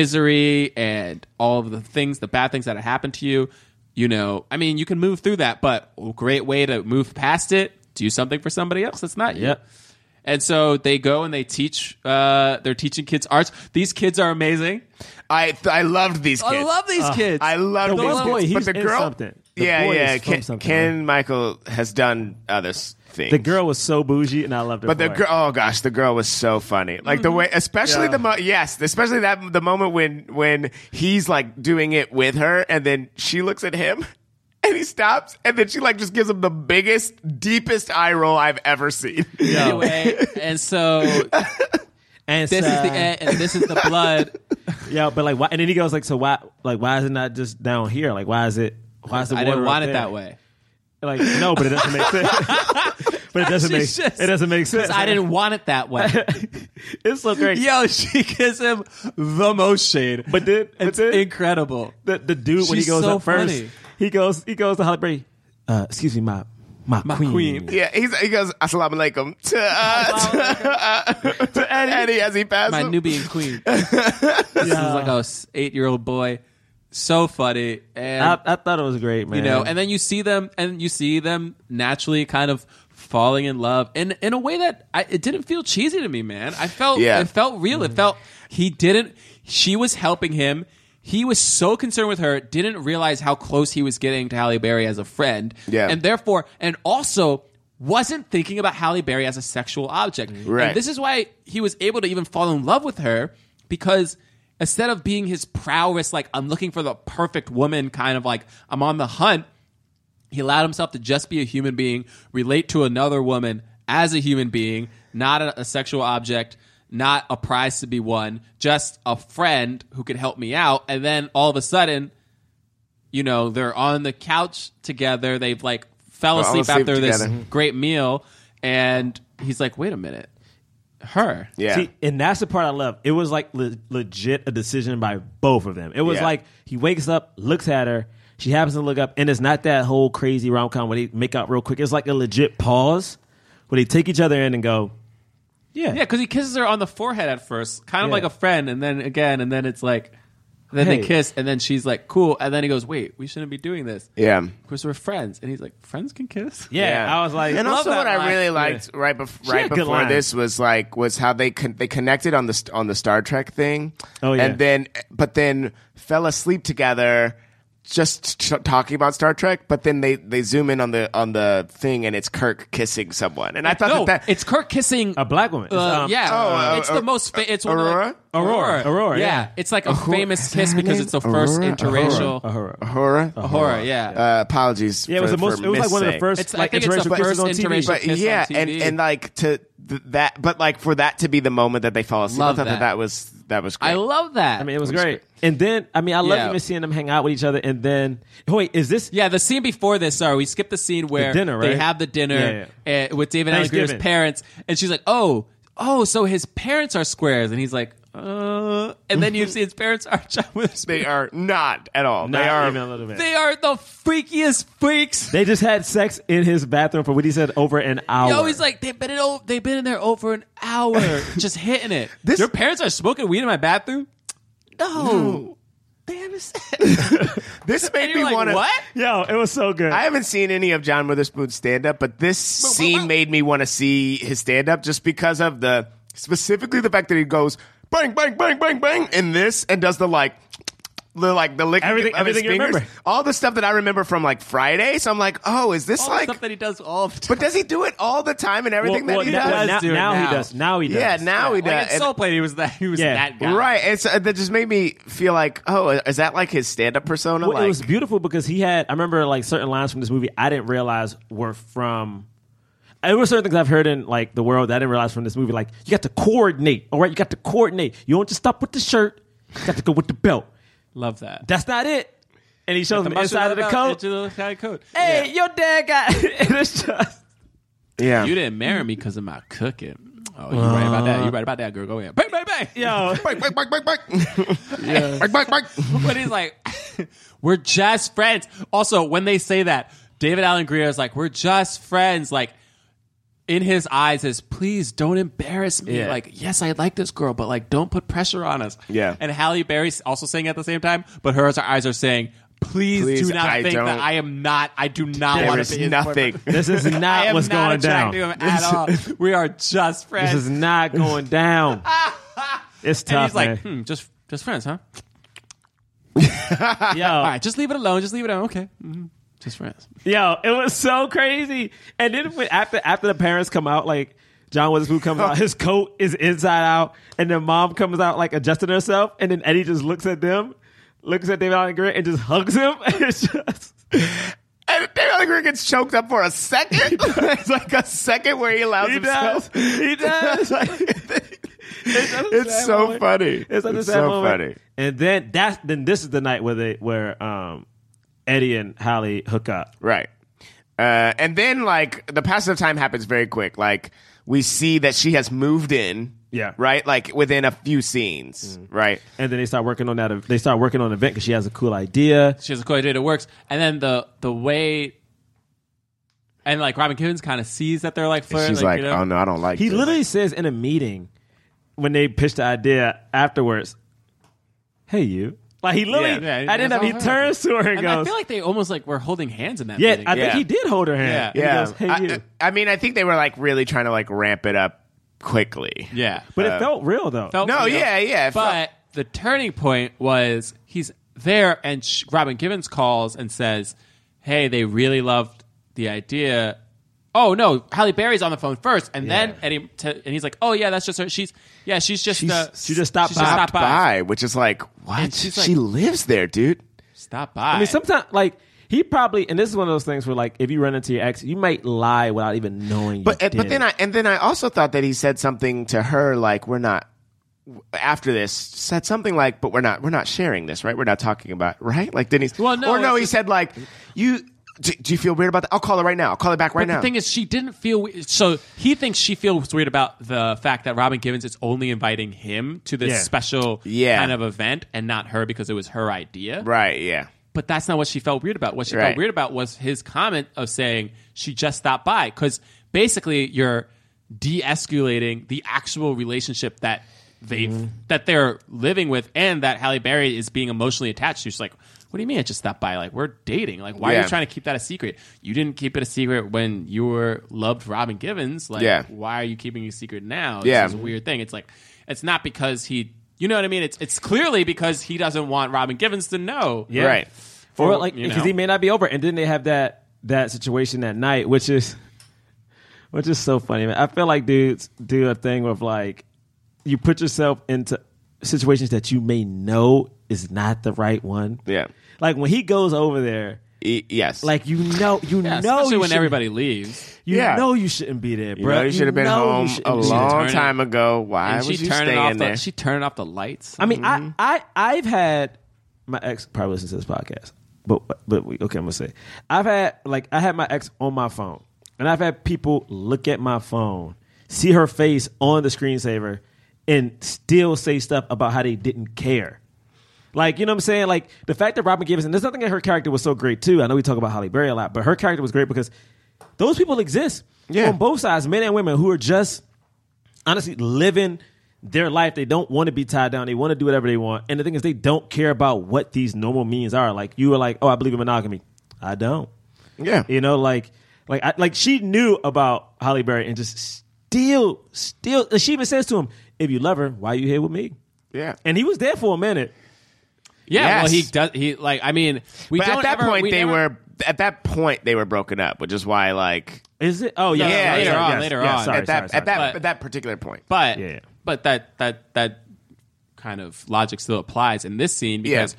misery and all of the things, the bad things that have happened to you, you know, I mean, you can move through that, but a great way to move past it, do something for somebody else that's not Yep. you. And so they go and they teach. Uh, they're teaching kids arts. These kids are amazing. I I loved these I kids. love these Uh, kids. I love The these one kids. boy, but he's the in girl, something. The yeah, boy yeah. is from Ken, something, Ken Michael has done other s- things. The girl was so bougie, and I loved her. But the for it. girl, oh gosh, the girl was so funny. Like the way, especially the mo- yes, especially that the moment when when he's like doing it with her, and then she looks at him, and he stops, and then she like just gives him the biggest, deepest eye roll I've ever seen. Anyway, and so and this is the so- end, and this is the blood. Yeah, but like, why, and then he goes like, so why, like, why is it not just down here? Like, why is it? Why is the I water didn't up want it there? that way. Like, no, but it doesn't make sense. but it doesn't make She's just- it doesn't make sense. I didn't want it that way. It's so great. Yo, she gives him the most shade. But then, but it's then incredible. the, the dude when he She's goes so up first, funny. he goes he goes to Halle Berry. Uh, excuse me, my my, My queen. queen. Yeah, he's, he goes, Assalamu alaikum to, uh, to, uh, to Eddie. as he passes. My him. Nubian queen. this is like a eight year old boy. So funny. And I, I thought it was great, man. you know and then you see them and you see them naturally kind of falling in love and in a way that I, it didn't feel cheesy to me man i felt Yeah. it felt real it felt he didn't she was helping him he was so concerned with her didn't realize how close he was getting to halle berry as a friend Yeah. and therefore and also wasn't thinking about halle berry as a sexual object Right. and this is why he was able to even fall in love with her because instead of being his prowess, like, I'm looking for the perfect woman, kind of like, I'm on the hunt, he allowed himself to just be a human being, relate to another woman as a human being, not a, a sexual object, not a prize to be won, just a friend who could help me out. And then all of a sudden, you know, they're on the couch together. They've like fell They're all asleep asleep after together. this great meal. And he's like, wait a minute, her. yeah. See, and that's the part I love. It was like le- legit a decision by both of them. It was Yeah. like he wakes up, looks at her, she happens to look up, and it's not that whole crazy rom com where they make out real quick. It's like a legit pause where they take each other in and go, yeah, Yeah, because he kisses her on the forehead at first, kind of Yeah. like a friend, and then again, and then it's like, then Hey. they kiss, and then she's like, cool, and then he goes, wait, we shouldn't be doing this. yeah. Because we're friends. And he's like, friends can kiss? yeah. I was like, and love also that what I line. really liked right, bef- had right good before lines. this was like was how they con- they connected on the st- on the Star Trek thing. Oh, yeah. and then but then fell asleep together, just t- talking about Star Trek. But then they they zoom in on the on the thing and it's Kirk kissing someone, and I thought No, that, that it's Kirk kissing a black woman. Uh, It's, um, yeah, oh, uh, it's uh, the most. Fa- it's one of Aurora? the, Aurora, Aurora, Yeah. yeah. it's like a is famous that kiss her because name? it's the first Aurora? interracial. Aurora, Aurora. horror. yeah. Uh, apologies. Oh. Yeah, it was for- the most. for It was like one of the missaying. first. It's- I like think it's the interracial kisses first on TV. interracial- but kiss on yeah, and TV. and like to th- that, but like for that to be the moment that they fall asleep, Love I thought that. that. that was that was. Great. I love that. I mean, it was great. And then, I mean, I love Yeah. even seeing them hang out with each other. And then, oh, wait, is this? Yeah, the scene before this. Sorry, we skipped the scene where dinner, they right? have the dinner uh, with David Allen Greer's Thanksgiving. parents, and she's like, "Oh, oh, so his parents are squares," and he's like, "Uh," and then you see his parents are John Witherspoon. they are not at all. Not they are even a little bit. They are the freakiest freaks. They just had sex in his bathroom for what he said over an hour. Yo, he's like, they've been in o- they've been in there over an hour, just hitting it. This- Your parents are smoking weed in my bathroom. No, They understand. this made and me you're like, want to. what? yo, it was so good. I haven't seen any of John Witherspoon's stand up, but this scene wow. made me want to see his stand up just because of the specifically the fact that he goes bang bang bang bang bang in this and does the like the like the lick Everything- of his everything you fingers. remember. all the stuff that I remember from like Friday. So I'm like, oh, is this All the like? stuff that he does all the time. but does he do it all the time and everything Well, that he well, does? well, now, does do it now now. he does. Now he does. yeah, now he Like does. in And- Soul Plane, he was that he was Yeah. that guy. Right, and so that just made me feel like, oh, is that like his stand-up persona? Well, like, it was beautiful because he had. I remember like certain lines from this movie I didn't realize were from. There were certain things I've heard in like the world that I didn't realize from this movie. Like you got to coordinate. All right, you got to coordinate. You don't just stop with the shirt. You got to go with the belt. Love that. That's not it. And he shows him the Mustard inside of the love out, coat. into the inside coat. Hey, your dad got. and it's just. yeah, You didn't marry me because of my cooking. Oh, you're right about Uh. that. You're right about that, girl. Go ahead. Bang, bang, bang. Yo, Bike, bike, bike, bike, bike. Bike, bike, bike. But he's like, we're just friends. Also, when they say that, David Allen Greer is like, we're just friends. Like, in his eyes is please don't embarrass me. Yeah. Like, yes, I like this girl, but like don't put pressure on us. Yeah. And Halle Berry's also saying at the same time, but hers her eyes are saying, please, Please, do not I think don't- that I am not I do not There want is to be his nothing. boyfriend." This is not I am what's not going down. attracted to him at all. We are just friends. This is not going down. It's and tough, he's like, man. hmm, just just friends, huh? Yo, All right, just leave it alone. Just leave it alone. Okay. Mhm. Just friends. Yo, it was so crazy. And then when, after after the parents come out, like John Witherspoon comes out, his coat is inside out, and then mom comes out like adjusting herself, and then Eddie just looks at them, looks at David Allen Greer, and just hugs him. it's just And David Allen Greer gets choked up for a second. it's like a second where he allows he does, himself. he does. It's so funny. It's, such a It's sad so moment. funny. And then that's then this is the night where they where um Eddie and Holly hook up. Right. Uh, and then like the passage of time happens very quick. Like we see that she has moved in. Yeah. Mm-hmm. Right. Like within a few scenes. Right. And then they start working on that. They start working on an event because she has a cool idea. She has a cool idea that works. And then the the way and like Robin Givens kind of sees that they're like flirting. She's like, you know? oh no, I don't like. He this. literally says in a meeting when they pitched the idea afterwards, "Hey, you." Like he literally, Yeah. Yeah, I didn't know. that's He all her. turns to her and And I goes, feel like they almost like were holding hands in that "Yeah, meeting. I think Yeah. he did hold her hand." And Yeah. he Yeah. goes, "Hey, I, you." I I mean, I think they were like really trying to like ramp it up quickly. yeah. but uh, it felt real though. Felt No. real. Yeah. Yeah. uh, it felt- But the turning point was he's there, and sh- Robin Givens calls and says, "Hey, they really loved the idea." Oh no, Halle Berry's on the phone first, and then Eddie t- and he's like, "Oh yeah, that's just her. She's yeah, she's just She's- uh, she just stopped by." stopped by, which is like, what? And she's like- she lives there, dude. Stop by. I mean, sometimes like he probably, and this is one of those things where like if you run into your ex, you might lie without even knowing. But you and- but did then it. I and then I also thought that he said something to her like we're not after this said something like but we're not we're not sharing this right we're not talking about right like didn't he Well, no, or no it's he just- said like you do, do you feel weird about that I'll call her right now I'll call her back right but now the thing is, she didn't feel we- so. He thinks she feels weird about the fact that Robin Givens is only inviting him to this Yeah. special Yeah. kind of event and not her because it was her idea. right yeah But that's not what she felt weird about. What she Right. felt weird about was his comment of saying she just stopped by because basically you're de-escalating the actual relationship that they Mm-hmm. have that they're living with and that Halle Berry is being emotionally attached to. She's like, "What do you mean I just stopped by? Like we're dating. Like why are Yeah. you trying to keep that a secret? You didn't keep it a secret when you were loved Robin Givens. Like Yeah. why are you keeping it a secret now? Yeah. This is a weird thing. It's like it's not because he." You know what I mean? It's it's clearly because he doesn't want Robin Givens to know. Yeah. right or Well, like you because know. he may not be over. And then they have that that situation that night, which is which is so funny. Man. I feel like dudes do a thing of like you put yourself into situations that you may know is not the right one. Yeah. like when he goes over there. E- yes Like you know, you Yeah, know, especially you when shouldn't- everybody leaves. you Yeah. know you shouldn't be there, bro. you know you should have been know you home shouldn't a be there. long Turning- time ago why and was she you turning staying off there the she turning off the lights. I mean, I, I, I've had my ex probably listens to this podcast, but but we, okay, I'm gonna say I've had like I had my ex on my phone, and I've had people look at my phone, see her face on the screensaver, and still say stuff about how they didn't care. Like, you know what I'm saying? Like, the fact that Robin Givens, and there's nothing that her character was so great, too. I know we talk about Holly Berry a lot, but her character was great because those people exist Yeah. on both sides, men and women, who are just honestly living their life. They don't want to be tied down. They want to do whatever they want. And the thing is, they don't care about what these normal means are. Like, you were like, oh, I believe in monogamy. I don't. yeah You know, like, like, I, like she knew about Holly Berry and just still, still, and she even says to him, if you love her, why are you here with me? yeah And he was there for a minute. yeah, well, he Yes. does. He like, I mean, we but don't at that ever- point we they never- were at that point they were broken up which is why like Is it? Oh yeah, Yeah, sorry, later sorry, on, yes, later yeah, on. Sorry, at that sorry, sorry. at that But- at that particular point but Yeah. but that that that kind of logic still applies in this scene because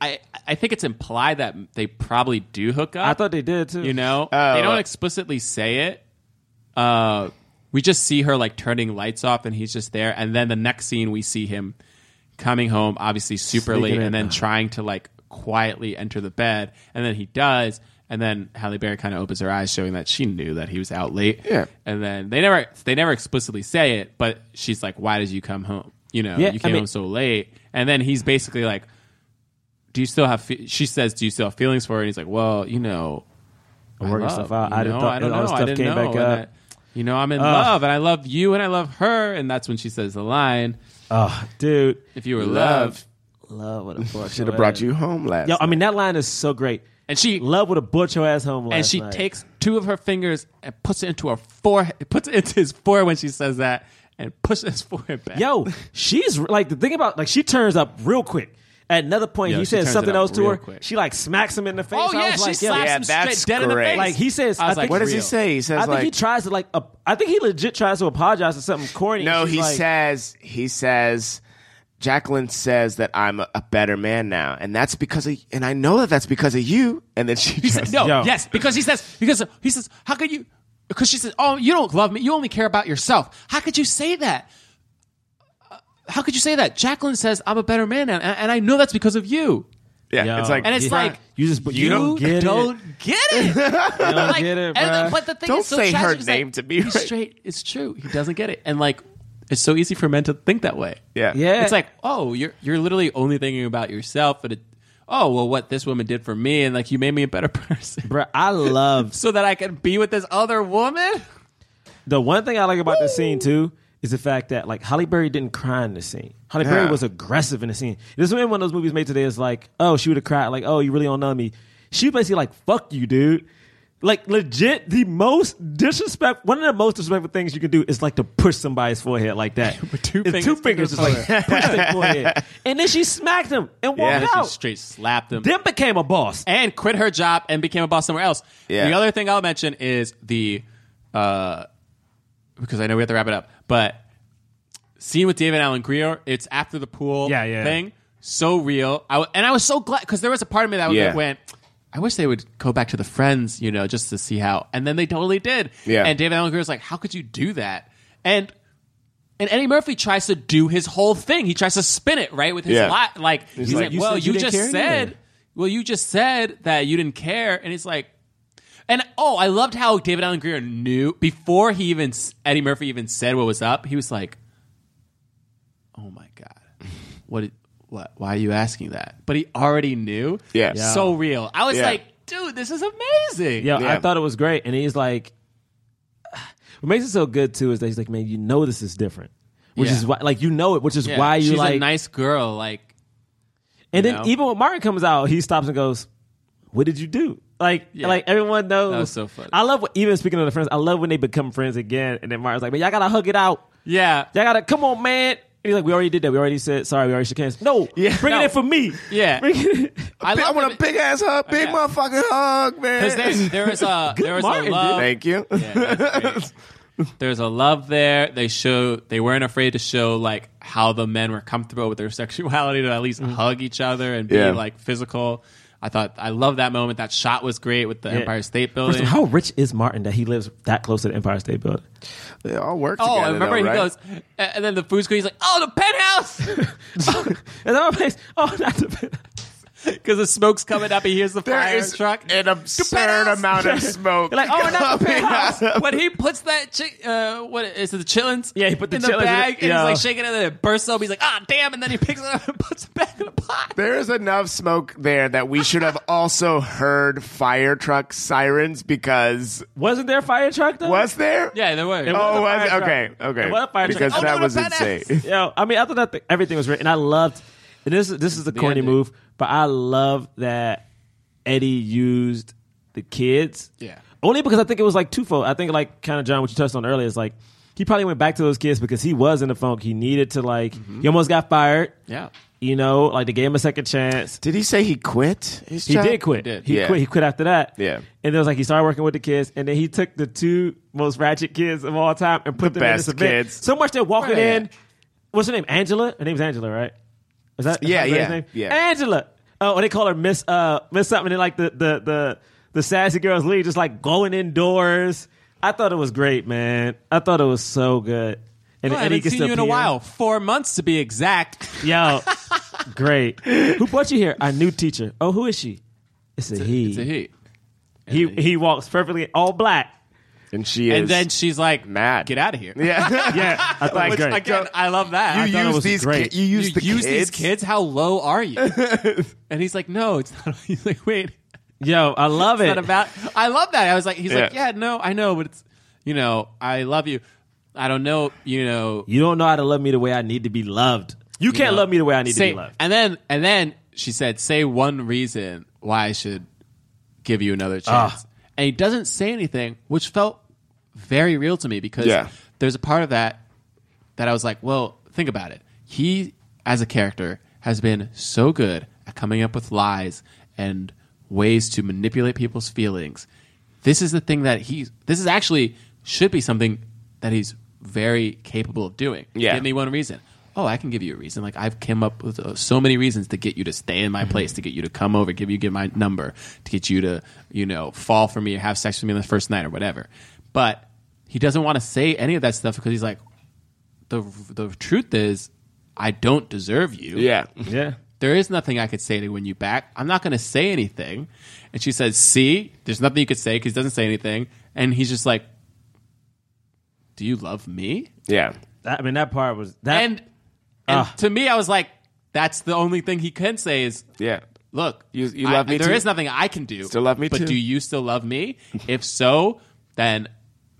I I think it's implied that they probably do hook up. I thought they did too. you know they don't explicitly say it. Uh, we just see her like turning lights off, and he's just there. And then the next scene, we see him coming home, obviously super Sneaking late, in. and then trying to like quietly enter the bed, and then he does, and then Halle Berry kind of opens her eyes, showing that she knew that he was out late. Yeah. and then they never they never explicitly say it, but she's like, "Why did you come home? You know, Yeah, you I came mean- home so late." And then he's basically like, "Do you still have?" Fe-? She says, "Do you still have feelings for her?and He's like, "Well, you know." I'm working love, stuff out. you I didn't know? thought I don't all know. this I stuff didn't came know. back And up. I- you know, I'm in Ugh. love and I love you and I love her. And that's when she says the line. Oh, dude. If you were Love. love. Love would have brought Should have brought you home last. Yo, I mean that line is so great. And she love would have brought your ass home. and last she night. takes two of her fingers and puts it into her forehead. Puts it into his forehead when she says that and pushes his forehead back. Yo, she's like the thing about like she turns up real quick. At another point, Yo, he she says turns something it up else to real her. quick. She like smacks him in the face. Oh, I yeah, was she like, yo. slaps Yeah, him that's straight dead in the great. face. Like he says, I was I think- like, What does he real. say? He says I think like he tries to like. Uh, I think he legit tries to apologize for something corny. No, She's he like, says he says Jacqueline says that I'm a, a better man now, and that's because of and I know that that's because of you. And then she He just- said, no, Yo. yes, because he says, because he says, how could you? Because she says, oh, you don't love me. You only care about yourself. How could you say that? Uh, How could you say that? Jacqueline says, I'm a better man now, and, and I know that's because of you. yeah, Yo. it's like And it's Yeah. like, You just- but you don't get it. get it. You don't like, get it, and- uh, bruh. but the thing Don't is, so say her tragic is that name to me, He's right? straight. It's true. He doesn't get it. And like, it's so easy for men to think that way. yeah, Yeah. It's like, oh, you're you're literally only thinking about yourself, but it, oh, well, what this woman did for me, and like, you made me a better person Bruh, I love so that I can be with this other woman? The one thing I like about this scene too is the fact that like Holly Berry didn't cry in the scene. Holly Berry Yeah. was aggressive in the scene. This is when one of those movies made today is like, oh, she would have cried, like, oh, you really don't know me. She basically like, fuck you, dude. Like legit, the most disrespect. One of the most disrespectful things you can do is like to push somebody's forehead like that. With two It's fingers two to fingers, the just like push their forehead, and then she smacked him and walked Yeah, She out. straight slapped him Then became a boss. and quit her job and became a boss somewhere else. Yeah. The other thing I'll mention is the, uh, because I know we have to wrap it up, but scene with David Allen Greer, it's after the pool Yeah, yeah. thing. So real. I w- and I was so glad because there was a part of me that Yeah. went, I wish they would go back to the friends, you know, just to see how. And then they totally did. Yeah. And David Allen Greer was like, how could you do that? And and Eddie Murphy tries to do his whole thing. He tries to spin it right with his Yeah. lot. Like he's, like, like, "You well, said you, you didn't just care said, anyway." well, you just said that you didn't care, and it's like, and oh, I loved how David Allen Greer knew before he even Eddie Murphy even said what was up. He was like, oh my god, what? Did, what? Why are you asking that? But he already knew. Yeah. Yeah. so real. I was Yeah. like, dude, this is amazing. Yo, I Yeah. thought it was great. And he's like, what makes it so good too is that he's like, man, you know this is different, which Yeah. is why, like, you know it, which is Yeah. why you She's like. a nice girl. Like and then know? even when Martin comes out, he stops and goes, "What did you do?" Like, Yeah. like everyone knows. was so funny. I love what, even speaking of the friends. I love when they become friends again, and then Martin's like, "Man, y'all gotta hug it out. yeah, Y'all gotta come on, man." And he's like, "We already did that. We already said sorry. We already shook hands. No, bring No. it in for me. Yeah. bring it in. I, I love want a it. big ass hug, big yeah. motherfucking hug, Because man. there, there was a there was Martin, a dude. love. Thank you. Yeah, that's great. There's a love there. They show they weren't afraid to show like how the men were comfortable with their sexuality to at least Mm. hug each other and be Yeah. like physical. I thought I love that moment. That shot was great with the Empire State First Building. of all, how rich is Martin that he lives that close to the Empire State Building? They all work Oh, together. I remember though, he right? goes, and and then the food school. He's like, "Oh, the penthouse," Is that my place? Oh, not the. because the smoke's coming up. He hears the There fire is truck. an absurd penthouse. amount of smoke. Like, oh, not the coming penthouse. out of- when he puts that chick, uh, what is it, the chitlins? Yeah, he put the in chitlins in the bag, it. and Yeah. he's like shaking it, and it bursts open. He's like, ah, damn! And then he picks it up and puts it back in the pot. There is enough smoke there that we should have also heard fire truck sirens because Wasn't there a fire truck though? was there? Yeah, there were. Oh, was a was, fire okay, truck. okay. It was a fire truck. because Oh, that no, was no, badass. insane. Yo, I mean, I thought that th- everything was great, and I loved. And this this is a corny ending. move, but I love that Eddie used the kids. Yeah. Only because I think it was like twofold. I think like kind of John, what you touched on earlier is like he probably went back to those kids because he was in the funk. He needed to like he almost got fired. Mm-hmm. Yeah. You know, like they gave him a second chance. Did he say he quit? his He job? did quit. He, did. Yeah. quit. He quit after that. Yeah. And it was like he started working with the kids, and then he took the two most ratchet kids of all time and put The them in best this event. kids. So much they're walking Right. in. What's her name? Angela. Her name's Angela, right? Is that is Yeah, that her yeah, name? yeah. Angela. Oh, and they call her Miss uh Miss something. And like the the the the sassy girls leave, just like going indoors. I thought it was great, man. I thought it was so good. And, and I he haven't gets seen to you in a appear. while. Four months to be exact. Yo, great. Who brought you here? Our new teacher. Oh, who is she? It's a he. It's a he. He he walks perfectly all black. And she is. And then she's like, mad. Get out of here. yeah. Yeah, I thought it was Which, great. again, I love that. I you thought it use was- these. great. Ki- you use the you use kids. these kids? How low are you? and he's like, no, it's not. He's like, wait. Yo, I love It's it. not about. I love that. I was like, he's like, Yeah. yeah, no, I know, but it's. you know, I love you. I don't know, you know. You don't know how to love me the way I need to be loved. You, can't know, love me the way I need say- to be loved. And then and then she said, "Say one reason why I should give you another Ah. chance." And he doesn't say anything, which felt very real to me because Yeah. there's a part of that that I was like, "Well, think about it. He as a character has been so good at coming up with lies and ways to manipulate people's feelings. This is the thing that he this is actually should be something that he's very capable of doing. Yeah. Give me one reason. Oh, I can give you a reason. Like I've come up with uh, so many reasons to get you to stay in my place, to get you to come over, give you give my number, to get you to you know fall for me or have sex with me on the first night or whatever. But he doesn't want to say any of that stuff because he's like, the the truth is, I don't deserve you. Yeah. Yeah. There is nothing I could say to win you back. I'm not going to say anything. And she says, "See, there's nothing you could say because he doesn't say anything." And he's just like, "Do you love me?" Yeah. That- I mean, that part was Uh, that. and and Ah. to me, I was like, that's the only thing he can say is, Yeah. look, You- you I- love me There too? is nothing I can do. Still love me but too? do you still love me? if so, then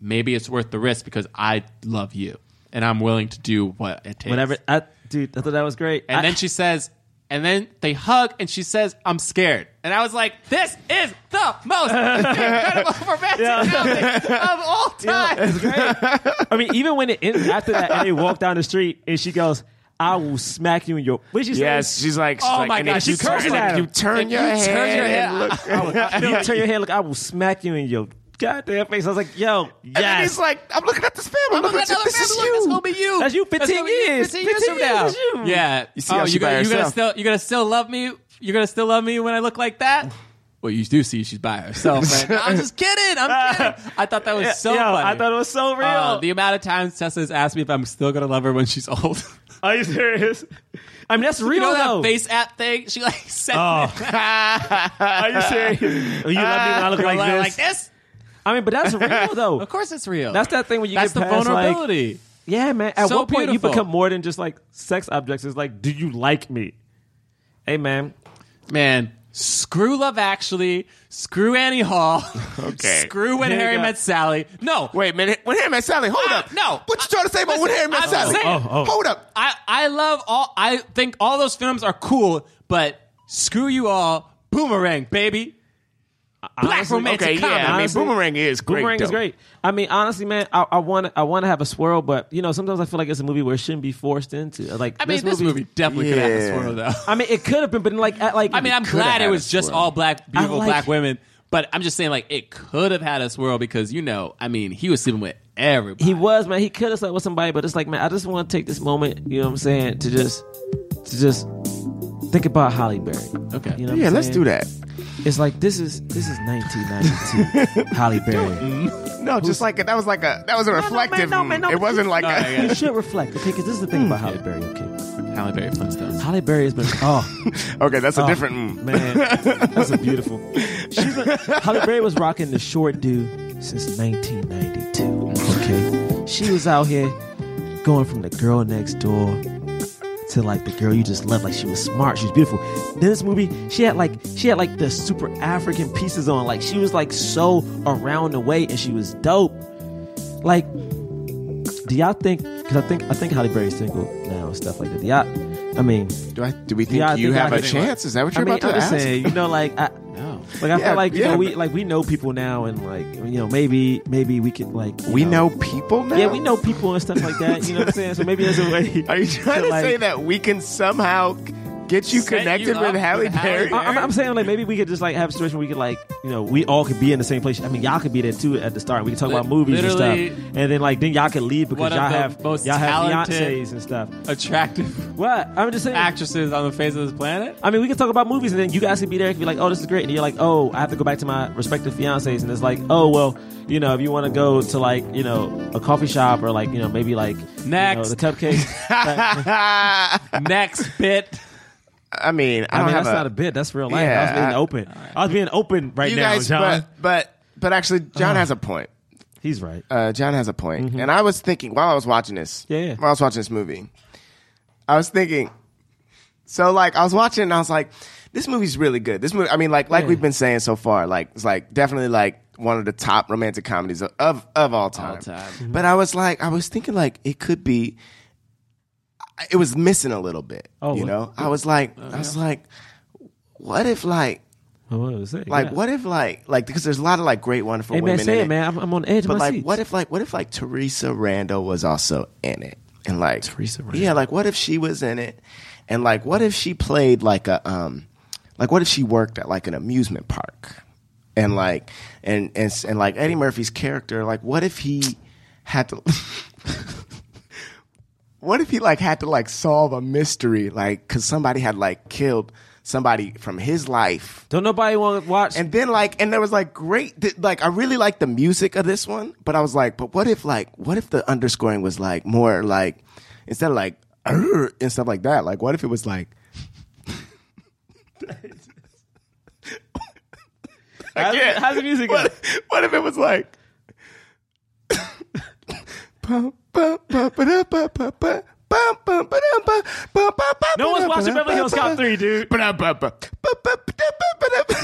maybe it's worth the risk because I love you and I'm willing to do what it takes. whenever I, dude, I thought that was great. And I- then she says, and then they hug, and she says, "I'm scared." And I was like, "This is the most incredible romantic outing of all time." I mean, even when it ends after that, and they walk down the street, and she goes, "I will smack you in your." What did she say? Yes, she's like, she's Oh like, my and gosh, if she you turn, curses and at if him. you turn If your you turn head, your head, Oh, and look, you turn your head, like I will smack you in your goddamn face. I was like, "Yo, and then yes." he's like, I'm looking at this family. I'm looking at Look at you. another This is family. Look, you. That's gonna be you. That's you 15 gonna be you years. 15 years 15 from now. years, that's you. Yeah. Oh, You see how she you by gonna, you gonna herself. still you gonna still love me? You're gonna still love me when I look like that? Well, you do see she's by herself. Right? No, I'm just kidding. I'm kidding. I thought that was so Yo, funny. I thought it was so real. Uh, the amount of times Tessa's asked me if I'm still gonna love her when she's old. Are you serious? I mean, that's real you know though. that face app thing? She like said Oh. Are you serious? Oh, you love me when I look like this. like this. I mean, but that's real though. Of course, it's real. That's that thing when you That's get the past, like- vulnerability. Yeah, man. At So one point, beautiful. you become more than just like sex objects. It's like, do you like me? Hey, man. Man, screw Love Actually, screw Annie Hall, Okay. screw When Here we Harry go. Met Sally. No, Wait a minute. When Harry Met Sally, Uh, hold Ah, up. no. What you trying to say about When Harry Met I'm Sally? saying- Oh, oh. Hold up. I I love all. I think all those films are cool, but screw you all, Boomerang, baby. Black Honestly, romantic okay, comedy. yeah. I mean, Honestly, Boomerang is great. Boomerang is though. great. I mean, honestly, man, I, I want I want to have a swirl, but you know, sometimes I feel like it's a movie where it shouldn't be forced into. Like, I mean, this, movie, definitely could have a swirl though. I mean, it could have been, but like, at, like, I mean, I'm could've glad it had a was just swirl. all black, beautiful like- black women. But I'm just saying, like, it could have had a swirl because you know, I mean, he was sleeping with everybody. he was man. He could have slept with somebody, but it's like, man, I just want to take this moment. You know what I'm saying? To just to just think about Holly Berry. Okay. You know what Yeah, I'm let's saying? do that. It's like this is this is 1992. Holly Berry. No, just like a, that was like a that was a reflective. mm. no, man, no, it wasn't Oh like a. You should reflect, okay? Because this is the thing about Holly Berry, okay? Halle Berry Flintstones. Holly Hmm. Berry has been oh. Okay, that's a Oh, different. mm. man. That's a beautiful. She's been, Holly Berry was rocking the short dude since 1992. Okay, she was out here going from the girl next door to like the girl you just loved. Like she was smart, she was beautiful. Then this movie, she had like she had like the super African pieces on. Like she was like so around the way, and she was dope. Like, do y'all think? Because I think I think Holly Berry's single now and stuff like that. Do y'all? I mean. Do I? Do we think Yeah, I you think have I a think- chance? Is that what you're I mean, about to I'm just ask? saying, you know, like I, like I Yeah, feel like you yeah. know, we like we know people now, and like you know, maybe maybe we could like you we know people now. yeah, we know people and stuff like that. You know what I'm saying? So maybe there's a way. Are you trying to like- say that we can somehow get you Set you connected up with Halle with Halle Berry? I- I'm, I'm saying like maybe we could just like have a situation where we could like you know we all could be in the same place. I mean y'all could be there too at the start. We could talk Li- about movies and stuff, literally and then like then y'all could leave because one of y'all the have most y'all have talented- fiancés and stuff. Attractive What I'm just saying. actresses on the face of this planet. I mean, we could talk about movies, and then you guys could be there and be like, "Oh, this is great," and you're like, "Oh, I have to go back to my respective fiancés," and it's like, "Oh, well, you know, if you want to go to like, you know, a coffee shop or like, you know, maybe like you know, Next. the cupcake." Next bit. I mean, I I don't mean, have that's a, not a bit. That's real life. I was Yeah, being I- open. I was being open right you now, guys, John. Uh. but but but actually, John has a point. He's right. uh, John has a point. Mm-hmm. And I was thinking while I was watching this, Yeah, yeah. while I was watching this movie, I was thinking So like I was watching it and I was like, this movie's really good. This movie, I mean, like like we've been saying so far, like it's like definitely like one of the top romantic comedies of of, of all time. time. Mm-hmm. But I was like, I was thinking like it could be. It was missing a little bit. Oh, uh, you what- know, I was like, I was like, what if like like what if like like because there's a lot of like great wonderful Hey, man, women say in it, man. I'm- I'm on the edge of but my like seats. what if like what if like Teresa Randall was also in it and like Teresa Randall. yeah like what if she was in it and like what if she played like a um like what if she worked at like an amusement park and like and and s- and like Eddie Murphy's character like what if he had to what if he like had to like solve a mystery like because somebody had like killed somebody from his life don't nobody want to watch and then like and there was like great th- like i really liked the music of this one but i was like but what if like what if the underscoring was like more like instead of like "Arr," and stuff like that like what if it was like How's, Again. how's the music go? what, what if it was like no No one's one's watching Beverly Hills Cop 3, dude.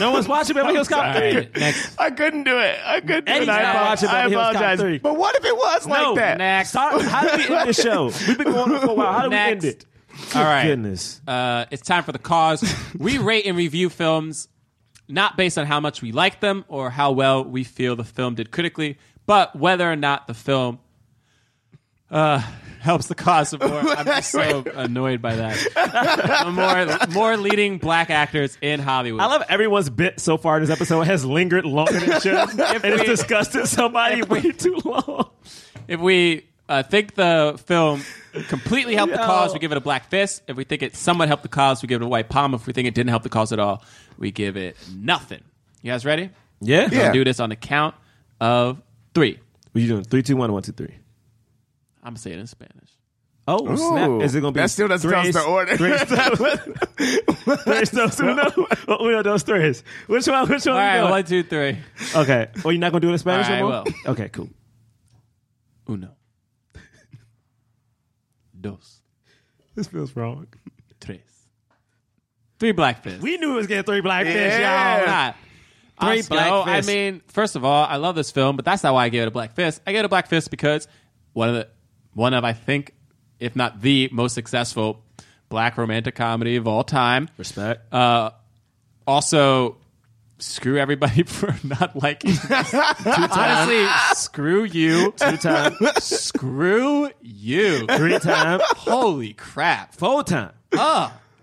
No one's watching Beverly Hills Cop 3. I couldn't do it. I couldn't do And it. he's I, not apo- watching I Beverly Hills Cop apologize. 3. But what if it was like that? next. Sorry, how do we end the show? We've been going on for a while. How do Next. we end it? All right. Goodness. Uh, it's time for the cause. we rate and review films not based on how much we like them or how well we feel the film did critically, but whether or not the film uh, helps the cause of more. I'm just so annoyed by that. more, more leading black actors in Hollywood. I love everyone's bit so far this episode has lingered longer than it should. and it's disgusted somebody way too long. If we uh, think the film completely helped the Yo. cause, we give it a black fist. If we think it somewhat helped the cause, we give it a white palm. If we think it didn't help the cause at all, we give it nothing. You guys ready? Yeah? We'll do this on the count of three. What you doing? Three, two, one, one, two, three. I'm saying it in Spanish. Oh, Ooh. snap. Is it going to be That still doesn't tell us tres- the order. Tres, tres, dos, uno. Uno, dos, tres. Which one? Which one? All we right, doing? one, two, three. Okay. Well, you're not going to do it in Spanish All right, anymore? I will. Okay, cool. Uno. Dos. This feels wrong. Tres. Three black fists. We knew it was getting three black fish, Yeah. y'all. Three Oscar, black I fists. I mean, first of all, I love this film, but that's not why I gave it a black fist. I gave it a black fist because one of the one of I think, if not the most successful black romantic comedy of all time. Respect. Uh, also, screw everybody for not liking. this. Honestly, screw you. Two time, screw you. three time, Holy crap! four time.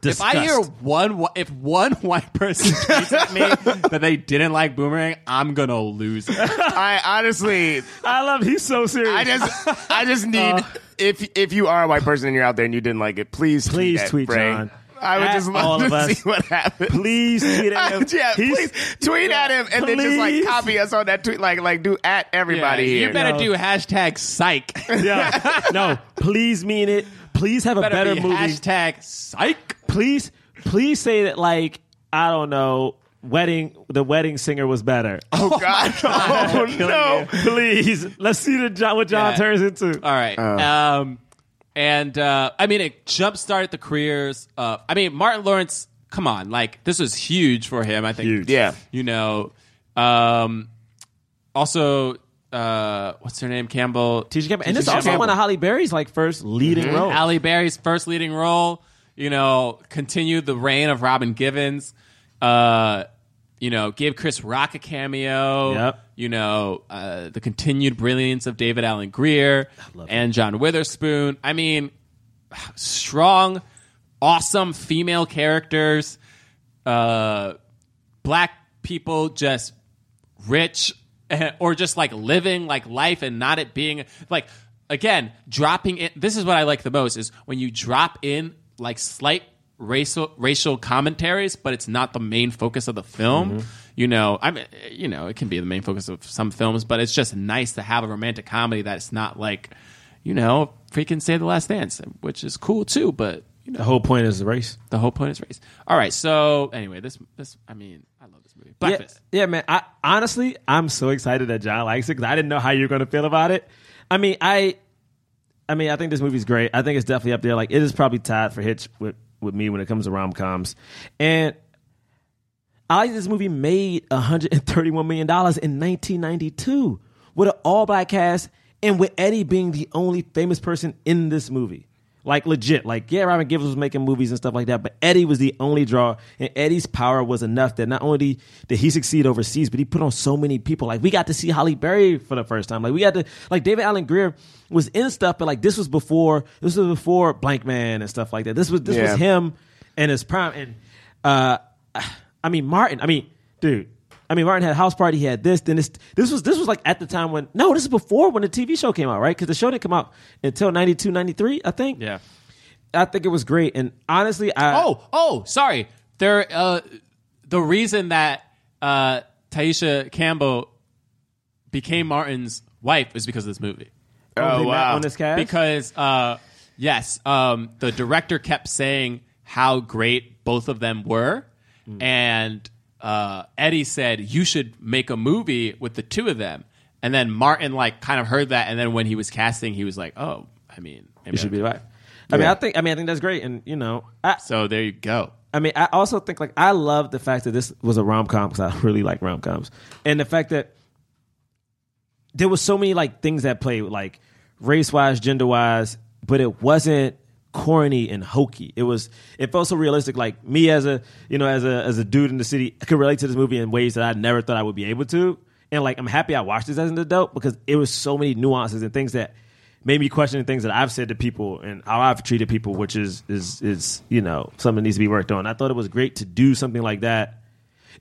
If I hear Disgust. one, whi- if one white person tweets at me that they didn't like Boomerang, I'm gonna lose. It. I honestly, I love he's so serious. I just, I just Uh, need if if you are a white person and you're out there and you didn't like it, please, tweet, Please at tweet, Bray. John. I would At just love all to of us. see what happens. please tweet at him. yeah, He's- please tweet at him and then just like Please. copy us on that tweet. Like, like do at everybody Yeah, here. You better No. do hashtag psych. Yeah. no, please mean it. Please have a better better be movie. Hashtag psych. please, please say that like I don't know, wedding the wedding singer was better. oh God, oh no. please, let's see the John, what John Yeah. turns into. All right. Um, and uh, I mean, it jump started the careers. Of, I mean, Martin Lawrence. Come on, like this was huge for him. I think. Huge. Yeah. You know. Um, also, uh, what's her name? Campbell. Tisha Campbell, and this is Tisha also Campbell. one of Holly Berry's like first leading roles. Ali Berry's first leading role. You know, continued the reign of Robin Givens. Uh, you know, gave Chris Rock a cameo. Yep. You know, uh, the continued brilliance of David Allen Greer and John Witherspoon. I mean, strong, awesome female characters. Uh, black people just rich or just like living like life and not it being like again dropping in this is what i like the most is when you drop in like slight racial racial commentaries but it's not the main focus of the film you know i mean you know it can be the main focus of some films but it's just nice to have a romantic comedy that's not like you know freaking say the last dance which is cool too but you know The whole point is the race. the whole point is race all right so anyway this this i mean i love this movie Yeah, breakfast yeah, man. I honestly, I'm so excited that John likes it because I didn't know how you were going to feel about it. I mean, I, I mean, I think this movie's great. I think it's definitely up there. Like, it is probably tied for Hitch with with me when it comes to rom coms, and I like that this movie made 131 million dollars in 1992 with an all black cast and with Eddie being the only famous person in this movie. Like legit, like yeah, Robin Gibbs was making movies and stuff like that, but Eddie was the only draw, and Eddie's power was enough that not only did he succeed overseas, but he put on so many people. Like we got to see Holly Berry for the first time. Like we got to like David Allen Greer was in stuff, but like this was before this was before Blank Man and stuff like that. This was this Yeah. was him and his prime. And uh, I mean Martin. I mean, dude. I mean Martin had house party. He had this. Then this. This was this was like at the time when no, this is before when the TV show came out, right? Because the show didn't come out until 92, 93, I think. Yeah. I think it was great. And honestly, I Oh, oh, sorry. There, uh, the reason that uh, Taisha Campbell became Martin's wife is because of this movie. Oh, Oh, they met wow. on this cast? Because uh, yes, um, the director kept saying how great both of them were, Hmm. and uh, Eddie said you should make a movie with the two of them. And then Martin like kind of heard that, and then when he was casting, he was like, "Oh, I mean, maybe it should I- be the wife. I mean, I think. I mean, I think that's great. And you know, I, so there you go. I mean, I also think like I love the fact that this was a rom com because I really like rom coms, and the fact that there was so many like things that played like race wise, gender wise, but it wasn't corny and hokey. It was it felt so realistic. Like me as a you know as a as a dude in the city I could relate to this movie in ways that I never thought I would be able to. And like I'm happy I watched this as an adult because it was so many nuances and things that made me question things that I've said to people and how I've treated people, which is is is you know something that needs to be worked on. I thought it was great to do something like that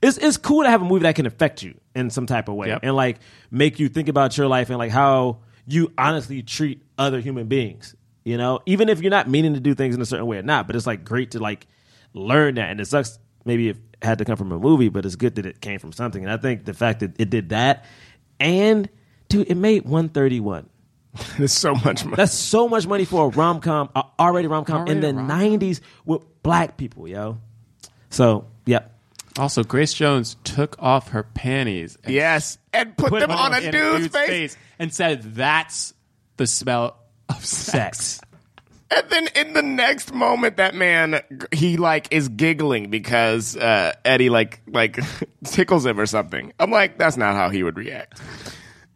it's it's cool to have a movie that can affect you in some type of way Yep. and like make you think about your life and like how you honestly treat other human beings. You know, even if you're not meaning to do things in a certain way or not, but it's like great to like learn that. And it sucks maybe it had to come from a movie, but it's good that it came from something. And I think the fact that it did that and dude, it made 131. That's so much money. That's so much money for a rom com, already rom com in R-rated the rom-com. '90s with black people, yo. So, yep. Also, Grace Jones took off her panties. And Yes, and put, them them on a in dude's face. and said, "That's the smell of sex." Sex. And then in the next moment, that man he like is giggling because uh, Eddie like like tickles him or something. I'm like, that's not how he would react.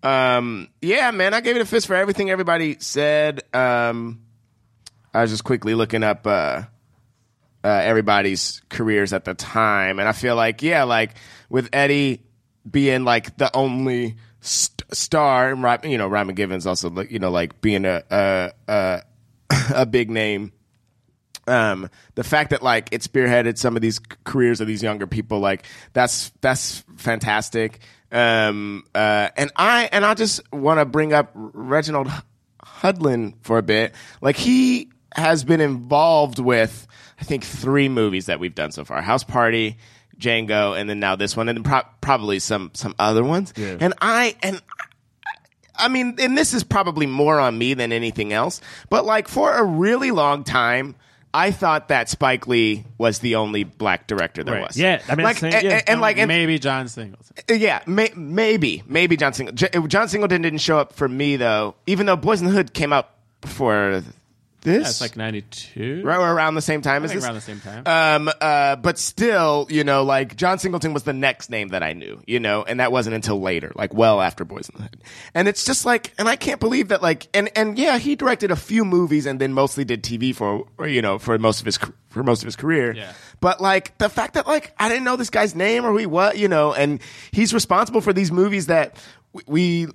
Um, yeah, man, I gave it a fist for everything everybody said. Um, I was just quickly looking up. Uh, uh, everybody's careers at the time. And I feel like, yeah, like with Eddie being like the only st- star, and Ry- you know, Ryman Givens also, like, you know, like being a a a, a big name. Um, the fact that like it spearheaded some of these c- careers of these younger people, like that's that's fantastic. Um, uh, and I and I just want to bring up Reginald Hudlin for a bit. Like he has been involved with, I think, three movies that we've done so far: House Party, Django, and then now this one, and then pro- probably some some other ones. And I and I mean, and this is probably more on me than anything else, but like for a really long time, I thought that Spike Lee was the only black director there was. Yeah, I mean, like, same- and, yeah. and- and, like, and, maybe John Singleton. yeah, may, maybe, maybe John Singleton. J- John Singleton didn't show up for me though, even though Boys in the Hood came out before this, That's like ninety-two, right or around the same time I as think this. around the same time. Um, uh, but still, you know, like John Singleton was the next name that I knew, you know, and that wasn't until later, like well after Boys in the Hood. And it's just like, and I can't believe that, like, and and yeah, he directed a few movies and then mostly did TV for, or, you know, for most of his ca- for most of his career. Yeah. But like the fact that like I didn't know this guy's name or who he was, you know, and he's responsible for these movies that we. we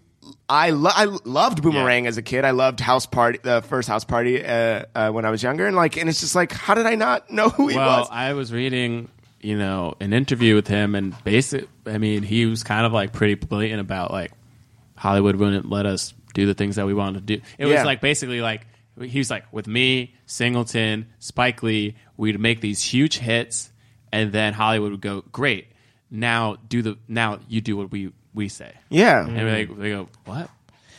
I, lo- I loved Boomerang as a kid. I loved House Party, the first House Party uh, uh, when I was younger, and like, and it's just like, how did I not know who he well, was? I was reading, you know, an interview with him, and basic. I mean, he was kind of like pretty blatant about like Hollywood wouldn't let us do the things that we wanted to do. It Yeah. was like basically like he was like with me, Singleton, Spike Lee, we'd make these huge hits, and then Hollywood would go, "Great, now do the now you do what we we say." Yeah. And we like, they go, what?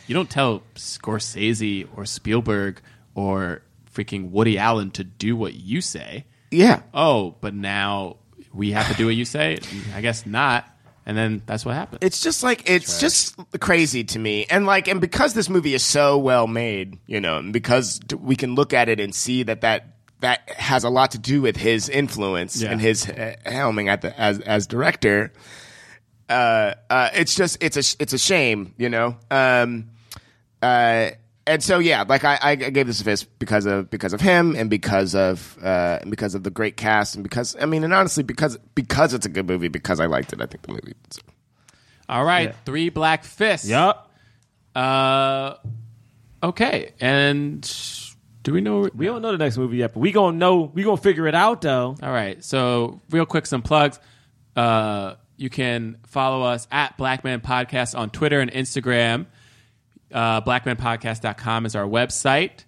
You don't tell Scorsese or Spielberg or freaking Woody Allen to do what you say. Yeah. Oh, but now we have to do what you say? I guess not. And then that's what happened. It's just like it's just crazy to me. And like and because this movie is so well made, you know, and because d- we can look at it and see that that that has a lot to do with his influence Yeah. and his uh, helming at the as as director. Uh, uh, it's just it's a sh- it's a shame, you know. Um, uh, and so yeah, like I, I gave this a fist because of because of him and because of uh, and because of the great cast and because I mean and honestly because because it's a good movie because I liked it. I think the movie. All right, three black fists. Yep. Uh, okay, and do we know? We don't know the next movie yet, but we gonna know. We gonna figure it out though. All right, so real quick, some plugs. Uh, you can follow us at Black Man Podcast on Twitter and Instagram. Uh, blackmanpodcast.com is our website.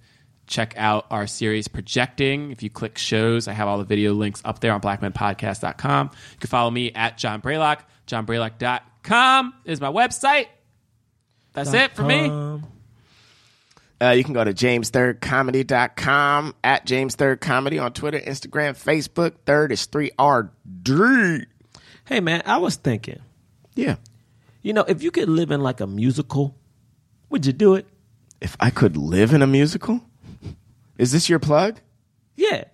Check out our series Projecting. If you click shows, I have all the video links up there on blackmanpodcast.com. You can follow me at John Braylock. JohnBraylock.com is my website. That's it for me. Uh, you can go to james3rdcomedy.com at james3rdcomedy on Twitter, Instagram, Facebook. Third is 3RD. Hey man, I was thinking. Yeah. You know, if you could live in like a musical, would you do it? If I could live in a musical? Is this your plug? Yeah.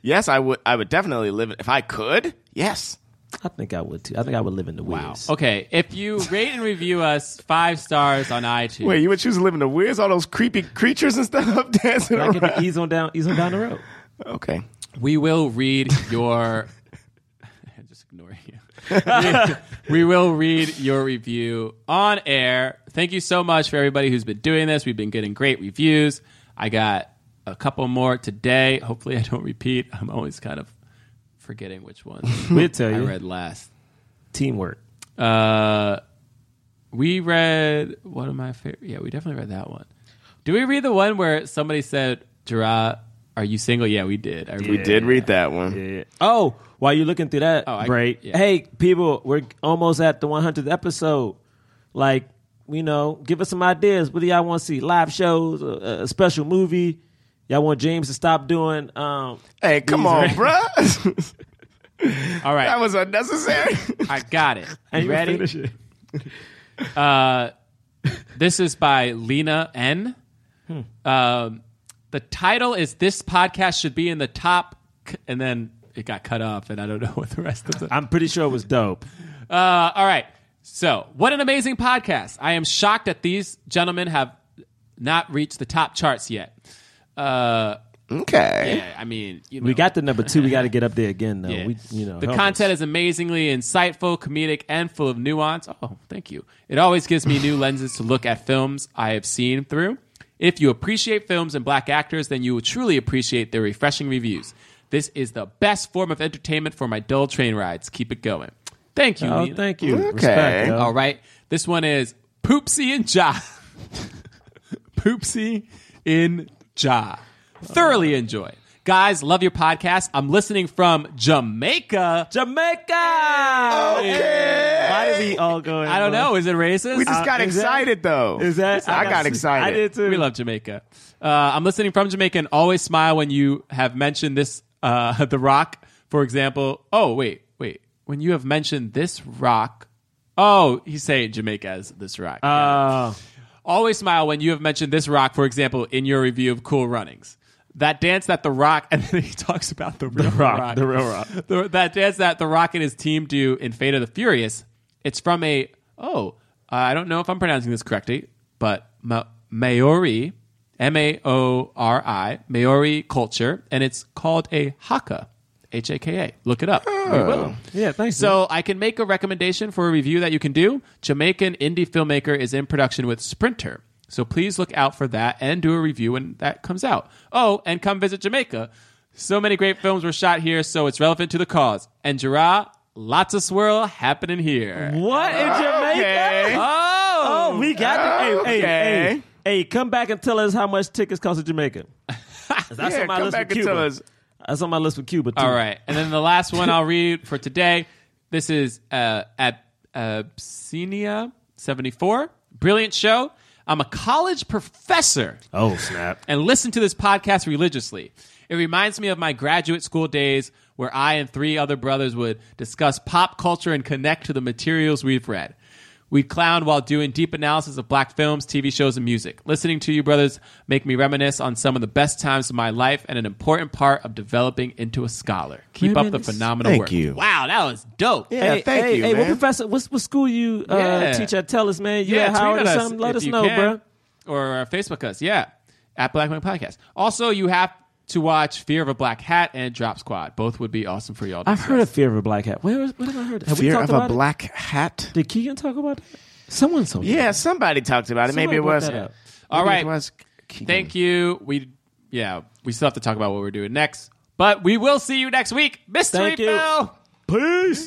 yes, I would I would definitely live in if I could. Yes. I think I would too. I think I would live in the Wiz. Okay, if you rate and review us five stars on iTunes. Wait, you would choose to live in the weirds, all those creepy creatures and stuff dancing That could be around. Ease on down ease on down the road. Okay. We will read your. just ignore you. we, we will read your review on air. Thank you so much for everybody who's been doing this. We've been getting great reviews. I got a couple more today. Hopefully, I don't repeat. I'm always kind of forgetting which ones We'll tell I you. read last. Teamwork. Uh, we read one of my favorite. Yeah, we definitely read that one. Do we read the one where somebody said, "Gerard, are you single?" Yeah, we did. I We did read that one. Oh, while you're looking through that Oh, I- break, yeah. hey people, we're almost at the 100th episode. Like, you know, give us some ideas. What do y'all want to see? Live shows, uh, a, a special movie. Y'all want James to stop doing? Um, hey, come on, bruh. All right. That was unnecessary. I got it. And You you ready? finish it. Uh, this is by Lena N. Um, the title is "This podcast should be in the top," c- and then it got cut off, and I don't know what the rest of the. I'm pretty sure it was dope. Uh, all right. So, what an amazing podcast! I am shocked that these gentlemen have not reached the top charts yet. Uh, Okay. yeah, I mean, you know, We got the number two. We got to get up there again, though. Yeah. We, you know, the help content us. is amazingly insightful, comedic, and full of nuance. Oh, thank you. It always gives me new lenses to look at films I have seen through. If you appreciate films and black actors, then you will truly appreciate their refreshing reviews. This is the best form of entertainment for my dull train rides. Keep it going. Thank you. Oh, Lena. thank you. Okay. Respect, yo. All right. This one is Poopsie and Ja. Poopsie in Ja. Thoroughly enjoy. Guys, love your podcast. I'm listening from Jamaica. Oh, Jamaica. Okay. Why did we all go? in I don't one? know. Is it racist? We just Uh, got is that- excited though. Is that? I got excited. I did too. we love Jamaica. Uh, I'm listening from Jamaica and always smile when you have mentioned this, uh, The Rock, for example. Oh, wait, wait. When you have mentioned this rock. Oh, he's saying Jamaica as this rock. Uh, Always smile when you have mentioned this rock, for example, in your review of Cool Runnings. That dance that The Rock, and then he talks about The, real Rock, The Real Rock. The- that dance that The Rock and his team do in Fate of the Furious. It's from a, oh, I don't know if I'm pronouncing this correctly, but Ma- Maori, M A O R I, Maori culture, and it's called a haka, H A K A. Look it up. We will. yeah. Thanks. man. So I can make a recommendation for a review that you can do. Jamaican indie filmmaker is in production with Sprinter. So please look out for that and do a review when that comes out. Oh, and come visit Jamaica. So many great films were shot here, so it's relevant to the cause. And Gerard, lots of swirl happening here. what in Jamaica? Oh, Oh, we got the Hey, hey, Okay. hey, hey, come back and tell us how much tickets cost in Jamaica. That's Yeah, on my come back list with and Cuba. tell us. That's on my list with Cuba, too. All right. And then the last one I'll read for today. This is uh, Ab- Absenia 74. Brilliant show. I'm a college professor Oh, snap. and listen to this podcast religiously. It reminds me of my graduate school days where I and three other brothers would discuss pop culture and connect to the materials we've read. We clown while doing deep analysis of black films, TV shows, and music. Listening to you brothers make me reminisce on some of the best times of my life and an important part of developing into a scholar. Keep up the Reminisce. phenomenal Thank work. you. Wow, that was dope. Yeah, thank hey, you, Hey, man. what professor? What's what school you uh, Yeah. teach at? Tell us, man. You yeah, at Howard tweet or at us something? Let if us you know, can. bro. Or uh, Facebook us, yeah, at Black Man Podcast. Also, you have to watch Fear of a Black Hat and Drop Squad. Both would be awesome for y'all. to I've see. heard of Fear of a Black Hat. Where, what have I heard? Have we Fear talked of about a it? black hat. Did Keegan talk about it? Someone told me. Yeah, somebody talked about it. Maybe Somebody it brought was. that up. All maybe it right. was Keegan. Thank you. We yeah, we still have to talk about what we're doing next, but we will see you next week, Mystery Thank you. Bell. Peace.